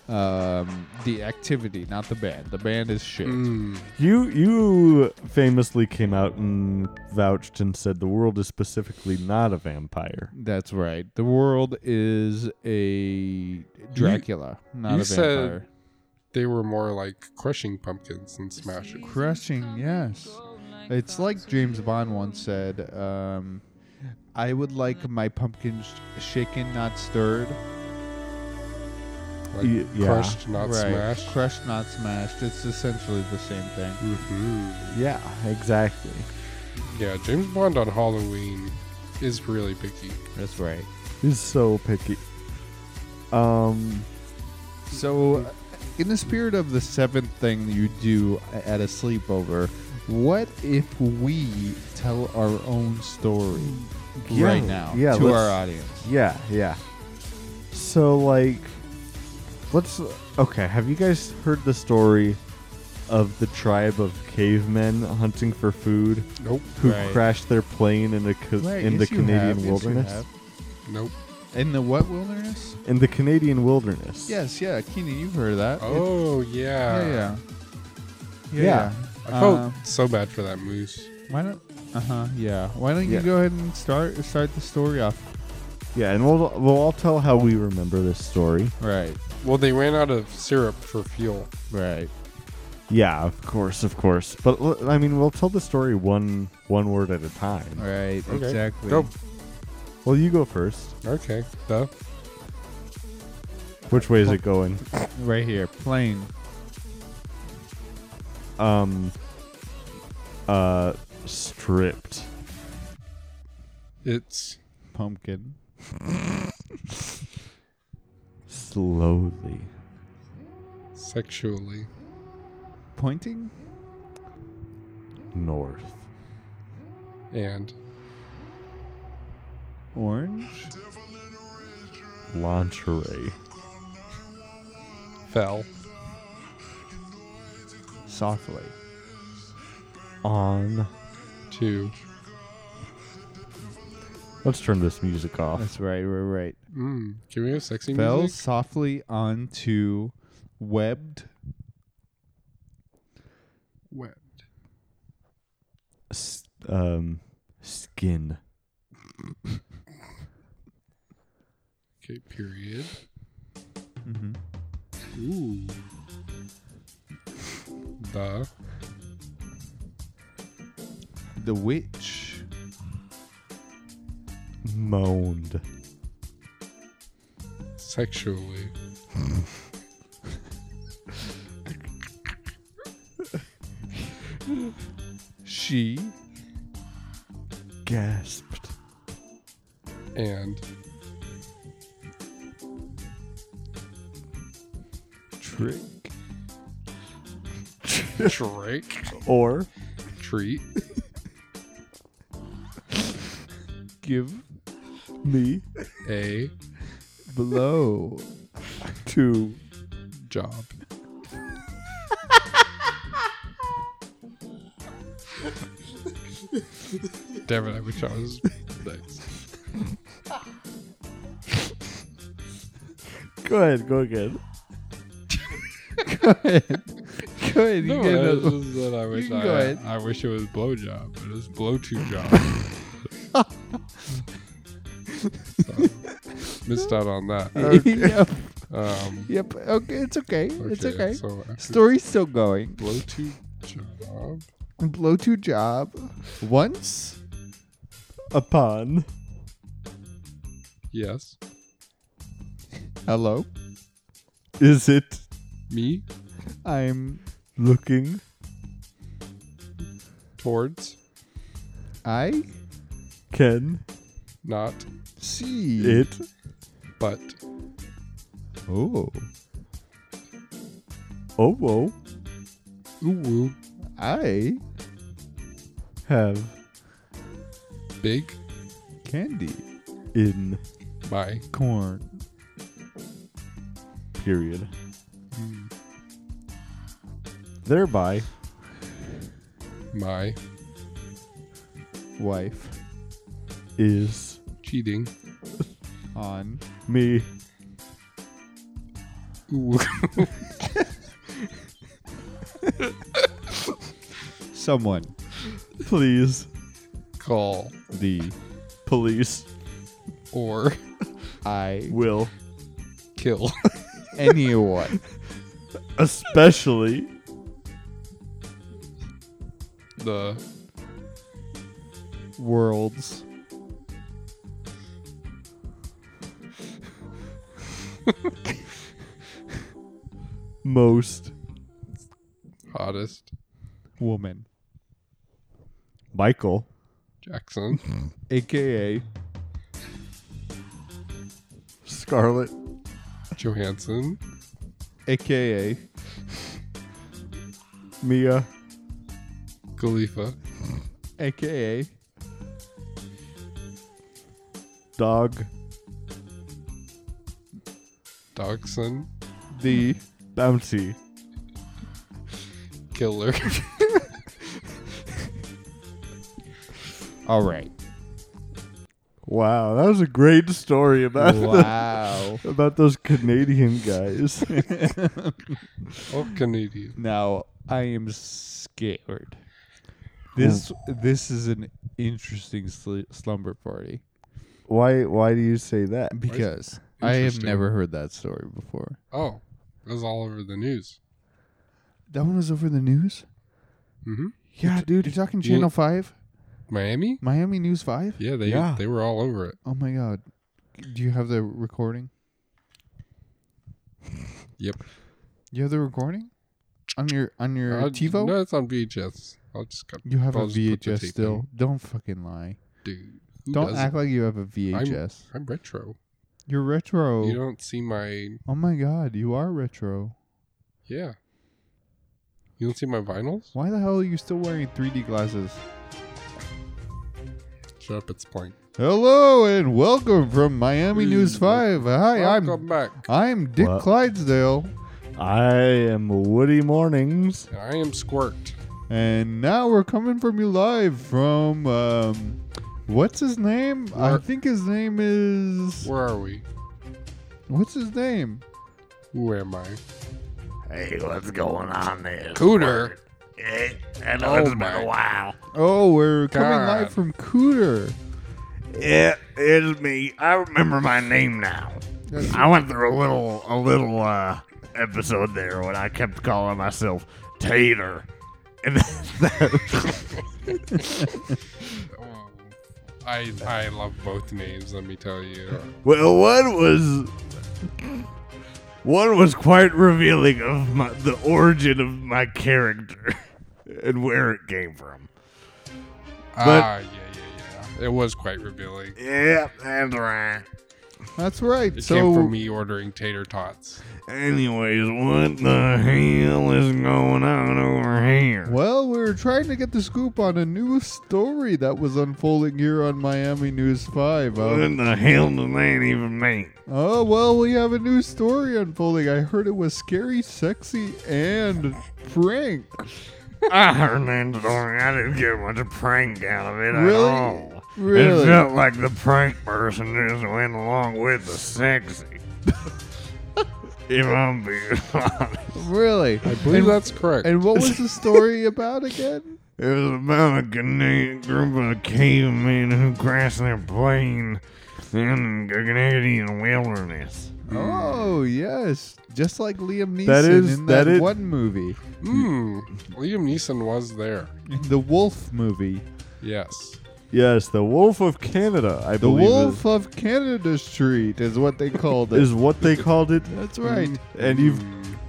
Speaker 4: Um, the activity, not the band. The band is shit.
Speaker 2: Mm.
Speaker 1: you you famously came out and vouched and said the world is specifically not a vampire.
Speaker 4: That's right. The world is a Dracula, not
Speaker 2: you
Speaker 4: a
Speaker 2: said-
Speaker 4: vampire.
Speaker 2: They were more like crushing pumpkins and smashing.
Speaker 4: Crushing, yes. It's like James Bond once said, um, I would like my pumpkins sh- shaken, not stirred.
Speaker 2: Like
Speaker 1: Y- yeah.
Speaker 2: crushed, not
Speaker 4: right.
Speaker 2: smashed.
Speaker 4: Crushed, not smashed. It's essentially the same thing.
Speaker 2: Mhm.
Speaker 1: Yeah, exactly.
Speaker 2: Yeah, James Bond on Halloween is really picky.
Speaker 4: That's right.
Speaker 1: He's so picky. Um,
Speaker 4: So, uh, in the spirit of the seventh thing you do a- at a sleepover, what if we tell our own story
Speaker 1: Yeah,
Speaker 4: right now
Speaker 1: yeah,
Speaker 4: to
Speaker 1: let's-
Speaker 4: our audience?
Speaker 1: yeah, yeah. So like, let's. Okay, have you guys heard the story of the tribe of cavemen hunting for food
Speaker 2: Nope.
Speaker 1: who
Speaker 4: Right.
Speaker 1: crashed their plane in, a, ca-
Speaker 4: Right,
Speaker 1: in the
Speaker 4: yes, you have,
Speaker 1: Canadian
Speaker 4: yes, you
Speaker 1: wilderness?
Speaker 4: have.
Speaker 2: Nope.
Speaker 4: In the what wilderness?
Speaker 1: In the Canadian wilderness.
Speaker 4: Yes, yeah, Keenan, you've heard of that. It-
Speaker 2: Oh yeah.
Speaker 4: yeah, yeah,
Speaker 1: Yeah.
Speaker 2: I felt
Speaker 4: Uh,
Speaker 2: so bad for that moose.
Speaker 4: why don't? Uh huh. Yeah. Why don't
Speaker 1: Yeah.
Speaker 4: you go ahead and start start the story off?
Speaker 1: Yeah, and we'll we'll all tell how we remember this story.
Speaker 4: Right.
Speaker 2: Well, they ran out of syrup for fuel.
Speaker 4: Right.
Speaker 1: Yeah, of course, of course. But l- I mean, we'll tell the story one one word at a time.
Speaker 4: Right.
Speaker 2: Okay.
Speaker 4: Exactly.
Speaker 2: Nope.
Speaker 1: Well, you go first.
Speaker 2: Okay. Duh.
Speaker 1: Which way is it going?
Speaker 4: Right here. Plane.
Speaker 1: Um. Uh, stripped.
Speaker 2: It's
Speaker 4: Pumpkin.
Speaker 1: Slowly.
Speaker 2: sexually.
Speaker 4: Pointing.
Speaker 1: North.
Speaker 2: And
Speaker 4: Orange?
Speaker 1: Lingerie.
Speaker 2: Fell.
Speaker 5: Softly.
Speaker 1: On.
Speaker 2: Two.
Speaker 1: Let's turn this music off.
Speaker 5: That's right, right, right.
Speaker 2: Mm. Can we have sexy
Speaker 4: Fell
Speaker 2: music?
Speaker 4: softly onto webbed
Speaker 2: Webbed.
Speaker 1: S- um, skin.
Speaker 2: Okay, period.
Speaker 4: mm-hmm.
Speaker 2: Ooh. The
Speaker 4: the witch
Speaker 1: Moaned.
Speaker 2: sexually.
Speaker 4: she
Speaker 1: Gasped.
Speaker 2: And
Speaker 4: trick
Speaker 2: Drake.
Speaker 1: Or.
Speaker 2: Treat.
Speaker 4: give [LAUGHS]
Speaker 1: Me.
Speaker 2: A
Speaker 4: blow
Speaker 1: To.
Speaker 2: job. Damn it, I wish I was next.
Speaker 1: Go ahead. Go again.
Speaker 4: good you
Speaker 2: No,
Speaker 4: get [LAUGHS]
Speaker 2: it's
Speaker 4: another-
Speaker 2: just that I wish
Speaker 4: can
Speaker 2: I,
Speaker 4: go ahead.
Speaker 2: I wish it was blowjob, but it's blow tube job. [LAUGHS] So, missed out on that.
Speaker 4: [LAUGHS] yep
Speaker 2: Um,
Speaker 4: yep okay it's okay, it's okay
Speaker 2: So after
Speaker 4: story's still going
Speaker 2: blow tube job.
Speaker 4: blow to job once
Speaker 1: Upon.
Speaker 2: Yes,
Speaker 4: hello
Speaker 1: Is it
Speaker 2: me
Speaker 4: i'm
Speaker 1: looking
Speaker 2: towards
Speaker 4: i
Speaker 1: can
Speaker 2: not
Speaker 4: see
Speaker 1: it
Speaker 2: but
Speaker 4: oh
Speaker 1: oh whoa
Speaker 2: ooh woo
Speaker 4: i
Speaker 1: have
Speaker 2: big
Speaker 4: candy
Speaker 1: in
Speaker 2: my
Speaker 4: corn
Speaker 1: period thereby
Speaker 2: my
Speaker 4: wife
Speaker 1: is
Speaker 2: cheating
Speaker 4: on
Speaker 1: me
Speaker 2: ooh
Speaker 4: someone
Speaker 1: please
Speaker 2: [LAUGHS] call
Speaker 4: the
Speaker 1: police
Speaker 2: or
Speaker 1: [LAUGHS]
Speaker 4: i
Speaker 1: will
Speaker 2: kill [LAUGHS]
Speaker 4: anyone
Speaker 1: especially
Speaker 2: the
Speaker 4: worlds
Speaker 1: most
Speaker 2: hottest
Speaker 4: woman
Speaker 1: Michael
Speaker 5: [LAUGHS]
Speaker 2: Jackson
Speaker 4: aka
Speaker 1: Scarlet
Speaker 2: Johansson
Speaker 4: aka
Speaker 1: Mia
Speaker 2: Khalifa
Speaker 4: aka
Speaker 1: dog
Speaker 2: Dogson
Speaker 4: the
Speaker 1: bounty
Speaker 2: Killer [LAUGHS]
Speaker 4: all right
Speaker 1: wow that was a great story about
Speaker 4: wow
Speaker 1: [LAUGHS] about those Canadian guys [LAUGHS]
Speaker 2: of Oh, Canadian.
Speaker 4: now i am scared this this is an interesting sl- slumber party
Speaker 1: why why do you say that
Speaker 5: Because I have
Speaker 2: Interesting.
Speaker 5: never heard that story before.
Speaker 2: Oh, it was all over the news.
Speaker 5: That one was over the news?
Speaker 2: Mm-hmm.
Speaker 5: Yeah, dude. You're talking
Speaker 2: you-
Speaker 5: Channel 5?
Speaker 2: Miami?
Speaker 5: Miami News 5?
Speaker 2: Yeah, they
Speaker 1: Yeah.
Speaker 2: they were all over it.
Speaker 5: Oh my god. Do you have the recording?
Speaker 2: Yep.
Speaker 5: You have the recording? On your on your
Speaker 2: Uh,
Speaker 5: TiVo?
Speaker 2: No, it's on VHS. I'll just cut,
Speaker 5: You have
Speaker 2: I'll
Speaker 5: a
Speaker 2: just put the
Speaker 5: VHS
Speaker 2: tape
Speaker 5: still.
Speaker 2: in.
Speaker 5: Don't fucking lie.
Speaker 2: dude. Who
Speaker 5: Don't
Speaker 2: doesn't?
Speaker 5: act like you have a VHS.
Speaker 2: I'm retro.
Speaker 5: You're retro.
Speaker 2: You don't see my
Speaker 5: oh my god, you are retro.
Speaker 2: yeah. You don't see my vinyls?
Speaker 5: Why the hell are you still wearing 3D glasses?
Speaker 2: Shut up, it's blank.
Speaker 4: Hello and welcome from Miami News 5. Hi,
Speaker 2: Welcome
Speaker 4: I'm
Speaker 2: back.
Speaker 4: I'm Dick
Speaker 1: What?
Speaker 4: Clydesdale,
Speaker 1: I am Woody Mornings.
Speaker 2: And I am Squirt.
Speaker 4: and now we're coming from you live from um, what's his name? I
Speaker 2: Where-
Speaker 4: think his name is
Speaker 2: Where are we?
Speaker 4: what's his name?
Speaker 2: Who am I?
Speaker 8: Hey, what's going on there?
Speaker 2: Cooter.
Speaker 8: Hey, I know
Speaker 2: Oh
Speaker 8: it's been
Speaker 2: my.
Speaker 8: a while.
Speaker 4: Oh, we're coming
Speaker 2: God.
Speaker 4: live from Cooter.
Speaker 8: Yeah, it's me. I remember my name now. I went through a little, a little uh, episode there when I kept calling myself Tater, and
Speaker 2: Oh, I I love both names. Let me tell you.
Speaker 8: well, one was one was quite revealing of my, the origin of
Speaker 1: [LAUGHS]
Speaker 8: my character and where it came from.
Speaker 2: ah, yeah, yeah, yeah. It was quite revealing.
Speaker 8: Yeah, that's right.
Speaker 4: That's right.
Speaker 2: It came
Speaker 4: so
Speaker 2: from me ordering tater tots.
Speaker 8: Anyways, what the hell is going on over here?
Speaker 4: well, we were trying to get the scoop on a new story that was unfolding here on Miami News 5.
Speaker 8: What
Speaker 1: Mm.
Speaker 4: Um,
Speaker 8: the hell does that even mean?
Speaker 4: Oh, well, we have a new story unfolding. I heard it was scary, sexy, and prank.
Speaker 8: I heard that story. I didn't get much of prank out of it
Speaker 4: Really?
Speaker 8: at all. It
Speaker 4: Really?
Speaker 8: felt like the prank person just went along with
Speaker 1: [LAUGHS]
Speaker 8: the sexy. if I'm being honest.
Speaker 4: Really?
Speaker 2: I believe
Speaker 4: And-
Speaker 2: that's correct.
Speaker 4: And
Speaker 1: [LAUGHS]
Speaker 4: what was the story about again?
Speaker 8: It was about a Canadian group of cavemen who crashed their plane in the Canadian wilderness.
Speaker 4: Oh, yes. Just like Liam
Speaker 1: Mm.
Speaker 4: Neeson
Speaker 1: That is-
Speaker 4: in
Speaker 1: that
Speaker 4: that,
Speaker 1: is-
Speaker 4: one movie,
Speaker 2: Hmm. Liam Neeson was there.
Speaker 4: the Wolf movie.
Speaker 2: Yes.
Speaker 1: Yes, the Wolf of Canada. I
Speaker 4: The
Speaker 1: believe
Speaker 4: Wolf of Canada Street is what they called
Speaker 1: is,
Speaker 4: it.
Speaker 1: is Mm. what they called it.
Speaker 4: That's right.
Speaker 1: And you've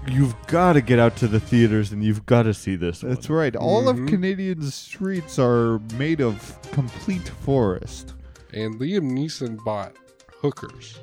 Speaker 1: you've got to get out to the theaters and you've got to see this. one.
Speaker 4: That's right. All
Speaker 2: Mhm.
Speaker 1: Mm-hmm.
Speaker 4: of Canadian streets are made of complete forest.
Speaker 2: And Liam Neeson bought hookers.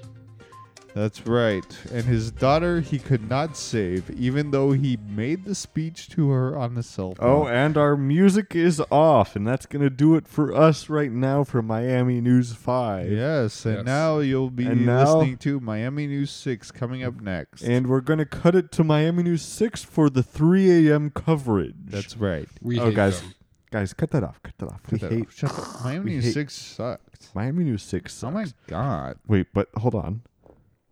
Speaker 4: That's right. And his daughter he could not save, even though he made the speech to her on the cell
Speaker 1: Oh,
Speaker 4: phone.
Speaker 1: and our music is off, and that's gonna do it for us right now for Miami News Five.
Speaker 4: yes. And
Speaker 2: Yes.
Speaker 4: now you'll be
Speaker 1: And now-
Speaker 4: listening to Miami News 6 coming up next.
Speaker 1: And we're gonna cut it to Miami News Six for the 3 a.m. coverage.
Speaker 4: That's right.
Speaker 2: We
Speaker 1: oh,
Speaker 2: hate
Speaker 1: guys,
Speaker 2: them.
Speaker 1: guys, cut that off. Cut that off.
Speaker 4: Cut
Speaker 1: we
Speaker 4: that
Speaker 1: hate
Speaker 4: off. Shut up. Miami
Speaker 1: [LAUGHS] we
Speaker 4: News
Speaker 1: hate-
Speaker 4: 6 sucked.
Speaker 1: Miami News Six.
Speaker 4: Oh my
Speaker 1: sucks.
Speaker 4: God.
Speaker 1: Wait, but hold on.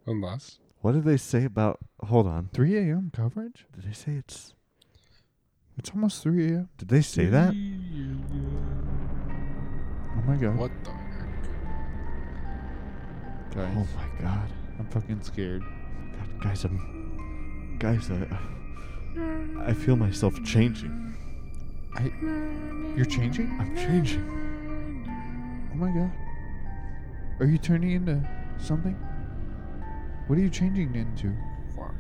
Speaker 2: Unless
Speaker 1: What did they say about? Hold on.
Speaker 4: 3 a.m. coverage?
Speaker 1: Did they say it's?
Speaker 4: It's almost 3 a.m.
Speaker 1: Did they say that?
Speaker 4: Mm. Oh my God.
Speaker 2: what the heck?
Speaker 4: Guys,
Speaker 1: Oh my god.
Speaker 4: I'm fucking scared.
Speaker 1: God, guys, I'm. Guys, I. I feel myself changing.
Speaker 4: I, you're changing?
Speaker 1: I'm changing.
Speaker 4: Oh my god. Are you turning into something? What are you changing into?
Speaker 2: Fuck.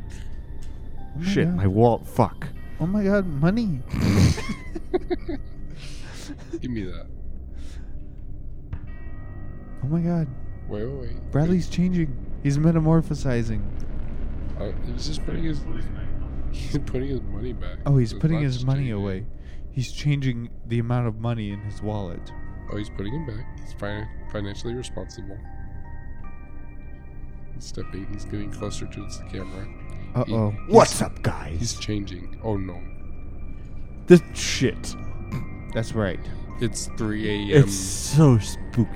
Speaker 4: Oh my
Speaker 1: Shit,
Speaker 4: God.
Speaker 1: my wallet. Fuck.
Speaker 4: Oh my god, money.
Speaker 2: Give me that.
Speaker 4: Oh my god.
Speaker 2: Wait, wait, wait.
Speaker 4: Bradley's changing. He's metamorphosizing.
Speaker 2: Uh, he's just putting his. [LAUGHS] He's putting his money back.
Speaker 4: Oh, he's
Speaker 2: His
Speaker 4: putting
Speaker 2: butt's
Speaker 4: his money
Speaker 2: changing.
Speaker 4: away. He's changing the amount of money in his wallet.
Speaker 2: Oh, he's putting him back. He's fin- financially responsible. He's stepping. He's getting closer to the camera.
Speaker 4: Uh
Speaker 2: He-
Speaker 4: oh.
Speaker 1: What's up,
Speaker 2: He's
Speaker 1: guys?
Speaker 2: changing. Oh no!
Speaker 1: This shit.
Speaker 4: That's right.
Speaker 2: It's 3 a.m.
Speaker 1: It's so spooky.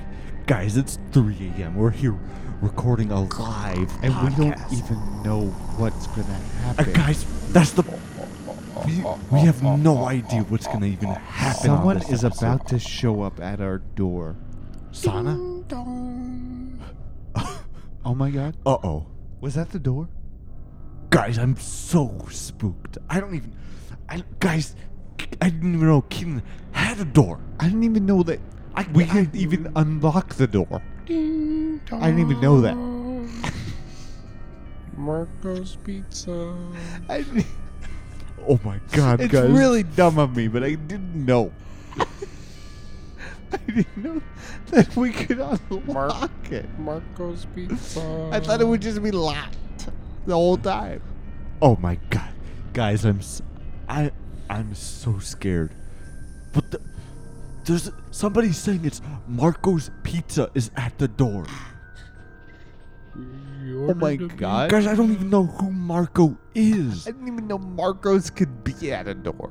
Speaker 1: Guys, it's 3 a.m. We're here recording a live
Speaker 4: And we don't
Speaker 1: podcast.
Speaker 4: even know what's gonna
Speaker 1: Uh,
Speaker 4: happen.
Speaker 1: guys, that's the. We, we have no idea what's gonna even happen.
Speaker 4: Someone
Speaker 1: on this
Speaker 4: is
Speaker 1: episode.
Speaker 4: about to show up at our door.
Speaker 1: Sana.
Speaker 4: Oh my god.
Speaker 1: Uh oh.
Speaker 4: Was that the door?
Speaker 1: Guys, I'm so spooked. I don't even. I guys, I didn't even know Keaton had a door.
Speaker 4: I didn't even know that
Speaker 1: I
Speaker 4: we had [LAUGHS] even unlocked the door.
Speaker 2: Ding
Speaker 4: I didn't even know that.
Speaker 2: dong. Marco's Pizza.
Speaker 4: I,
Speaker 1: Oh my god,
Speaker 4: it's
Speaker 1: guys!
Speaker 4: really dumb of me, but I didn't know. I didn't know that we could unlock it.
Speaker 2: Marco's Pizza.
Speaker 4: [LAUGHS] I thought it would just be locked the whole time.
Speaker 1: Oh my god, guys! I'm s- I am si am so scared. But the There's somebody saying it's Marco's Pizza is at the door.
Speaker 4: Oh my god.
Speaker 1: Guys, I don't even know who Marco is.
Speaker 5: I didn't even know Marcos could be at a door.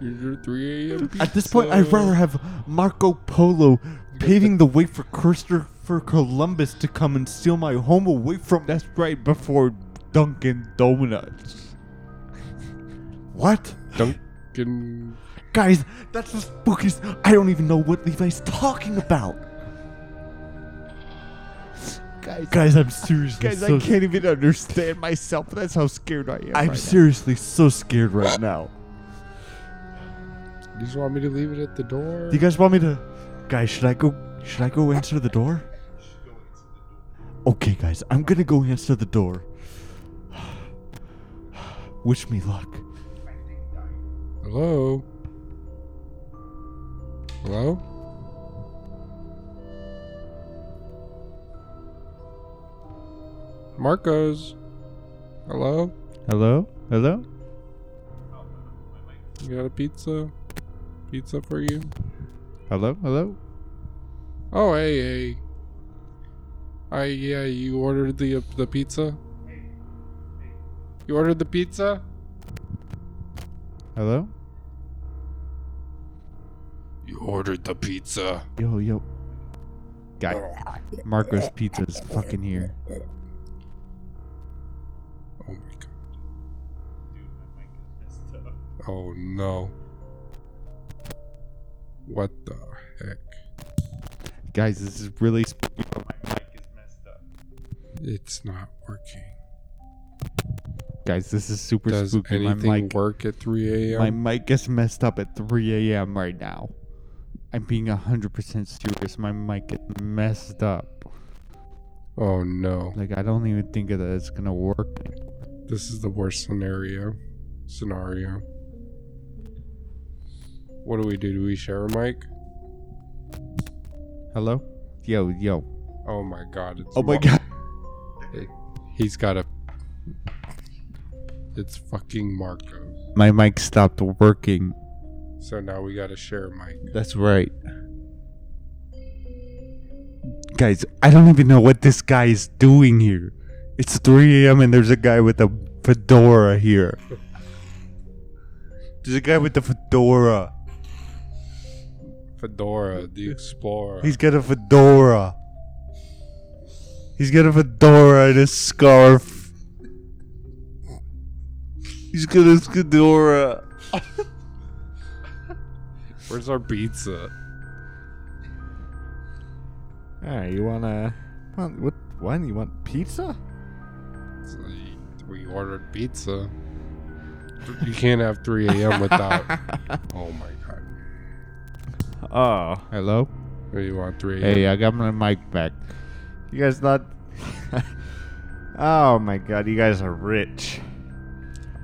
Speaker 2: Here's your 3 a.m.
Speaker 1: At this point, I'd
Speaker 2: pizza.
Speaker 1: rather have Marco Polo paving the way for Christopher Columbus to come and steal my home away from.
Speaker 4: That's right before Dunkin' Donuts.
Speaker 1: What?
Speaker 2: Dunkin'
Speaker 1: Guys, that's the spookiest. I don't even know what Levi's talking about.
Speaker 5: Guys,
Speaker 1: Guys, I'm seriously.
Speaker 5: guys,
Speaker 1: so-
Speaker 5: I can't even understand myself. That's how scared I am.
Speaker 1: I'm
Speaker 5: right
Speaker 1: seriously so scared right now.
Speaker 2: You just want me to leave it at the door?
Speaker 1: Do you guys want me to? Guys, should I go? Should I go answer the door? Okay, guys, I'm gonna go answer the door. [SIGHS] Wish me luck.
Speaker 2: Hello? Hello? Marcos? Hello?
Speaker 4: Hello? Hello?
Speaker 2: You got a pizza? Pizza for you?
Speaker 4: Hello? Hello?
Speaker 2: Oh, hey, hey. I, yeah, you ordered the, uh, the pizza? You ordered the pizza?
Speaker 4: Hello?
Speaker 2: You ordered the pizza.
Speaker 4: Yo, yo. Guy. Marco's Pizza is fucking here.
Speaker 2: Oh my god. Oh no. What the heck?
Speaker 4: Guys, this is really. sp-
Speaker 2: It's not working.
Speaker 4: Guys, this is super
Speaker 2: Does
Speaker 4: spooky.
Speaker 2: anything
Speaker 4: my mic,
Speaker 2: work at 3
Speaker 4: my
Speaker 2: a.m.?
Speaker 4: mic is messed up at 3 a.m. right now. I'm being 100% serious. My mic is messed up.
Speaker 2: Oh no.
Speaker 4: Like, I don't even think that it's gonna work.
Speaker 2: This is the worst scenario. Scenario. What do we do? Do we share a mic?
Speaker 4: Hello? Yo, yo.
Speaker 2: Oh my god. It's
Speaker 4: Oh my
Speaker 2: Mar-
Speaker 4: god.
Speaker 2: He's got a. It's fucking Marco.
Speaker 4: My mic stopped working.
Speaker 2: So now we gotta share a mic.
Speaker 4: That's right. Guys, I don't even know what this guy is doing here. It's 3 a.m. and there's a guy with a fedora [LAUGHS] here. There's a guy with a fedora.
Speaker 2: Fedora, the Explorer.
Speaker 4: He's got a fedora. He's got a fedora and a scarf. He's got a fedora.
Speaker 2: Where's our pizza?
Speaker 1: Alright, you wanna? Want, what? When you want pizza?
Speaker 2: So you- We ordered pizza. You can't have 3 a.m. without. oh my god.
Speaker 1: Oh,
Speaker 4: Hello?
Speaker 2: What do you want 3 a.m.?
Speaker 4: I got my mic back.
Speaker 1: you guys not? [LAUGHS] oh my God, you guys are rich.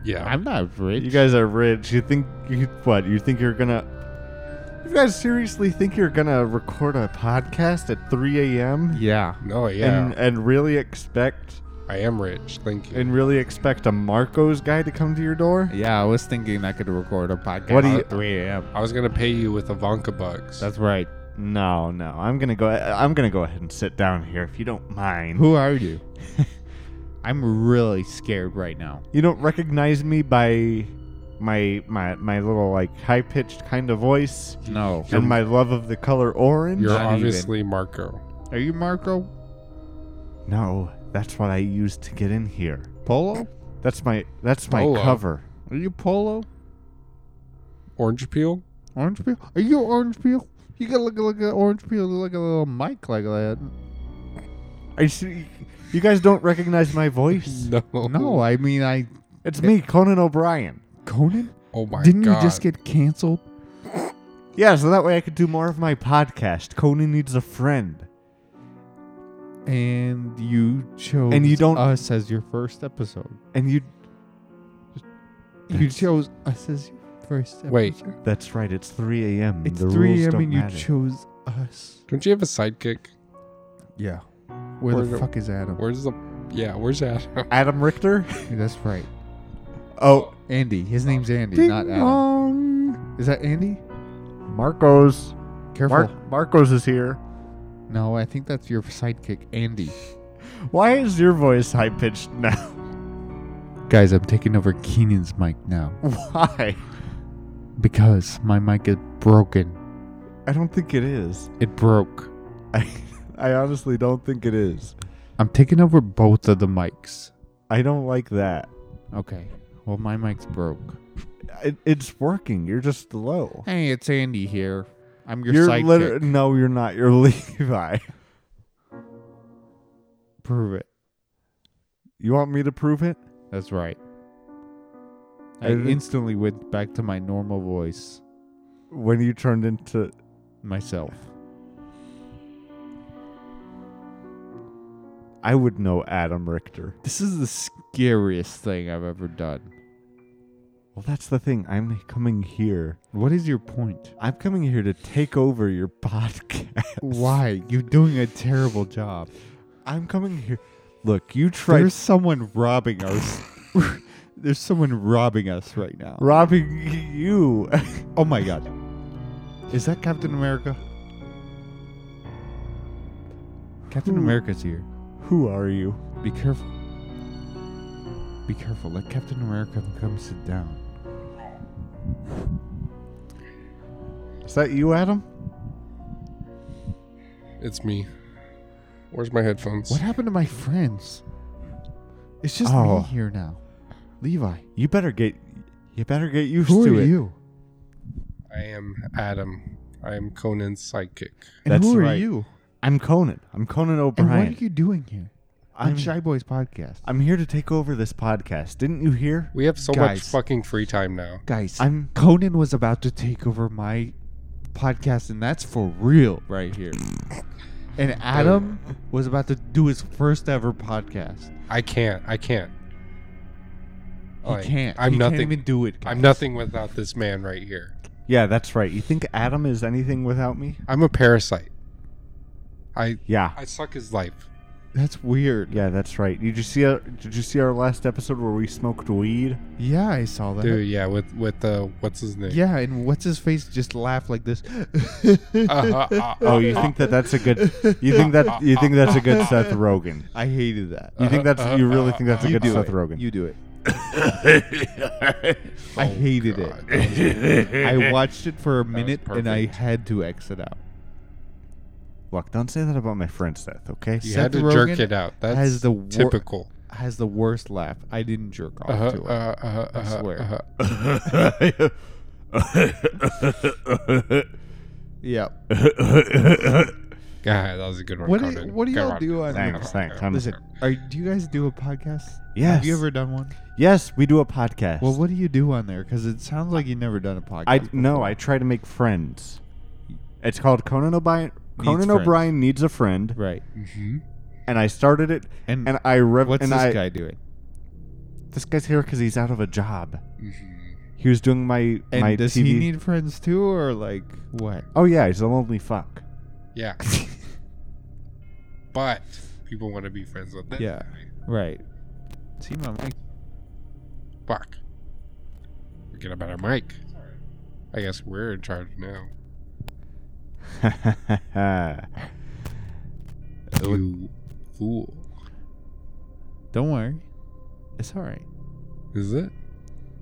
Speaker 2: yeah.
Speaker 4: I'm not rich.
Speaker 1: You guys are rich. You think you what? You think you're gonna? You guys seriously think you're gonna record a podcast at 3 a.m.
Speaker 4: Yeah.
Speaker 2: No, yeah.
Speaker 1: and and really expect
Speaker 2: I am rich. Thank you.
Speaker 1: and really expect a Marcos guy to come to your door?
Speaker 4: Yeah, I was thinking I could record a podcast
Speaker 1: What do you-
Speaker 4: at 3 a.m.
Speaker 2: I was gonna pay you with Ivanka bucks.
Speaker 4: That's right.
Speaker 1: No, no. I'm gonna go. I'm gonna go ahead and sit down here if you don't mind.
Speaker 4: Who are you? [LAUGHS] I'm really scared right now.
Speaker 1: You don't recognize me by my my my little like high pitched kind of voice
Speaker 4: No.
Speaker 1: and my love of the color orange.
Speaker 2: You're
Speaker 4: Not even.
Speaker 2: obviously Marco.
Speaker 4: Are you Marco
Speaker 1: No, that's what I used to get in here.
Speaker 4: Polo?
Speaker 1: That's my that's my
Speaker 2: Polo.
Speaker 1: cover.
Speaker 4: Are you Polo?
Speaker 2: Orange peel?
Speaker 4: Orange peel? Are you orange peel? You gotta look like an orange peel, like a little mic like that.
Speaker 1: I see. You guys don't recognize my voice.
Speaker 2: No.
Speaker 4: No, I mean I.
Speaker 1: It's me, Conan O'Brien.
Speaker 4: Conan,
Speaker 2: Oh my
Speaker 4: didn't
Speaker 2: god.
Speaker 4: you just get canceled?
Speaker 1: Yeah, so that way I could do more of my podcast. Conan needs a friend.
Speaker 4: And you chose
Speaker 1: And you don't-
Speaker 4: us as your first episode.
Speaker 1: And you
Speaker 4: You chose us as your first. episode.
Speaker 2: Wait.
Speaker 1: That's right. It's 3 a.m.
Speaker 4: It's
Speaker 1: the
Speaker 4: 3
Speaker 1: rules
Speaker 4: a.m.
Speaker 1: don't
Speaker 4: and you
Speaker 1: matter.
Speaker 4: chose us.
Speaker 2: Don't you have a sidekick?
Speaker 4: Yeah. Where,
Speaker 2: Where's
Speaker 4: the
Speaker 2: it-
Speaker 4: fuck is Adam?
Speaker 2: Where's the yeah, where's Adam?
Speaker 1: Adam Richter.
Speaker 4: That's right.
Speaker 1: Oh,
Speaker 4: Andy. His name's Andy,
Speaker 1: ding
Speaker 4: not Adam.
Speaker 1: dong.
Speaker 4: Is that Andy?
Speaker 1: Marcos.
Speaker 4: Careful.
Speaker 1: Mark, Marcos is here.
Speaker 4: No, I think that's your sidekick, Andy.
Speaker 1: Why is your voice high pitched now? [LAUGHS]
Speaker 4: Guys, I'm taking over Keenan's mic now
Speaker 1: Why?
Speaker 4: because my mic is broken.
Speaker 1: I don't think it is.
Speaker 4: It broke.
Speaker 1: I, I honestly don't think it is.
Speaker 4: I'm taking over both of the mics.
Speaker 1: I don't like that.
Speaker 4: Okay. Well, my mic's broke.
Speaker 1: It, it's working. You're just low.
Speaker 4: Hey, it's Andy here. I'm your
Speaker 1: you're
Speaker 4: sidekick.
Speaker 1: liter- no, you're not. You're [LAUGHS] Levi.
Speaker 4: Prove it.
Speaker 1: You want me to prove it?
Speaker 4: That's right.
Speaker 1: I
Speaker 4: I
Speaker 1: didn't-
Speaker 4: instantly went back to my normal voice
Speaker 1: When you turned into
Speaker 4: myself.
Speaker 1: I would know Adam Richter.
Speaker 4: This is the scariest thing I've ever done.
Speaker 1: Well, that's the thing. I'm coming here.
Speaker 4: What is your point?
Speaker 1: I'm coming here to take over [LAUGHS] your podcast.
Speaker 4: Why? You're doing a terrible job.
Speaker 1: I'm coming here. Look, you tried
Speaker 4: There's someone robbing us. [LAUGHS] There's someone robbing us right now.
Speaker 1: robbing you. [LAUGHS]
Speaker 4: Oh my god. Is that Captain America? Captain
Speaker 1: Who?
Speaker 4: America's here.
Speaker 1: Hmm. Who are you?
Speaker 4: Be careful. Be careful. Let Captain America come sit down.
Speaker 1: Is that you, Adam?
Speaker 2: It's me. Where's my headphones?
Speaker 4: What happened to my friends? It's just
Speaker 1: Oh.
Speaker 4: me here now. Levi,
Speaker 1: You better get you better get used
Speaker 4: who
Speaker 1: to
Speaker 4: are
Speaker 1: it.
Speaker 4: you?
Speaker 2: I am Adam. I am Conan's sidekick.
Speaker 4: And
Speaker 1: That's
Speaker 4: who are
Speaker 1: right.
Speaker 4: you?
Speaker 1: I'm Conan. I'm Conan
Speaker 4: And
Speaker 1: O'Brien.
Speaker 4: what are you doing here? On
Speaker 1: I'm
Speaker 4: Shy Boys podcast.
Speaker 1: I'm here to take over this podcast. Didn't you hear?
Speaker 2: We have so much
Speaker 4: Guys.
Speaker 2: fucking free time now.
Speaker 4: Guys,
Speaker 1: I'm
Speaker 4: Conan was about to take over my podcast, and that's for real right here. And Adam was about to do his first ever podcast.
Speaker 2: I can't. I can't.
Speaker 4: He
Speaker 2: Like,
Speaker 4: can't.
Speaker 2: I'm
Speaker 4: he
Speaker 2: nothing.
Speaker 4: Can't even do it.
Speaker 2: I'm
Speaker 4: guys.
Speaker 2: nothing without this man right here.
Speaker 1: Yeah, that's right. You think Adam is anything without me?
Speaker 2: I'm a parasite. I
Speaker 1: Yeah.
Speaker 2: I suck his life.
Speaker 4: That's weird.
Speaker 1: Yeah, that's right. Did you see our, did you see our last episode where we smoked weed?
Speaker 4: Yeah, I saw that.
Speaker 2: Dude, yeah, with with uh what's his name?
Speaker 4: Yeah, and what's his face just laugh like this.
Speaker 2: [LAUGHS] Uh, uh, uh,
Speaker 1: Oh, you think that that's a good You think that you think that's a good Seth Rogen.
Speaker 4: [LAUGHS] I hated that.
Speaker 1: You think that's you really think that's a
Speaker 4: you
Speaker 1: good
Speaker 4: do
Speaker 1: Seth
Speaker 4: it.
Speaker 1: Rogen.
Speaker 2: [LAUGHS]
Speaker 4: You do it. I hated
Speaker 2: Oh, God.
Speaker 4: it. I watched it for a minute and I
Speaker 2: perfect.
Speaker 4: had to exit out.
Speaker 1: Look, don't say that about my friend Seth, okay?
Speaker 2: You
Speaker 4: Seth
Speaker 2: had to jerk
Speaker 4: Rogen
Speaker 2: it out. That's
Speaker 4: has the wor-
Speaker 2: typical.
Speaker 4: Has the worst laugh. I didn't jerk off
Speaker 2: Uh-huh,
Speaker 4: to it.
Speaker 2: uh, uh,
Speaker 4: I
Speaker 2: uh,
Speaker 4: swear.
Speaker 2: uh,
Speaker 4: yeah.
Speaker 2: God, that was a good one.
Speaker 4: What do-
Speaker 2: Conan.
Speaker 4: what do
Speaker 2: Good
Speaker 4: y'all
Speaker 2: one.
Speaker 4: do on-
Speaker 2: Good
Speaker 1: Thanks,
Speaker 2: one.
Speaker 1: thanks. I'm-
Speaker 4: Listen, are, do you guys do a podcast?
Speaker 1: Yes.
Speaker 4: Have you ever done one?
Speaker 1: [LAUGHS] Yes, we do a podcast.
Speaker 4: Well, what do you do on there? Because it sounds like you've never done a podcast.
Speaker 1: I no,
Speaker 4: before.
Speaker 1: I try to make friends. It's called Conan O'Brien. Conan
Speaker 4: friends.
Speaker 1: O'Brien needs a friend,
Speaker 4: Right.
Speaker 2: Mhm.
Speaker 1: and I started it,
Speaker 4: And,
Speaker 1: and I rev-
Speaker 4: what's
Speaker 1: and
Speaker 4: this
Speaker 1: I,
Speaker 4: guy doing?
Speaker 1: This guy's here because he's out of a job.
Speaker 2: Mhm.
Speaker 1: He was doing my
Speaker 4: And
Speaker 1: my
Speaker 4: does
Speaker 1: TV.
Speaker 4: he need friends too, or like what?
Speaker 1: oh yeah, he's a lonely fuck. [LAUGHS]
Speaker 2: Yeah. but people want to be friends with that.
Speaker 4: Yeah.
Speaker 2: guy.
Speaker 4: Right. See my mic.
Speaker 2: Fuck. We get a better mic. I guess we're in charge now. You fool.
Speaker 4: Don't worry. It's all right.
Speaker 2: Is it?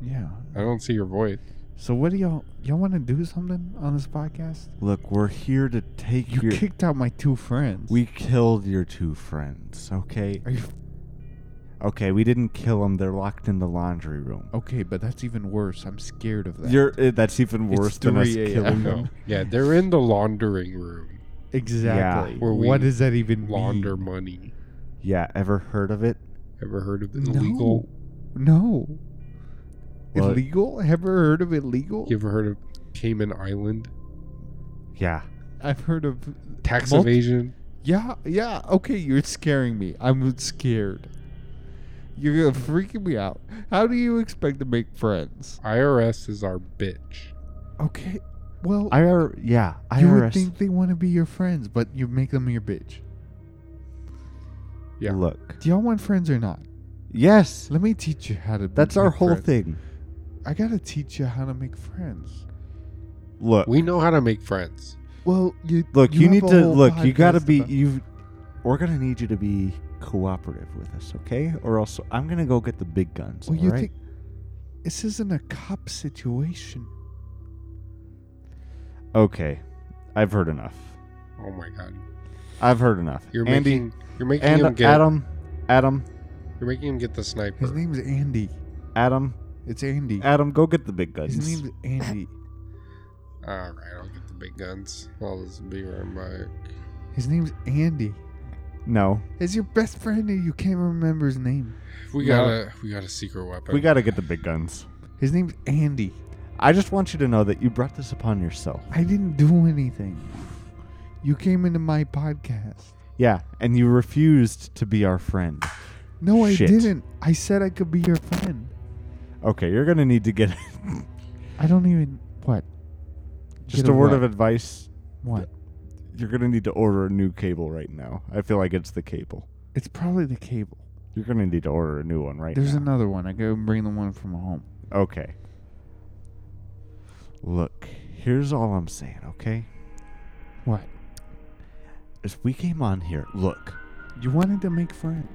Speaker 4: Yeah.
Speaker 2: I don't see your voice.
Speaker 4: So what do y'all y'all want to do something on this podcast?
Speaker 1: Look, we're here to take
Speaker 4: You
Speaker 1: your.
Speaker 4: kicked out my two friends.
Speaker 1: we killed your two friends, okay?
Speaker 4: Are you
Speaker 1: Okay, we didn't kill them. They're locked in the laundry room.
Speaker 4: okay? But that's even worse. I'm scared of that.
Speaker 1: You're uh, that's even
Speaker 4: It's
Speaker 1: worse than us
Speaker 4: 3 a.m.
Speaker 1: killing
Speaker 2: No.
Speaker 4: [LAUGHS]
Speaker 1: them.
Speaker 2: Yeah, they're in the laundering room.
Speaker 4: exactly.
Speaker 2: Where we
Speaker 4: what does that even
Speaker 2: Launder
Speaker 4: mean?
Speaker 2: money.
Speaker 1: Yeah, ever heard of it?
Speaker 2: Ever heard of
Speaker 4: No.
Speaker 2: illegal?
Speaker 4: No.
Speaker 1: What?
Speaker 4: Illegal? Ever heard of illegal?
Speaker 2: You ever heard of Cayman Island?
Speaker 1: Yeah.
Speaker 4: I've heard of
Speaker 2: Tax
Speaker 4: Multi-
Speaker 2: evasion?
Speaker 4: Yeah, yeah. Okay, you're scaring me. I'm scared. You're freaking me out. How do you expect to make friends?
Speaker 2: IRS is our bitch.
Speaker 4: Okay. Well,
Speaker 1: I yeah, I
Speaker 4: you would think they want to be your friends, but you make them your bitch.
Speaker 2: Yeah.
Speaker 1: Look.
Speaker 4: Do y'all want friends or not?
Speaker 1: Yes.
Speaker 4: Let me teach you how to.
Speaker 1: That's
Speaker 4: make
Speaker 1: our whole
Speaker 4: friends.
Speaker 1: thing.
Speaker 4: I gotta teach you how to make friends.
Speaker 1: Look,
Speaker 2: We know how to make friends.
Speaker 4: Well, you
Speaker 1: look, you,
Speaker 4: have
Speaker 1: need
Speaker 4: a
Speaker 1: to
Speaker 4: whole
Speaker 1: look. You got to
Speaker 4: podcast
Speaker 1: be.
Speaker 4: about-
Speaker 1: You, we're gonna need you to be cooperative with us, okay? Or else I'm gonna go get the big guns.
Speaker 4: Well,
Speaker 1: all
Speaker 4: you
Speaker 1: right?
Speaker 4: think this isn't a cop situation?
Speaker 1: Okay, I've heard enough.
Speaker 2: Oh my god.
Speaker 1: I've heard enough.
Speaker 2: You're
Speaker 1: Andy
Speaker 2: making you're making him
Speaker 1: and
Speaker 2: get
Speaker 1: Adam, Adam,
Speaker 2: you're making him get the sniper.
Speaker 4: His name's Andy.
Speaker 1: Adam,
Speaker 4: It's Andy.
Speaker 1: Adam, go get the big
Speaker 4: His
Speaker 1: guns.
Speaker 4: name's Andy.
Speaker 2: All right, I'll get the big guns. I'll just be right back.
Speaker 4: His name's Andy.
Speaker 1: No,
Speaker 4: It's your best friend and you can't remember his name.
Speaker 2: We
Speaker 1: No.
Speaker 2: got a we got a secret weapon.
Speaker 1: we got to get the big guns.
Speaker 4: His name's Andy.
Speaker 1: I just want you to know that you brought this upon yourself.
Speaker 4: I didn't do anything. You came into my podcast.
Speaker 1: Yeah, and you refused to be our friend.
Speaker 4: No, I
Speaker 1: Shit.
Speaker 4: didn't. I said I could be your friend.
Speaker 1: Okay, you're gonna need to get [LAUGHS]
Speaker 4: I don't even what?
Speaker 1: just
Speaker 4: Get
Speaker 1: a
Speaker 4: a
Speaker 1: word
Speaker 4: what?
Speaker 1: of advice.
Speaker 4: What?
Speaker 1: You're gonna need to order a new cable right now. I feel like it's the cable.
Speaker 4: It's probably the cable.
Speaker 1: You're gonna need to order a new one right
Speaker 4: There's
Speaker 1: now.
Speaker 4: another one. I go bring the one from home.
Speaker 1: Okay. Look, here's all I'm saying, okay?
Speaker 4: What?
Speaker 1: Is we came on here, look,
Speaker 4: You wanted to make friends.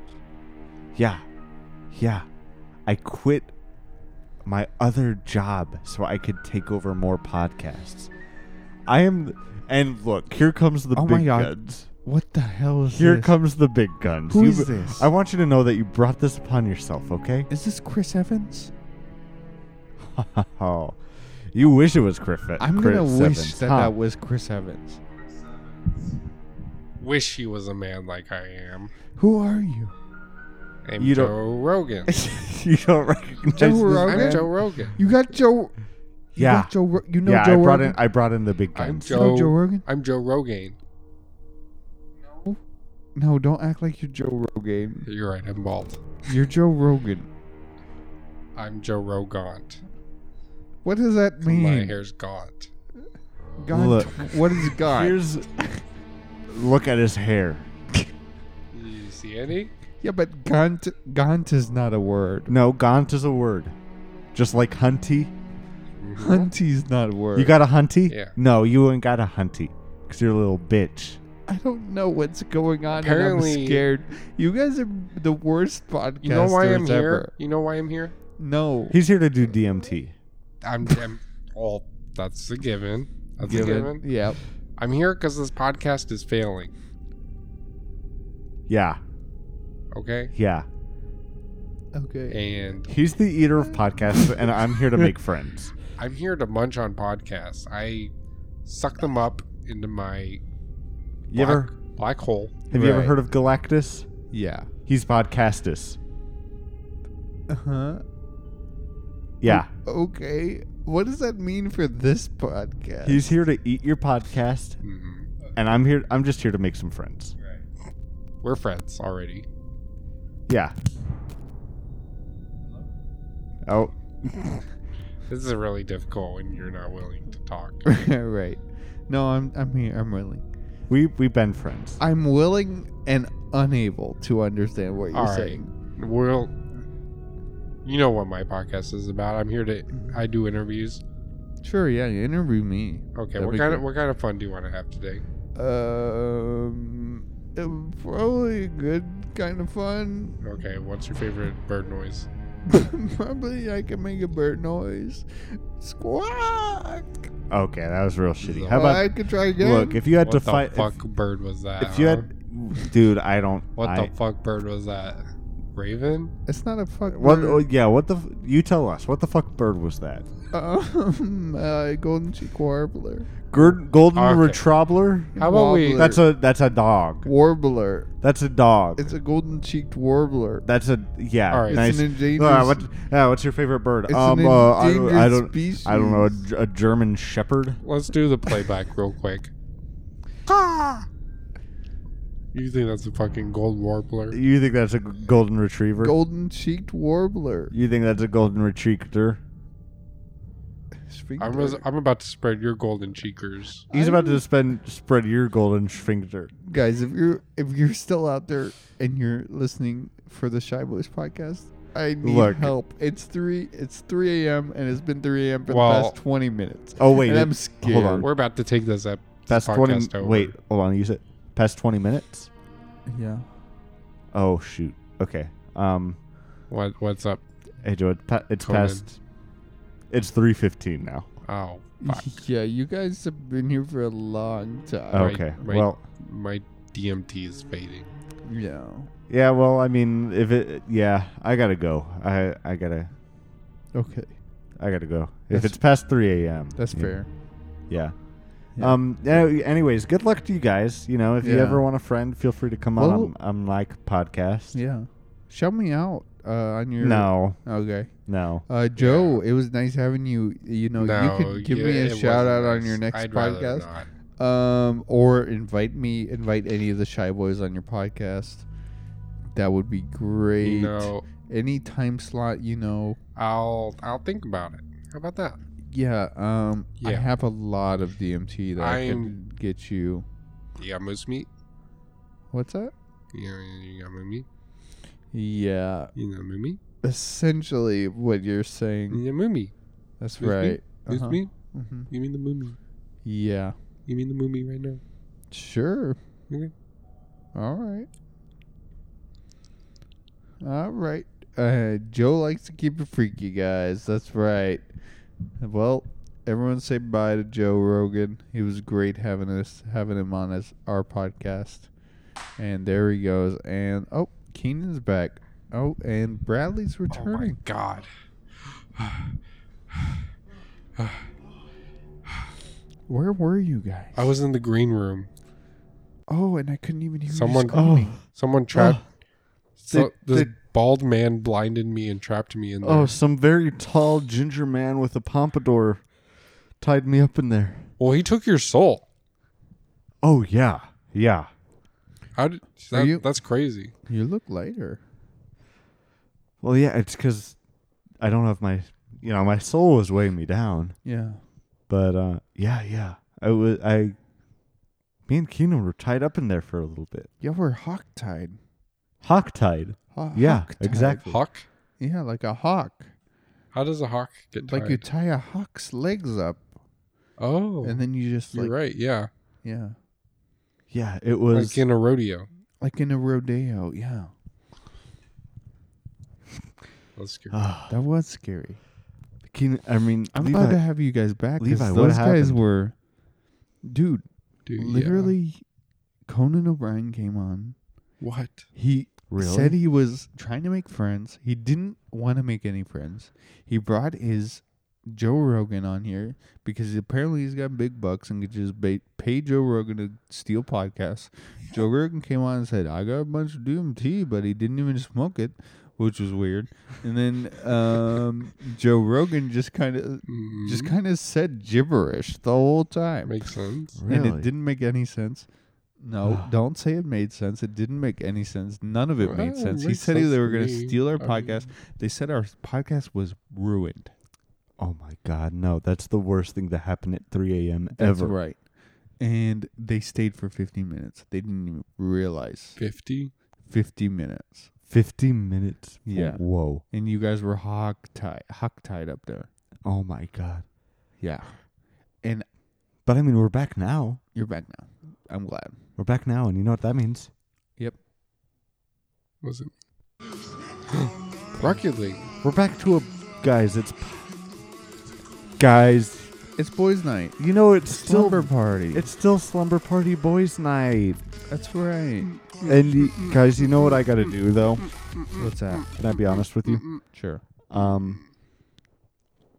Speaker 1: yeah, yeah, I quit my other job so I could take over more podcasts. I am, and look, here comes the
Speaker 4: Oh my
Speaker 1: big
Speaker 4: God.
Speaker 1: guns.
Speaker 4: What the hell is
Speaker 1: Here
Speaker 4: this?
Speaker 1: comes the big guns.
Speaker 4: Who
Speaker 1: You-
Speaker 4: is this?
Speaker 1: I want you to know that you brought this upon yourself, okay?
Speaker 4: Is this Chris Evans?
Speaker 1: [LAUGHS] oh, you wish it was Chris.
Speaker 4: I'm
Speaker 1: Chris
Speaker 4: gonna wish
Speaker 1: Evans,
Speaker 4: that
Speaker 1: huh?
Speaker 4: that was Chris Evans.
Speaker 2: Wish he was a man like I am.
Speaker 4: Who are you?
Speaker 2: I'm
Speaker 1: You
Speaker 2: Joe
Speaker 1: don't-
Speaker 2: Rogan.
Speaker 1: [LAUGHS] you don't recognize
Speaker 4: Joe
Speaker 1: this
Speaker 4: Rogan.
Speaker 2: I'm
Speaker 4: Okay.
Speaker 2: Joe Rogan.
Speaker 4: You got Joe. You
Speaker 1: Yeah.
Speaker 4: got Joe. Ro- You know
Speaker 1: yeah,
Speaker 4: Joe
Speaker 1: I brought
Speaker 4: Rogan.
Speaker 1: in I brought in the big
Speaker 2: I'm
Speaker 1: guns.
Speaker 4: You know Joe
Speaker 2: Joe.
Speaker 4: Rogan.
Speaker 2: I'm Joe Rogan.
Speaker 4: No, don't act like you're Joe [LAUGHS] Rogan.
Speaker 2: You're right. I'm bald.
Speaker 4: You're Joe Rogan.
Speaker 2: I'm Joe Rogant.
Speaker 4: What does that
Speaker 2: My
Speaker 4: mean?
Speaker 2: hair's gaunt.
Speaker 4: God,
Speaker 1: Look.
Speaker 4: what is God?
Speaker 1: Here's look at his hair.
Speaker 2: You see any?
Speaker 4: Yeah, but gaunt, gaunt is not a word.
Speaker 1: No, gaunt is a word. Just like hunty.
Speaker 4: Hunty's not a word.
Speaker 1: You got a hunty?
Speaker 2: Yeah.
Speaker 1: No, you ain't got a hunty. Cause you're a little bitch.
Speaker 4: I don't know what's going on. and
Speaker 2: Apparently-
Speaker 4: I'm scared. You guys are the worst
Speaker 2: [LAUGHS]
Speaker 4: podcasters
Speaker 2: You know why I'm here?
Speaker 4: ever.
Speaker 2: You know why I'm here?
Speaker 4: No,
Speaker 1: He's here to do DMT.
Speaker 2: I'm. I'm well, that's a given. That's
Speaker 4: Give
Speaker 2: a
Speaker 4: it-
Speaker 2: given.
Speaker 4: Yeah,
Speaker 2: I'm here because this podcast is failing.
Speaker 1: Yeah,
Speaker 2: Okay.
Speaker 1: yeah.
Speaker 4: okay.
Speaker 2: And
Speaker 1: He's the eater of podcasts, and I'm here to
Speaker 4: [LAUGHS]
Speaker 1: make friends.
Speaker 2: I'm here to munch on podcasts. I suck them up into my
Speaker 1: You ever
Speaker 2: black- black hole.
Speaker 1: have you ever
Speaker 4: Right.
Speaker 1: heard of Galactus?
Speaker 4: Yeah.
Speaker 1: He's podcastus.
Speaker 4: Uh huh.
Speaker 1: Yeah.
Speaker 4: Okay. What does that mean for this podcast?
Speaker 1: He's here to eat your podcast,
Speaker 2: Mhm.
Speaker 1: and I'm here I'm just here to make some friends.
Speaker 2: We're friends already.
Speaker 1: Yeah. Oh,
Speaker 2: This is really difficult when you're not willing to talk.
Speaker 4: [LAUGHS] right. No, I'm I'm here. I'm willing.
Speaker 1: we we've been friends.
Speaker 4: I'm willing and unable to understand what you're
Speaker 2: All right.
Speaker 4: saying.
Speaker 2: Well, you know what my podcast is about. I'm here to. I do interviews.
Speaker 4: Sure. Yeah. you Interview me.
Speaker 2: Okay.
Speaker 4: That'd
Speaker 2: what
Speaker 4: be
Speaker 2: kind of
Speaker 4: good.
Speaker 2: what kind of fun do you want to have today?
Speaker 4: Um, it was probably good kind of fun. [LAUGHS]
Speaker 2: Okay. What's your favorite bird noise?
Speaker 4: probably I can make a bird noise. Squawk.
Speaker 1: Okay, that was real shitty.
Speaker 2: So-
Speaker 1: How
Speaker 4: Well,
Speaker 1: about
Speaker 4: I could try again.
Speaker 1: look? If you had
Speaker 2: what
Speaker 1: to
Speaker 2: the
Speaker 1: fight,
Speaker 2: fuck
Speaker 1: if,
Speaker 2: bird was that?
Speaker 1: if you
Speaker 2: huh?
Speaker 1: had, dude, I don't.
Speaker 2: What
Speaker 1: I,
Speaker 2: the fuck bird was that? Raven?
Speaker 4: it's not a fuck.
Speaker 1: What?
Speaker 4: bird.
Speaker 1: oh, yeah. What the? f- You tell us. What the fuck bird was that?
Speaker 4: [LAUGHS] Um, uh, golden cheek warbler.
Speaker 1: Gerd, golden
Speaker 2: Okay.
Speaker 1: retriever.
Speaker 2: How about we-
Speaker 1: That's a that's a dog.
Speaker 4: warbler.
Speaker 1: That's a dog.
Speaker 4: It's a golden cheeked warbler.
Speaker 1: that's a yeah.
Speaker 2: All right. It's
Speaker 1: Nice.
Speaker 4: It's an endangered.
Speaker 1: Ah, what, yeah, what's your favorite bird?
Speaker 4: It's
Speaker 1: um,
Speaker 4: an
Speaker 1: uh, I, don't-
Speaker 4: endangered
Speaker 1: I don't.
Speaker 4: species.
Speaker 1: I don't know. A, G- a German Shepherd.
Speaker 2: Let's do the playback real
Speaker 4: [LAUGHS]
Speaker 2: quick. You think that's a fucking gold warbler?
Speaker 1: You think that's a g- golden retriever?
Speaker 4: golden cheeked warbler.
Speaker 1: you think that's a golden retriever?
Speaker 4: Sphincter.
Speaker 2: I'm, as- I'm about to spread your golden cheekers.
Speaker 1: He's
Speaker 4: I
Speaker 1: about to
Speaker 4: don't-
Speaker 1: spend spread your golden sphincter.
Speaker 4: Guys, if you're if you're still out there and you're listening for the Shy Boys podcast, I need
Speaker 1: Look.
Speaker 4: help. It's three. It's three a.m. and it's been three a.m. for the
Speaker 2: Well-
Speaker 4: past twenty minutes.
Speaker 1: Oh wait,
Speaker 4: and
Speaker 1: it-
Speaker 4: I'm scared.
Speaker 1: hold on.
Speaker 2: We're about to take this up.
Speaker 1: Past twenty.
Speaker 2: podcast over.
Speaker 1: Wait, hold on. You said past twenty minutes.
Speaker 4: Yeah.
Speaker 1: Oh shoot. Okay. Um.
Speaker 2: What what's up?
Speaker 1: Hey Joe, it pa- it's
Speaker 2: Conan.
Speaker 1: past. It's three fifteen now.
Speaker 2: Oh, fuck.
Speaker 4: [LAUGHS] Yeah, you guys have been here for a long time.
Speaker 2: Oh.
Speaker 1: Okay.
Speaker 2: right.
Speaker 1: Well,
Speaker 2: my DMT is fading.
Speaker 1: Oh.
Speaker 4: Yeah.
Speaker 1: yeah. Well, I mean, if it, yeah, I gotta go. I I gotta
Speaker 4: Okay.
Speaker 1: I gotta go. if
Speaker 4: That's-
Speaker 1: it's past three a.m.
Speaker 4: That's
Speaker 1: you-
Speaker 4: fair.
Speaker 1: Yeah.
Speaker 4: Yeah.
Speaker 1: Um. yeah, Anyways, good luck to you guys. You know, if you
Speaker 4: Yeah.
Speaker 1: ever want a friend, feel free to come
Speaker 4: Well-
Speaker 1: on on my podcast.
Speaker 4: Yeah. Shout me out uh, on your.
Speaker 1: No.
Speaker 4: Okay.
Speaker 1: No.
Speaker 4: Uh, Joe, it was nice having you. Oh, You know, you could give
Speaker 2: yeah,
Speaker 4: me
Speaker 2: it
Speaker 4: a
Speaker 2: wasn't
Speaker 4: shout out on
Speaker 2: nice.
Speaker 4: your next
Speaker 2: I'd rather
Speaker 4: podcast.
Speaker 2: not.
Speaker 4: Um, or invite me, invite any of the shy boys on your podcast. That would be great.
Speaker 2: You know,
Speaker 4: Any time slot, you know.
Speaker 2: I'll I'll think about it. How about that?
Speaker 4: Yeah. Um, I
Speaker 2: Yeah.
Speaker 4: have a lot of DMT that i
Speaker 2: I'm-
Speaker 4: could get you.
Speaker 2: You got moose meat?
Speaker 4: What's that?
Speaker 2: You, you got moo meat?
Speaker 4: Yeah.
Speaker 2: You know moo meat?
Speaker 4: Essentially, what you're saying.
Speaker 2: You know moo meat?
Speaker 4: That's
Speaker 2: Moose meat?
Speaker 4: right.
Speaker 2: Moose
Speaker 4: Uh-huh.
Speaker 2: meat?
Speaker 4: Mhm.
Speaker 2: You mean the moo meat?
Speaker 4: Yeah.
Speaker 2: You mean the moo meat right now?
Speaker 4: Sure.
Speaker 2: Okay. Mm-hmm.
Speaker 4: All right. All right. Uh, Joe likes to keep it freaky, guys. That's right. Well, everyone say bye to Joe Rogan. He was great having us having him on as our podcast. And there he goes. And oh, Keenan's back. Oh, and Bradley's
Speaker 2: Oh my
Speaker 4: returning.
Speaker 2: god.
Speaker 4: Where were you guys?
Speaker 2: I was in the green room.
Speaker 4: Oh, and I couldn't even hear
Speaker 2: Someone-
Speaker 4: you screaming.
Speaker 2: Someone trapped.
Speaker 4: Oh.
Speaker 2: so,
Speaker 1: Did-
Speaker 2: this
Speaker 1: did-
Speaker 2: bald man blinded me and trapped me in there.
Speaker 1: Oh, some very tall ginger man with a pompadour tied me up in there.
Speaker 2: Well, he took your soul.
Speaker 1: Oh yeah, yeah.
Speaker 2: How did
Speaker 4: Are
Speaker 2: that,
Speaker 4: you-
Speaker 2: That's crazy.
Speaker 4: Oh, You look lighter.
Speaker 1: Well, yeah. It's because I don't have my, you know, my soul was weighing me down.
Speaker 4: Yeah.
Speaker 1: But uh, yeah, yeah. I was I. Me and Keenan were tied up in there for a little bit.
Speaker 4: Yeah, we're hawk-tied.
Speaker 1: Hawk-tied.
Speaker 4: Ho-
Speaker 1: Yeah,
Speaker 4: hawk-tied.
Speaker 1: exactly.
Speaker 2: Hawk?
Speaker 4: Yeah, like a hawk.
Speaker 2: How does a hawk get
Speaker 4: Like you
Speaker 2: tied?
Speaker 4: tie a hawk's legs up,
Speaker 2: oh,
Speaker 4: and then you just
Speaker 2: you're
Speaker 4: like
Speaker 2: right. Yeah,
Speaker 4: yeah,
Speaker 1: Yeah, it was.
Speaker 2: like in a rodeo.
Speaker 4: like in a rodeo. Yeah,
Speaker 2: That's
Speaker 4: Uh,
Speaker 2: scary.
Speaker 1: Ah,
Speaker 4: that was scary.
Speaker 1: Keenan, I mean,
Speaker 4: I'm
Speaker 1: Levi-
Speaker 4: glad to have you guys back. 'cause
Speaker 1: Levi, what
Speaker 4: those guys
Speaker 1: happened?
Speaker 4: were, dude.
Speaker 2: Dude, yeah.
Speaker 4: Literally, Conan O'Brien came on.
Speaker 2: What?
Speaker 4: He
Speaker 1: Really?
Speaker 4: said he was trying to make friends. He didn't want to make any friends. He brought his Joe Rogan on here because apparently he's got big bucks and could just ba- pay Joe Rogan to steal podcasts. Joe Rogan came on and said, "I got a bunch of DMT, but he didn't even smoke it." Which was weird, and then um, Joe Rogan just kind of, just
Speaker 2: Mhm.
Speaker 4: kind of said gibberish the whole time
Speaker 2: makes sense.
Speaker 4: [LAUGHS] and it didn't make any sense. [SIGHS] No, don't say it made sense. It didn't make any sense. None of it
Speaker 2: Well,
Speaker 4: made
Speaker 2: it
Speaker 4: sense. He
Speaker 2: makes
Speaker 4: said
Speaker 2: sense
Speaker 4: they
Speaker 2: to
Speaker 4: were going to
Speaker 2: me.
Speaker 4: steal our
Speaker 2: I
Speaker 4: podcast. They said our podcast was ruined.
Speaker 1: Oh my God, no! That's the worst thing to happen at 3 a.m.
Speaker 4: That's
Speaker 1: ever.
Speaker 4: right. And they stayed for 15 minutes. They didn't even realize
Speaker 2: Fifty.
Speaker 4: 50 minutes.
Speaker 1: Fifty minutes.
Speaker 4: Yeah.
Speaker 1: Whoa.
Speaker 4: And you guys were hawk tied, hawk tied up there.
Speaker 1: Oh my God.
Speaker 4: Yeah.
Speaker 1: But I mean, we're back now.
Speaker 4: You're back now. I'm glad.
Speaker 1: We're back now, and you know what that means?
Speaker 2: Was it? [GASPS] Rocket League.
Speaker 1: We're back to a guys. It's guys.
Speaker 4: It's boys' night.
Speaker 1: You know it's still
Speaker 4: Slumber party.
Speaker 1: it's still slumber party boys night.
Speaker 4: That's right.
Speaker 1: And you, guys, you know what I gotta do though?
Speaker 4: What's that?
Speaker 1: Can I be honest with you?
Speaker 4: Sure.
Speaker 1: Um,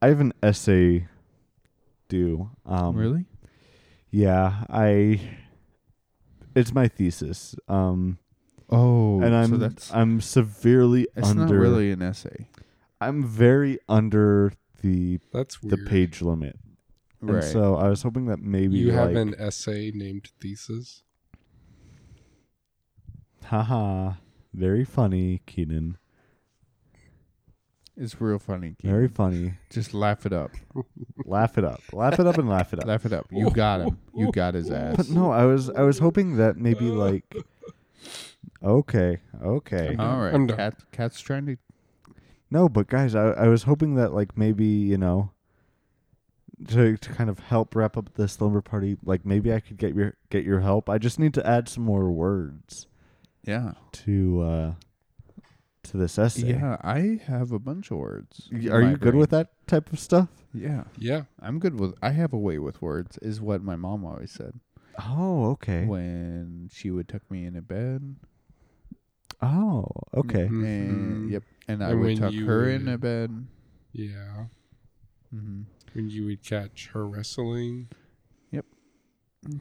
Speaker 1: I have an essay due. Um,
Speaker 4: really?
Speaker 1: Yeah, I. It's my thesis. Um,
Speaker 4: Oh,
Speaker 1: and I'm
Speaker 4: so that's
Speaker 1: I'm severely
Speaker 4: it's
Speaker 1: under.
Speaker 4: not really an essay.
Speaker 1: I'm very under the
Speaker 2: That's
Speaker 1: the
Speaker 2: weird.
Speaker 1: page limit.
Speaker 4: Right.
Speaker 1: And so I was hoping that maybe
Speaker 2: You
Speaker 1: like,
Speaker 2: have an essay named thesis.
Speaker 1: haha, very funny, Keenan.
Speaker 4: It's real funny. Keith.
Speaker 1: Very funny.
Speaker 4: Just laugh it up.
Speaker 1: laugh it up. Laugh it up and laugh it up.
Speaker 4: Laugh it up. You got him. You got his ass.
Speaker 1: But no, I was I was hoping that
Speaker 4: [LAUGHS]
Speaker 1: maybe like okay, okay.
Speaker 4: All right.
Speaker 2: I'm done.
Speaker 4: Cat, cat's trying to
Speaker 1: No, but guys, I, I was hoping that like maybe you know to to kind of help wrap up this slumber party. Like maybe I could get your get your help. I just need to add some more words
Speaker 4: Yeah.
Speaker 1: to uh to this essay.
Speaker 4: Yeah, I have a bunch of words.
Speaker 1: Y-
Speaker 4: in
Speaker 1: Are
Speaker 4: my
Speaker 1: you good
Speaker 4: brain.
Speaker 1: with that type of stuff?
Speaker 4: Yeah.
Speaker 2: Yeah.
Speaker 4: I'm good with I have a way with words is what my mom always said
Speaker 1: Oh, okay.
Speaker 4: when she would tuck me into bed.
Speaker 1: Oh, okay.
Speaker 2: Mhm.
Speaker 4: And yep. And I
Speaker 2: And
Speaker 4: would
Speaker 2: when
Speaker 4: tuck
Speaker 2: you
Speaker 4: her
Speaker 2: would-
Speaker 4: into bed.
Speaker 2: Yeah.
Speaker 4: hmm
Speaker 2: When you would catch her wrestling.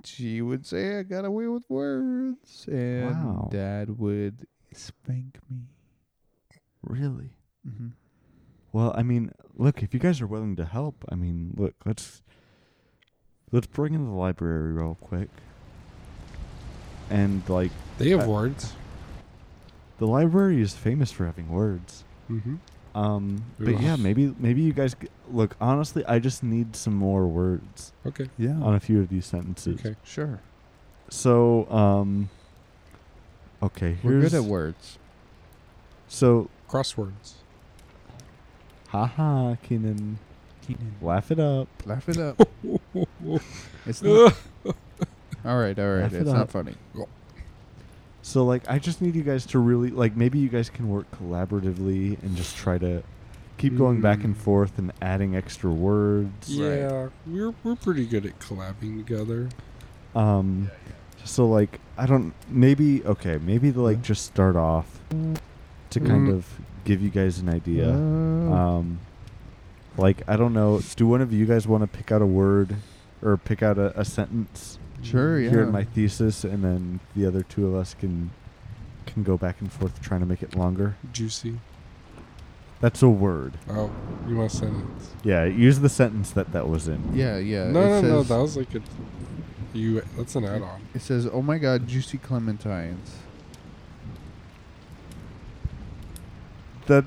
Speaker 4: She would say I got away with words and
Speaker 1: Wow.
Speaker 4: dad would spank me.
Speaker 1: Really?
Speaker 4: Mm-hmm.
Speaker 1: Well, I mean, look, if you guys are willing to help, I mean, look, let's let's bring in the library real quick. And like
Speaker 2: They
Speaker 4: Uh,
Speaker 2: have words.
Speaker 1: the library is famous for having words.
Speaker 2: Mm-hmm.
Speaker 1: Um, but
Speaker 2: Ugh.
Speaker 1: yeah, maybe maybe you guys g- look. Honestly, I just need some more words
Speaker 2: Okay.
Speaker 4: Yeah.
Speaker 1: on a few of these sentences.
Speaker 2: Okay.
Speaker 4: sure.
Speaker 1: So, um, okay,
Speaker 4: We're
Speaker 1: here's
Speaker 4: good at words.
Speaker 1: so
Speaker 2: Crosswords.
Speaker 1: haha, Keenan, laugh it up.
Speaker 4: Laugh it
Speaker 2: [LAUGHS]
Speaker 4: up. it's not.
Speaker 2: Ugh.
Speaker 4: all right, all right.
Speaker 1: Laugh it
Speaker 4: It's not
Speaker 1: up.
Speaker 4: funny.
Speaker 1: So like I just need you guys to really like maybe you guys can work collaboratively and just try to keep going back and
Speaker 2: Mm.
Speaker 1: forth and adding extra words.
Speaker 2: yeah. We're we're pretty good at collabing together.
Speaker 1: Um so like I don't maybe okay, maybe to like just start off to kind
Speaker 2: Mm.
Speaker 1: of give you guys an idea.
Speaker 4: Uh,
Speaker 1: Um like I don't know, do one of you guys want to pick out a word or pick out a, a sentence
Speaker 4: Sure, yeah.
Speaker 1: here in my thesis and then the other two of us can can go back and forth trying to make it longer.
Speaker 2: Mm-hmm. Juicy.
Speaker 1: That's a word.
Speaker 2: Oh, you want a sentence?
Speaker 1: Yeah, use the sentence that that was in.
Speaker 4: yeah, yeah.
Speaker 2: no,
Speaker 4: Uh, it
Speaker 2: no,
Speaker 4: says,
Speaker 2: no. That was like a. You. That's an add-on.
Speaker 4: It says, "Oh my God, juicy clementines."
Speaker 1: That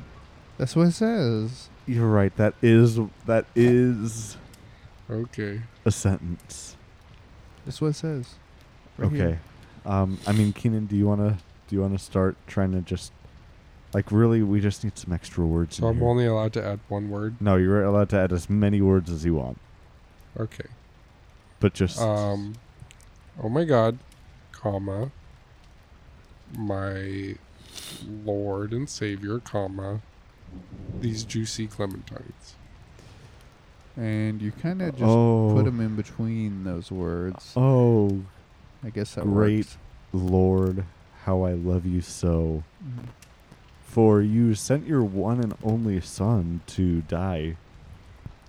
Speaker 4: That's what it says.
Speaker 1: you're right. That is that is
Speaker 2: Okay.
Speaker 1: a sentence.
Speaker 4: That's what it says. Right
Speaker 1: okay.
Speaker 4: here.
Speaker 1: Um, I mean, Keenan, do you wanna do you wanna start trying to just like really? We just need some extra words.
Speaker 2: So
Speaker 1: in
Speaker 2: I'm
Speaker 1: here.
Speaker 2: only allowed to add one word.
Speaker 1: no, you're allowed to add as many words as you want,
Speaker 2: Okay.
Speaker 1: but just
Speaker 4: Uh,
Speaker 2: Um. Oh my God, comma. My Lord and Savior, comma. These juicy clementines.
Speaker 4: And you kind of just put 'em
Speaker 1: oh
Speaker 4: put them in between those words.
Speaker 1: oh
Speaker 4: I guess that
Speaker 1: great.
Speaker 4: works.
Speaker 1: Lord, how I love you so.
Speaker 4: Mm-hmm.
Speaker 1: For you sent your one and only Son to die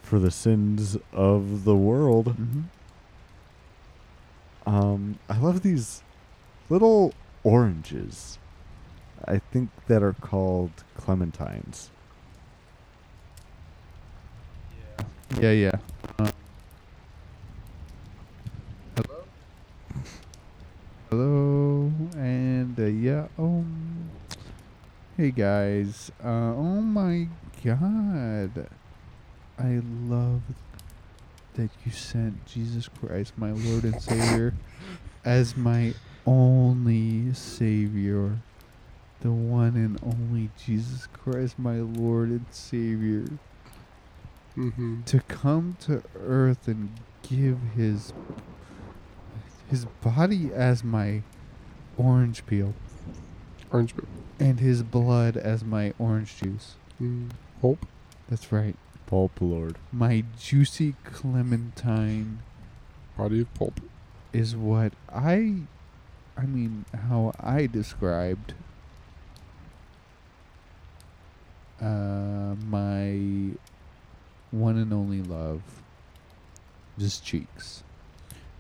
Speaker 1: for the sins of the world.
Speaker 4: Mm-hmm.
Speaker 1: Um, I love these little oranges. I think that are called clementines.
Speaker 4: Yeah, yeah. Um, hello. Hello, and uh, yeah. Um. Hey guys. Uh, oh my God. I love that you sent Jesus Christ, my Lord and Savior, as my only Savior. The one and only Jesus Christ, my Lord and Savior
Speaker 2: Mm-hmm.
Speaker 4: to come to earth and give his his body as my orange peel
Speaker 2: Orange. peel.
Speaker 4: and his blood as my orange juice.
Speaker 2: Mm. Hope.
Speaker 4: That's right.
Speaker 1: Pulp Lord.
Speaker 4: My juicy clementine
Speaker 2: Body of pulp.
Speaker 4: is what I I mean how I described uh my one and only love just cheeks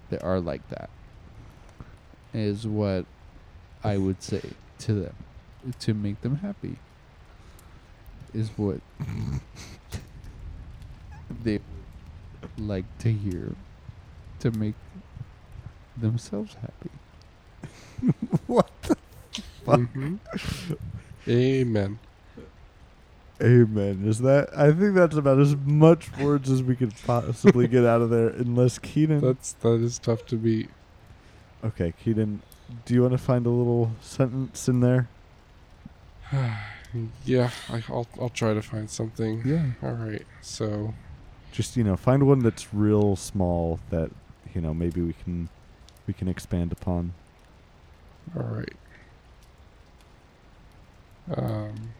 Speaker 4: that are like that is what I would say to them to make them happy is what they like to hear to make themselves happy.
Speaker 2: Mm-hmm. Amen.
Speaker 1: Amen. Is that? I think that's about as much words as we could possibly get out of there, unless Keenan.
Speaker 2: That's that is tough to beat.
Speaker 1: okay, Keenan, do you want to find a little sentence in there?
Speaker 2: Yeah, I, I'll I'll try to find something.
Speaker 9: Yeah.
Speaker 2: All right. So
Speaker 1: Just you know, find one that's real small that you know maybe we can we can expand upon.
Speaker 2: all right. Um.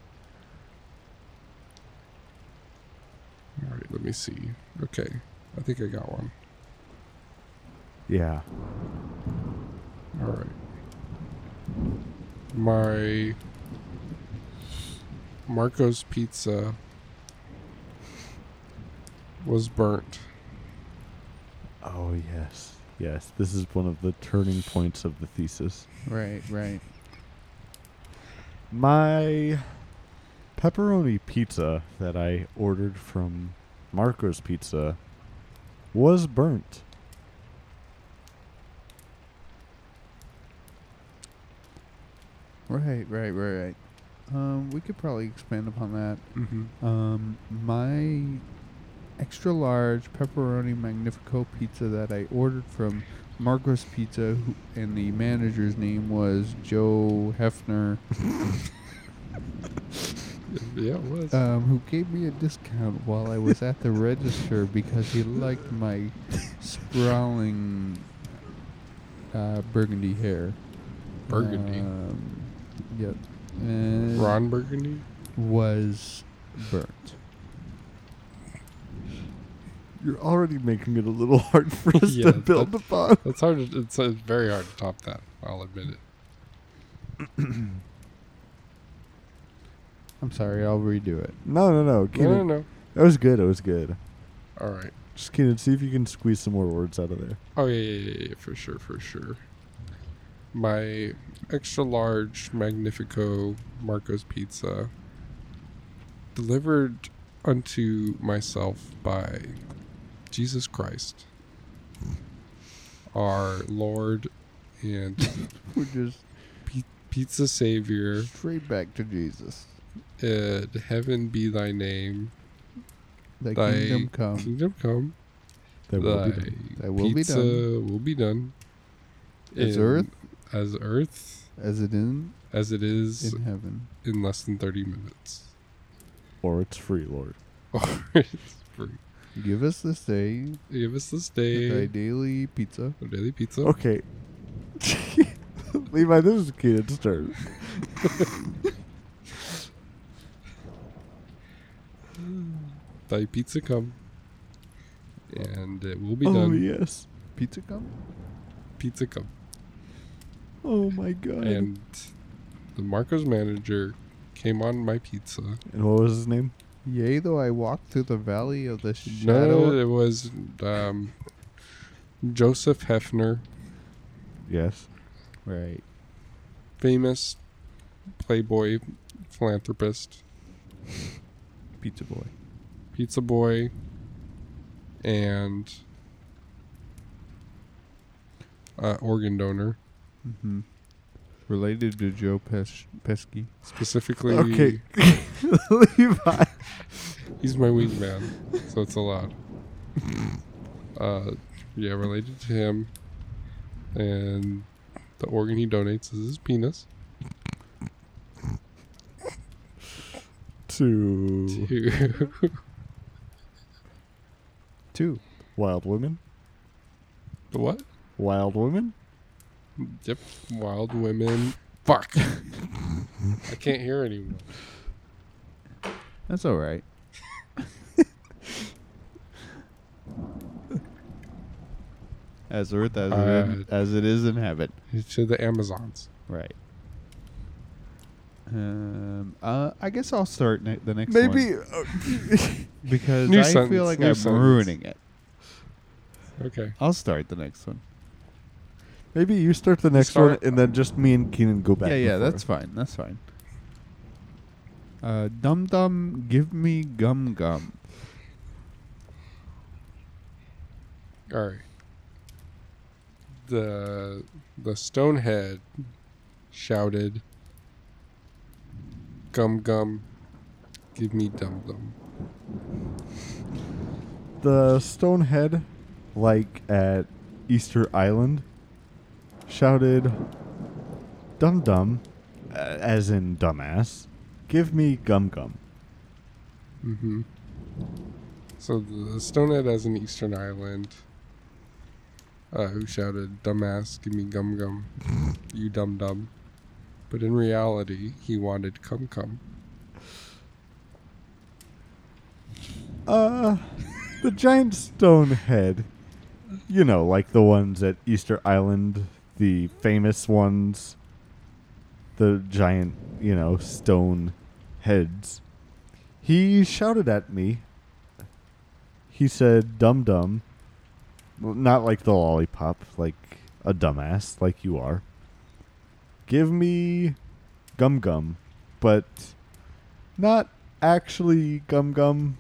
Speaker 2: All right. Let me see. Okay. I think I got one.
Speaker 1: Yeah.
Speaker 2: All right. My Marco's pizza was burnt.
Speaker 1: Oh yes, yes. This is one of the turning points of the thesis.
Speaker 4: Right, right.
Speaker 1: My pepperoni pizza that I ordered from Marco's Pizza was burnt.
Speaker 4: Right, right, right, right. Um, we could probably expand upon that.
Speaker 2: Mm-hmm.
Speaker 4: Um, my extra large pepperoni magnifico pizza that I ordered from Marcos Pizza, who, and the manager's name was Joe Hefner,
Speaker 2: Yeah, it was.
Speaker 4: um, who gave me a discount while I was at the register because he liked my sprawling uh, burgundy hair.
Speaker 2: Burgundy.
Speaker 4: Um, yep. And
Speaker 2: Ron Burgundy.
Speaker 4: was burnt.
Speaker 1: You're already making it a little [LAUGHS] hard for us
Speaker 2: Yeah,
Speaker 1: to build
Speaker 2: that's-
Speaker 1: upon.
Speaker 2: That's hard. To, it's, uh very hard to top that. I'll admit it.
Speaker 4: I'm sorry, I'll redo it.
Speaker 1: No, no, no.
Speaker 2: No, no,
Speaker 1: Keenan,
Speaker 2: no.
Speaker 1: that was good. It was good.
Speaker 2: All right.
Speaker 1: Just Keenan, see if you can squeeze some more words out of there.
Speaker 2: Oh yeah, yeah, yeah, yeah, for sure, for sure. My extra large Magnifico Marco's pizza delivered unto myself by Jesus Christ, our Lord and [LAUGHS]
Speaker 4: We're just
Speaker 2: pizza savior.
Speaker 4: straight back to Jesus.
Speaker 2: And heaven be thy name.
Speaker 4: Thy,
Speaker 2: Thy
Speaker 4: kingdom come.
Speaker 2: Kingdom come.
Speaker 1: That will be
Speaker 2: Thy
Speaker 1: done.
Speaker 4: Thy will be
Speaker 2: pizza
Speaker 4: done.
Speaker 2: will be done.
Speaker 4: As
Speaker 2: in-
Speaker 4: earth
Speaker 2: As earth
Speaker 4: as it in
Speaker 2: as it is
Speaker 4: in heaven.
Speaker 2: in less than 30 minutes. [LAUGHS]
Speaker 1: or it's free, Lord.
Speaker 2: Or it's free.
Speaker 4: Give us this day
Speaker 2: Give us this
Speaker 4: thy
Speaker 2: day
Speaker 4: daily pizza.
Speaker 2: our daily pizza.
Speaker 1: Okay. [LAUGHS] Levi, this is Keenan's turn.
Speaker 2: Thy pizza come. And it will be
Speaker 1: Oh,
Speaker 2: done.
Speaker 1: yes.
Speaker 4: Pizza come?
Speaker 2: Pizza come.
Speaker 1: Oh, my God. And,
Speaker 2: And the Marco's manager came on my pizza.
Speaker 1: what was his name?
Speaker 4: Yea, though I walk through the valley of the shadow.
Speaker 2: No, it was um, Joseph Hefner,
Speaker 1: Yes.
Speaker 4: Right.
Speaker 2: famous playboy philanthropist.
Speaker 4: Pizza boy.
Speaker 2: Pizza Boy, and uh, organ donor,
Speaker 4: Mm-hmm. Related to Joe Pes- Pesky.
Speaker 2: specifically.
Speaker 1: Okay. [LAUGHS] Levi.
Speaker 2: He's my wingman, so it's allowed. Uh, yeah, related to him, and the organ he donates is his penis [LAUGHS]
Speaker 1: Two
Speaker 2: to
Speaker 4: Two.
Speaker 1: wild women.
Speaker 2: the what?
Speaker 1: Wild women.
Speaker 2: Yep, wild women. Fuck. [LAUGHS] I can't hear anymore.
Speaker 4: That's all right. [LAUGHS] as earth as, it in,
Speaker 2: Uh,
Speaker 4: as it is in heaven.
Speaker 2: To the Amazons.
Speaker 4: Right. Um, uh, I guess I'll start ne- the next one.
Speaker 1: Maybe. uh,
Speaker 4: because
Speaker 2: New
Speaker 4: I
Speaker 2: sentence,
Speaker 4: feel like
Speaker 2: new
Speaker 4: I'm
Speaker 2: sentence.
Speaker 4: ruining it.
Speaker 2: Okay.
Speaker 4: I'll start the next one.
Speaker 1: Maybe you start the next
Speaker 2: Start-
Speaker 1: one, and then just me and Keenan go back.
Speaker 4: yeah,
Speaker 1: and
Speaker 4: yeah,
Speaker 1: forth.
Speaker 4: that's fine. That's fine. Uh, dum dum, give me gum gum.
Speaker 2: All right. The the stonehead shouted, "Gum gum, give me dum dum."
Speaker 1: the Stonehead, like at Easter Island, shouted "dum dum," as in uh, dumbass, Give me Gum Gum.
Speaker 2: Mm-hmm. So the Stonehead has an Eastern Island. Uh, who shouted, "Dumbass, give me gum gum, you dum dum," but in reality, he wanted cum cum.
Speaker 1: Uh, the giant stone head. You know, like the ones at Easter Island, the famous ones. The giant, you know, stone heads. He shouted at me. He said, "Dum dum," Well, not like the lollipop, like a dumbass, like you are. Give me gum gum, but not actually gum gum.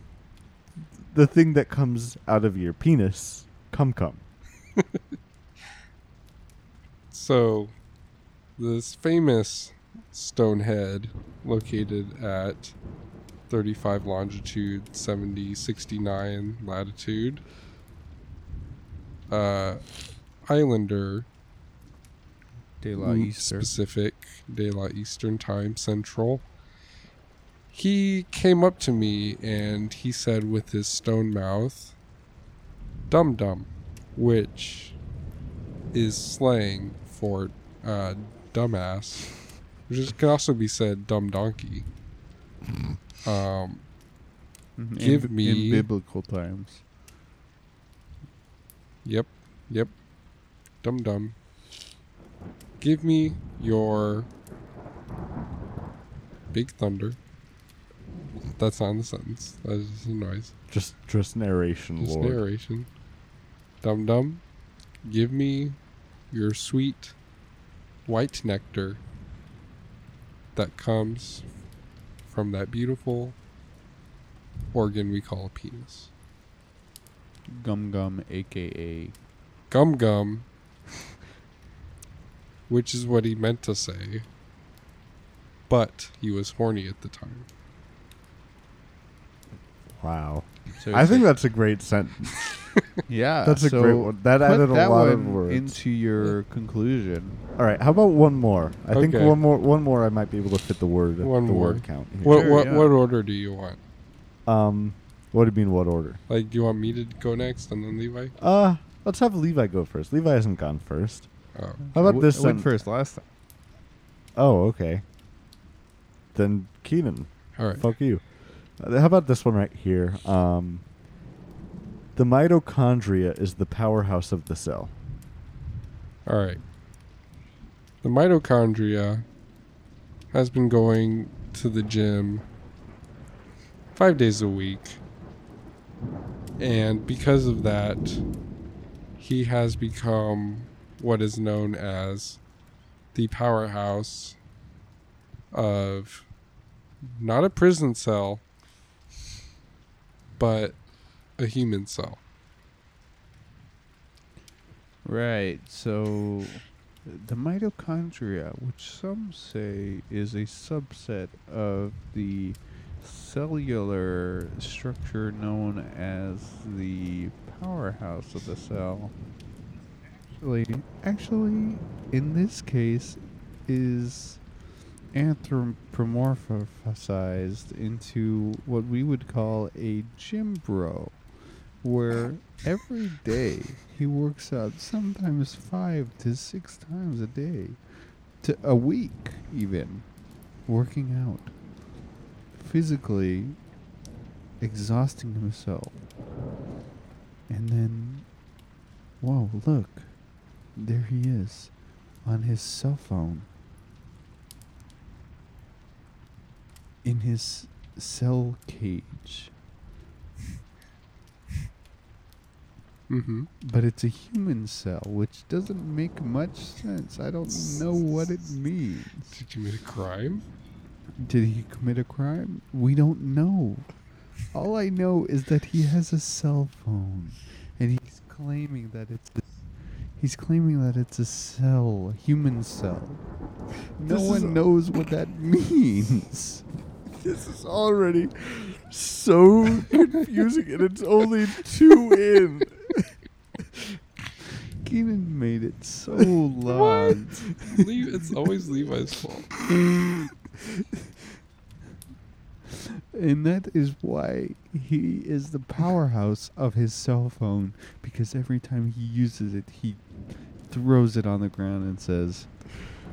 Speaker 1: The thing that comes out of your penis, cum cum.
Speaker 2: So, this famous Stonehead, located at 35 longitude, 70, 69 latitude, uh, Islander,
Speaker 5: De
Speaker 2: Mm, Pacific, De La Eastern Time Central. He came up to me and he said with his stone mouth, dum dum, which is slang for uh, dumbass, which is, can also be said dumb donkey. Um, Give
Speaker 4: Mm-hmm. in,
Speaker 2: me-
Speaker 4: in biblical times.
Speaker 2: Yep, yep. Dum dum. Give me your big thunder. That's not in the sentence. That is just a noise.
Speaker 1: Just, just narration,
Speaker 2: Just
Speaker 1: Lord.
Speaker 2: narration. Dum dum. Give me your sweet white nectar that comes from that beautiful organ we call a penis.
Speaker 4: Gum Gum,
Speaker 1: [LAUGHS]
Speaker 4: aka
Speaker 2: gum gum, which is what he meant to say, but he was horny at the time.
Speaker 1: Wow.
Speaker 5: So
Speaker 1: I think that's a great
Speaker 4: [LAUGHS]
Speaker 1: sentence.
Speaker 4: yeah.
Speaker 1: That's a
Speaker 4: Uh, so
Speaker 1: great one. That
Speaker 4: Put
Speaker 1: added a
Speaker 4: that
Speaker 1: lot of
Speaker 4: one
Speaker 1: words.
Speaker 4: into your conclusion.
Speaker 1: All right, how about one more? I think
Speaker 2: Okay.
Speaker 1: one more, one more. I might be able to fit the word,
Speaker 2: One
Speaker 1: the
Speaker 2: more.
Speaker 1: word count. Here.
Speaker 2: What
Speaker 4: Sure,
Speaker 2: what
Speaker 4: yeah.
Speaker 2: what order do you want?
Speaker 1: Um, what do you mean? What order?
Speaker 2: Like, do you want me to go next and then Levi?
Speaker 1: Uh, let's have Levi go first. Levi hasn't gone first.
Speaker 2: Oh,
Speaker 1: How about
Speaker 4: I w-
Speaker 1: this
Speaker 4: I went
Speaker 1: sentence?
Speaker 4: first last time.
Speaker 1: Oh, okay. Then Keenan,
Speaker 2: all right.
Speaker 1: fuck you. Uh, how about this one right here? Um, the mitochondria is the powerhouse of the cell.
Speaker 2: All right. The mitochondria has been going to the gym five days a week. And because of that, he has become what is known as the powerhouse of not a prison cell, but a human cell.
Speaker 4: Right. So the mitochondria, which some say is a subset of the cellular structure known as the powerhouse of the cell, actually, actually in this case, is anthropomorphized into what we would call a gym bro where every day he works out sometimes five to six times a day to a week even working out physically exhausting himself and then whoa look there he is on his cell phone in his cell cage
Speaker 2: Mm-hmm.
Speaker 4: But it's a human cell, which doesn't make much sense. I don't know what it means.
Speaker 2: Did you commit a crime?
Speaker 4: Did he commit a crime? We don't know. All I know is that he has a cell phone, and he's claiming that it's a, he's claiming that it's a cell, a human cell. No
Speaker 1: This is
Speaker 4: one
Speaker 1: a-
Speaker 4: knows what
Speaker 1: [LAUGHS]
Speaker 4: that means.
Speaker 1: This is already so confusing, and it's only two in.
Speaker 4: Keenan made
Speaker 1: [LAUGHS]
Speaker 4: it so long.
Speaker 2: Le- it's always Levi's fault.
Speaker 4: And that is why he is the powerhouse of his cell phone because every time he uses it, he throws it on the ground and says,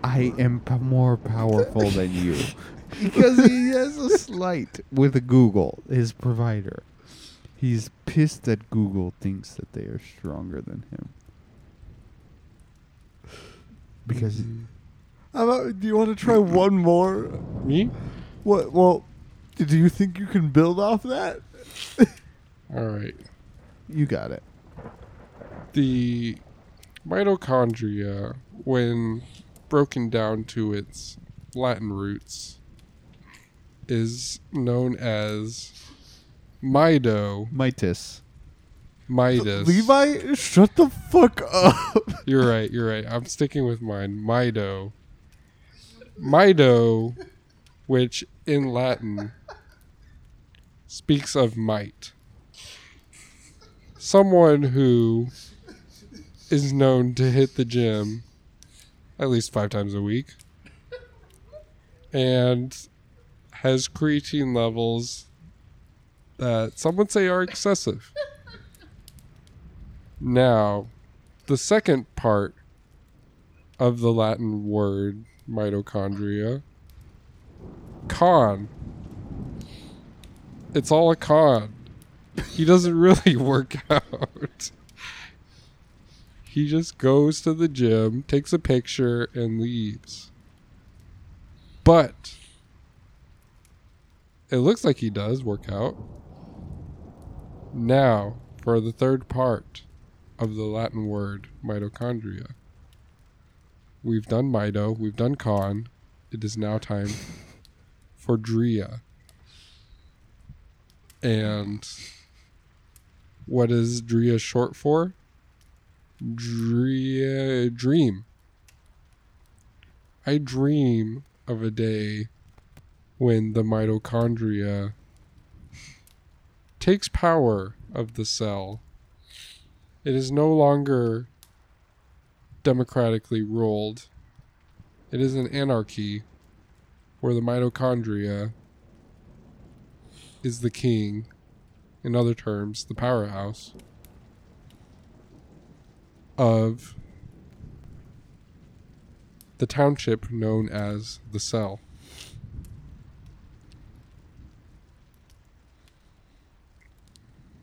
Speaker 4: I am p- more powerful
Speaker 1: [LAUGHS]
Speaker 4: than you. because he has a slight with Google, his provider. He's pissed that Google thinks that they are stronger than him. Because
Speaker 1: How about- do you want to try one more?
Speaker 2: Me?
Speaker 1: What? Well, do you think you can build off that?
Speaker 2: All right.
Speaker 4: you got it.
Speaker 2: the mitochondria, when broken down to its Latin roots, is known as Mido,
Speaker 4: Mitis.
Speaker 2: Midas.
Speaker 1: Levi, shut the fuck up. [LAUGHS]
Speaker 2: You're right, you're right. I'm sticking with mine. Mido. Mido, which in Latin speaks of might. Someone who is known to hit the gym at least five times a week and has creatine levels that some would say are excessive. Now, the second part of the Latin word mitochondria, con. It's all a con. He doesn't really [LAUGHS] work out. He just goes to the gym, takes a picture, and leaves. But it looks like he does work out. Now, for the third part of the Latin word mitochondria. We've done mito, we've done con. It is now time for dria. And what is dria short for? Dria dream. I dream of a day when the mitochondria takes power of the cell it is no longer democratically ruled. It is an anarchy where the mitochondria is the king, in other terms, the powerhouse of the township known as the cell.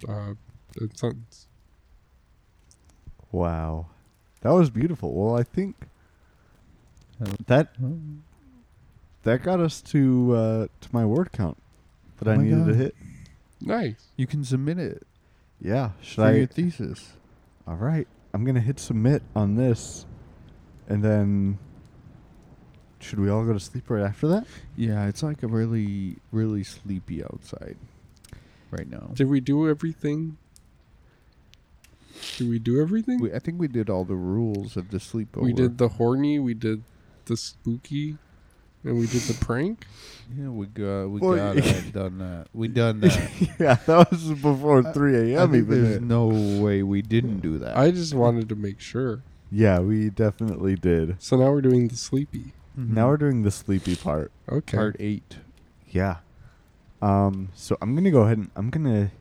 Speaker 2: Uh, it's not,
Speaker 1: Wow. That was beautiful. Well, I think that that got us to uh, to my word count that I
Speaker 4: Oh my
Speaker 1: needed to
Speaker 4: God.
Speaker 1: hit.
Speaker 2: nice.
Speaker 4: You can submit it
Speaker 1: Yeah. Should
Speaker 4: for
Speaker 1: I?
Speaker 4: your thesis.
Speaker 1: All right. I'm gonna hit submit on this, and then should we all go to sleep right after that?
Speaker 4: Yeah, it's like a really, really sleepy outside right now.
Speaker 2: Did we do everything? Did we do everything? We,
Speaker 4: I think we did all the rules of the sleepover.
Speaker 2: did the horny, we did the spooky, and we did the prank.
Speaker 4: Yeah, we got we
Speaker 1: Well,
Speaker 4: got
Speaker 1: y- [LAUGHS]
Speaker 4: it done that. We done that.
Speaker 1: yeah. That was before
Speaker 4: I-
Speaker 1: 3
Speaker 4: I
Speaker 1: a.m.
Speaker 4: think
Speaker 1: Even.
Speaker 4: there's no way we didn't do that.
Speaker 2: I just wanted to make sure.
Speaker 1: yeah, we definitely did.
Speaker 2: So now we're doing the sleepy.
Speaker 4: Mm-hmm.
Speaker 1: Now we're doing the sleepy part.
Speaker 2: Okay.
Speaker 4: part eight.
Speaker 1: Yeah. Um, so I'm gonna go ahead and I'm gonna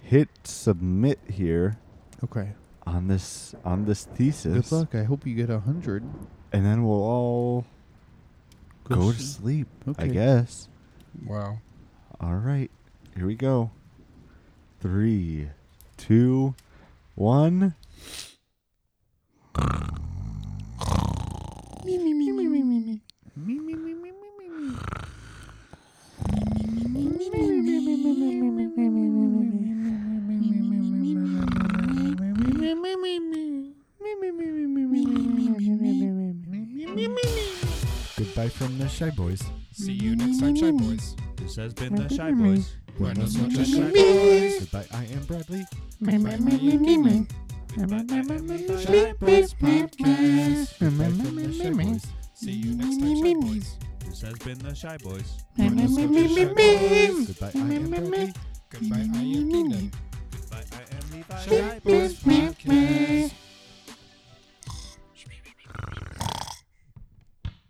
Speaker 1: hit submit here
Speaker 4: Okay.
Speaker 1: on this on this thesis,
Speaker 4: Good luck. I hope you get a hundred.
Speaker 1: and then we'll all
Speaker 4: Good
Speaker 1: go to
Speaker 4: s-
Speaker 1: sleep. I
Speaker 4: Okay.
Speaker 1: guess.
Speaker 2: Wow.
Speaker 1: All right, here we go. Three, two, one.
Speaker 3: Goodbye from the Shy Boys. See you next time, Shy Boys. This has been the Shy Boys. Buenos noches, Shy Boys. Goodbye, I am Bradley. Goodbye, I am Damon. Goodbye, I am the Shy Boys podcast. Goodbye from the Shy Boys. See you next time, Shy Boys. This has been the Shy Boys. Buenos noches, Shy Boys. Goodbye, I am Bradley. Goodbye, I am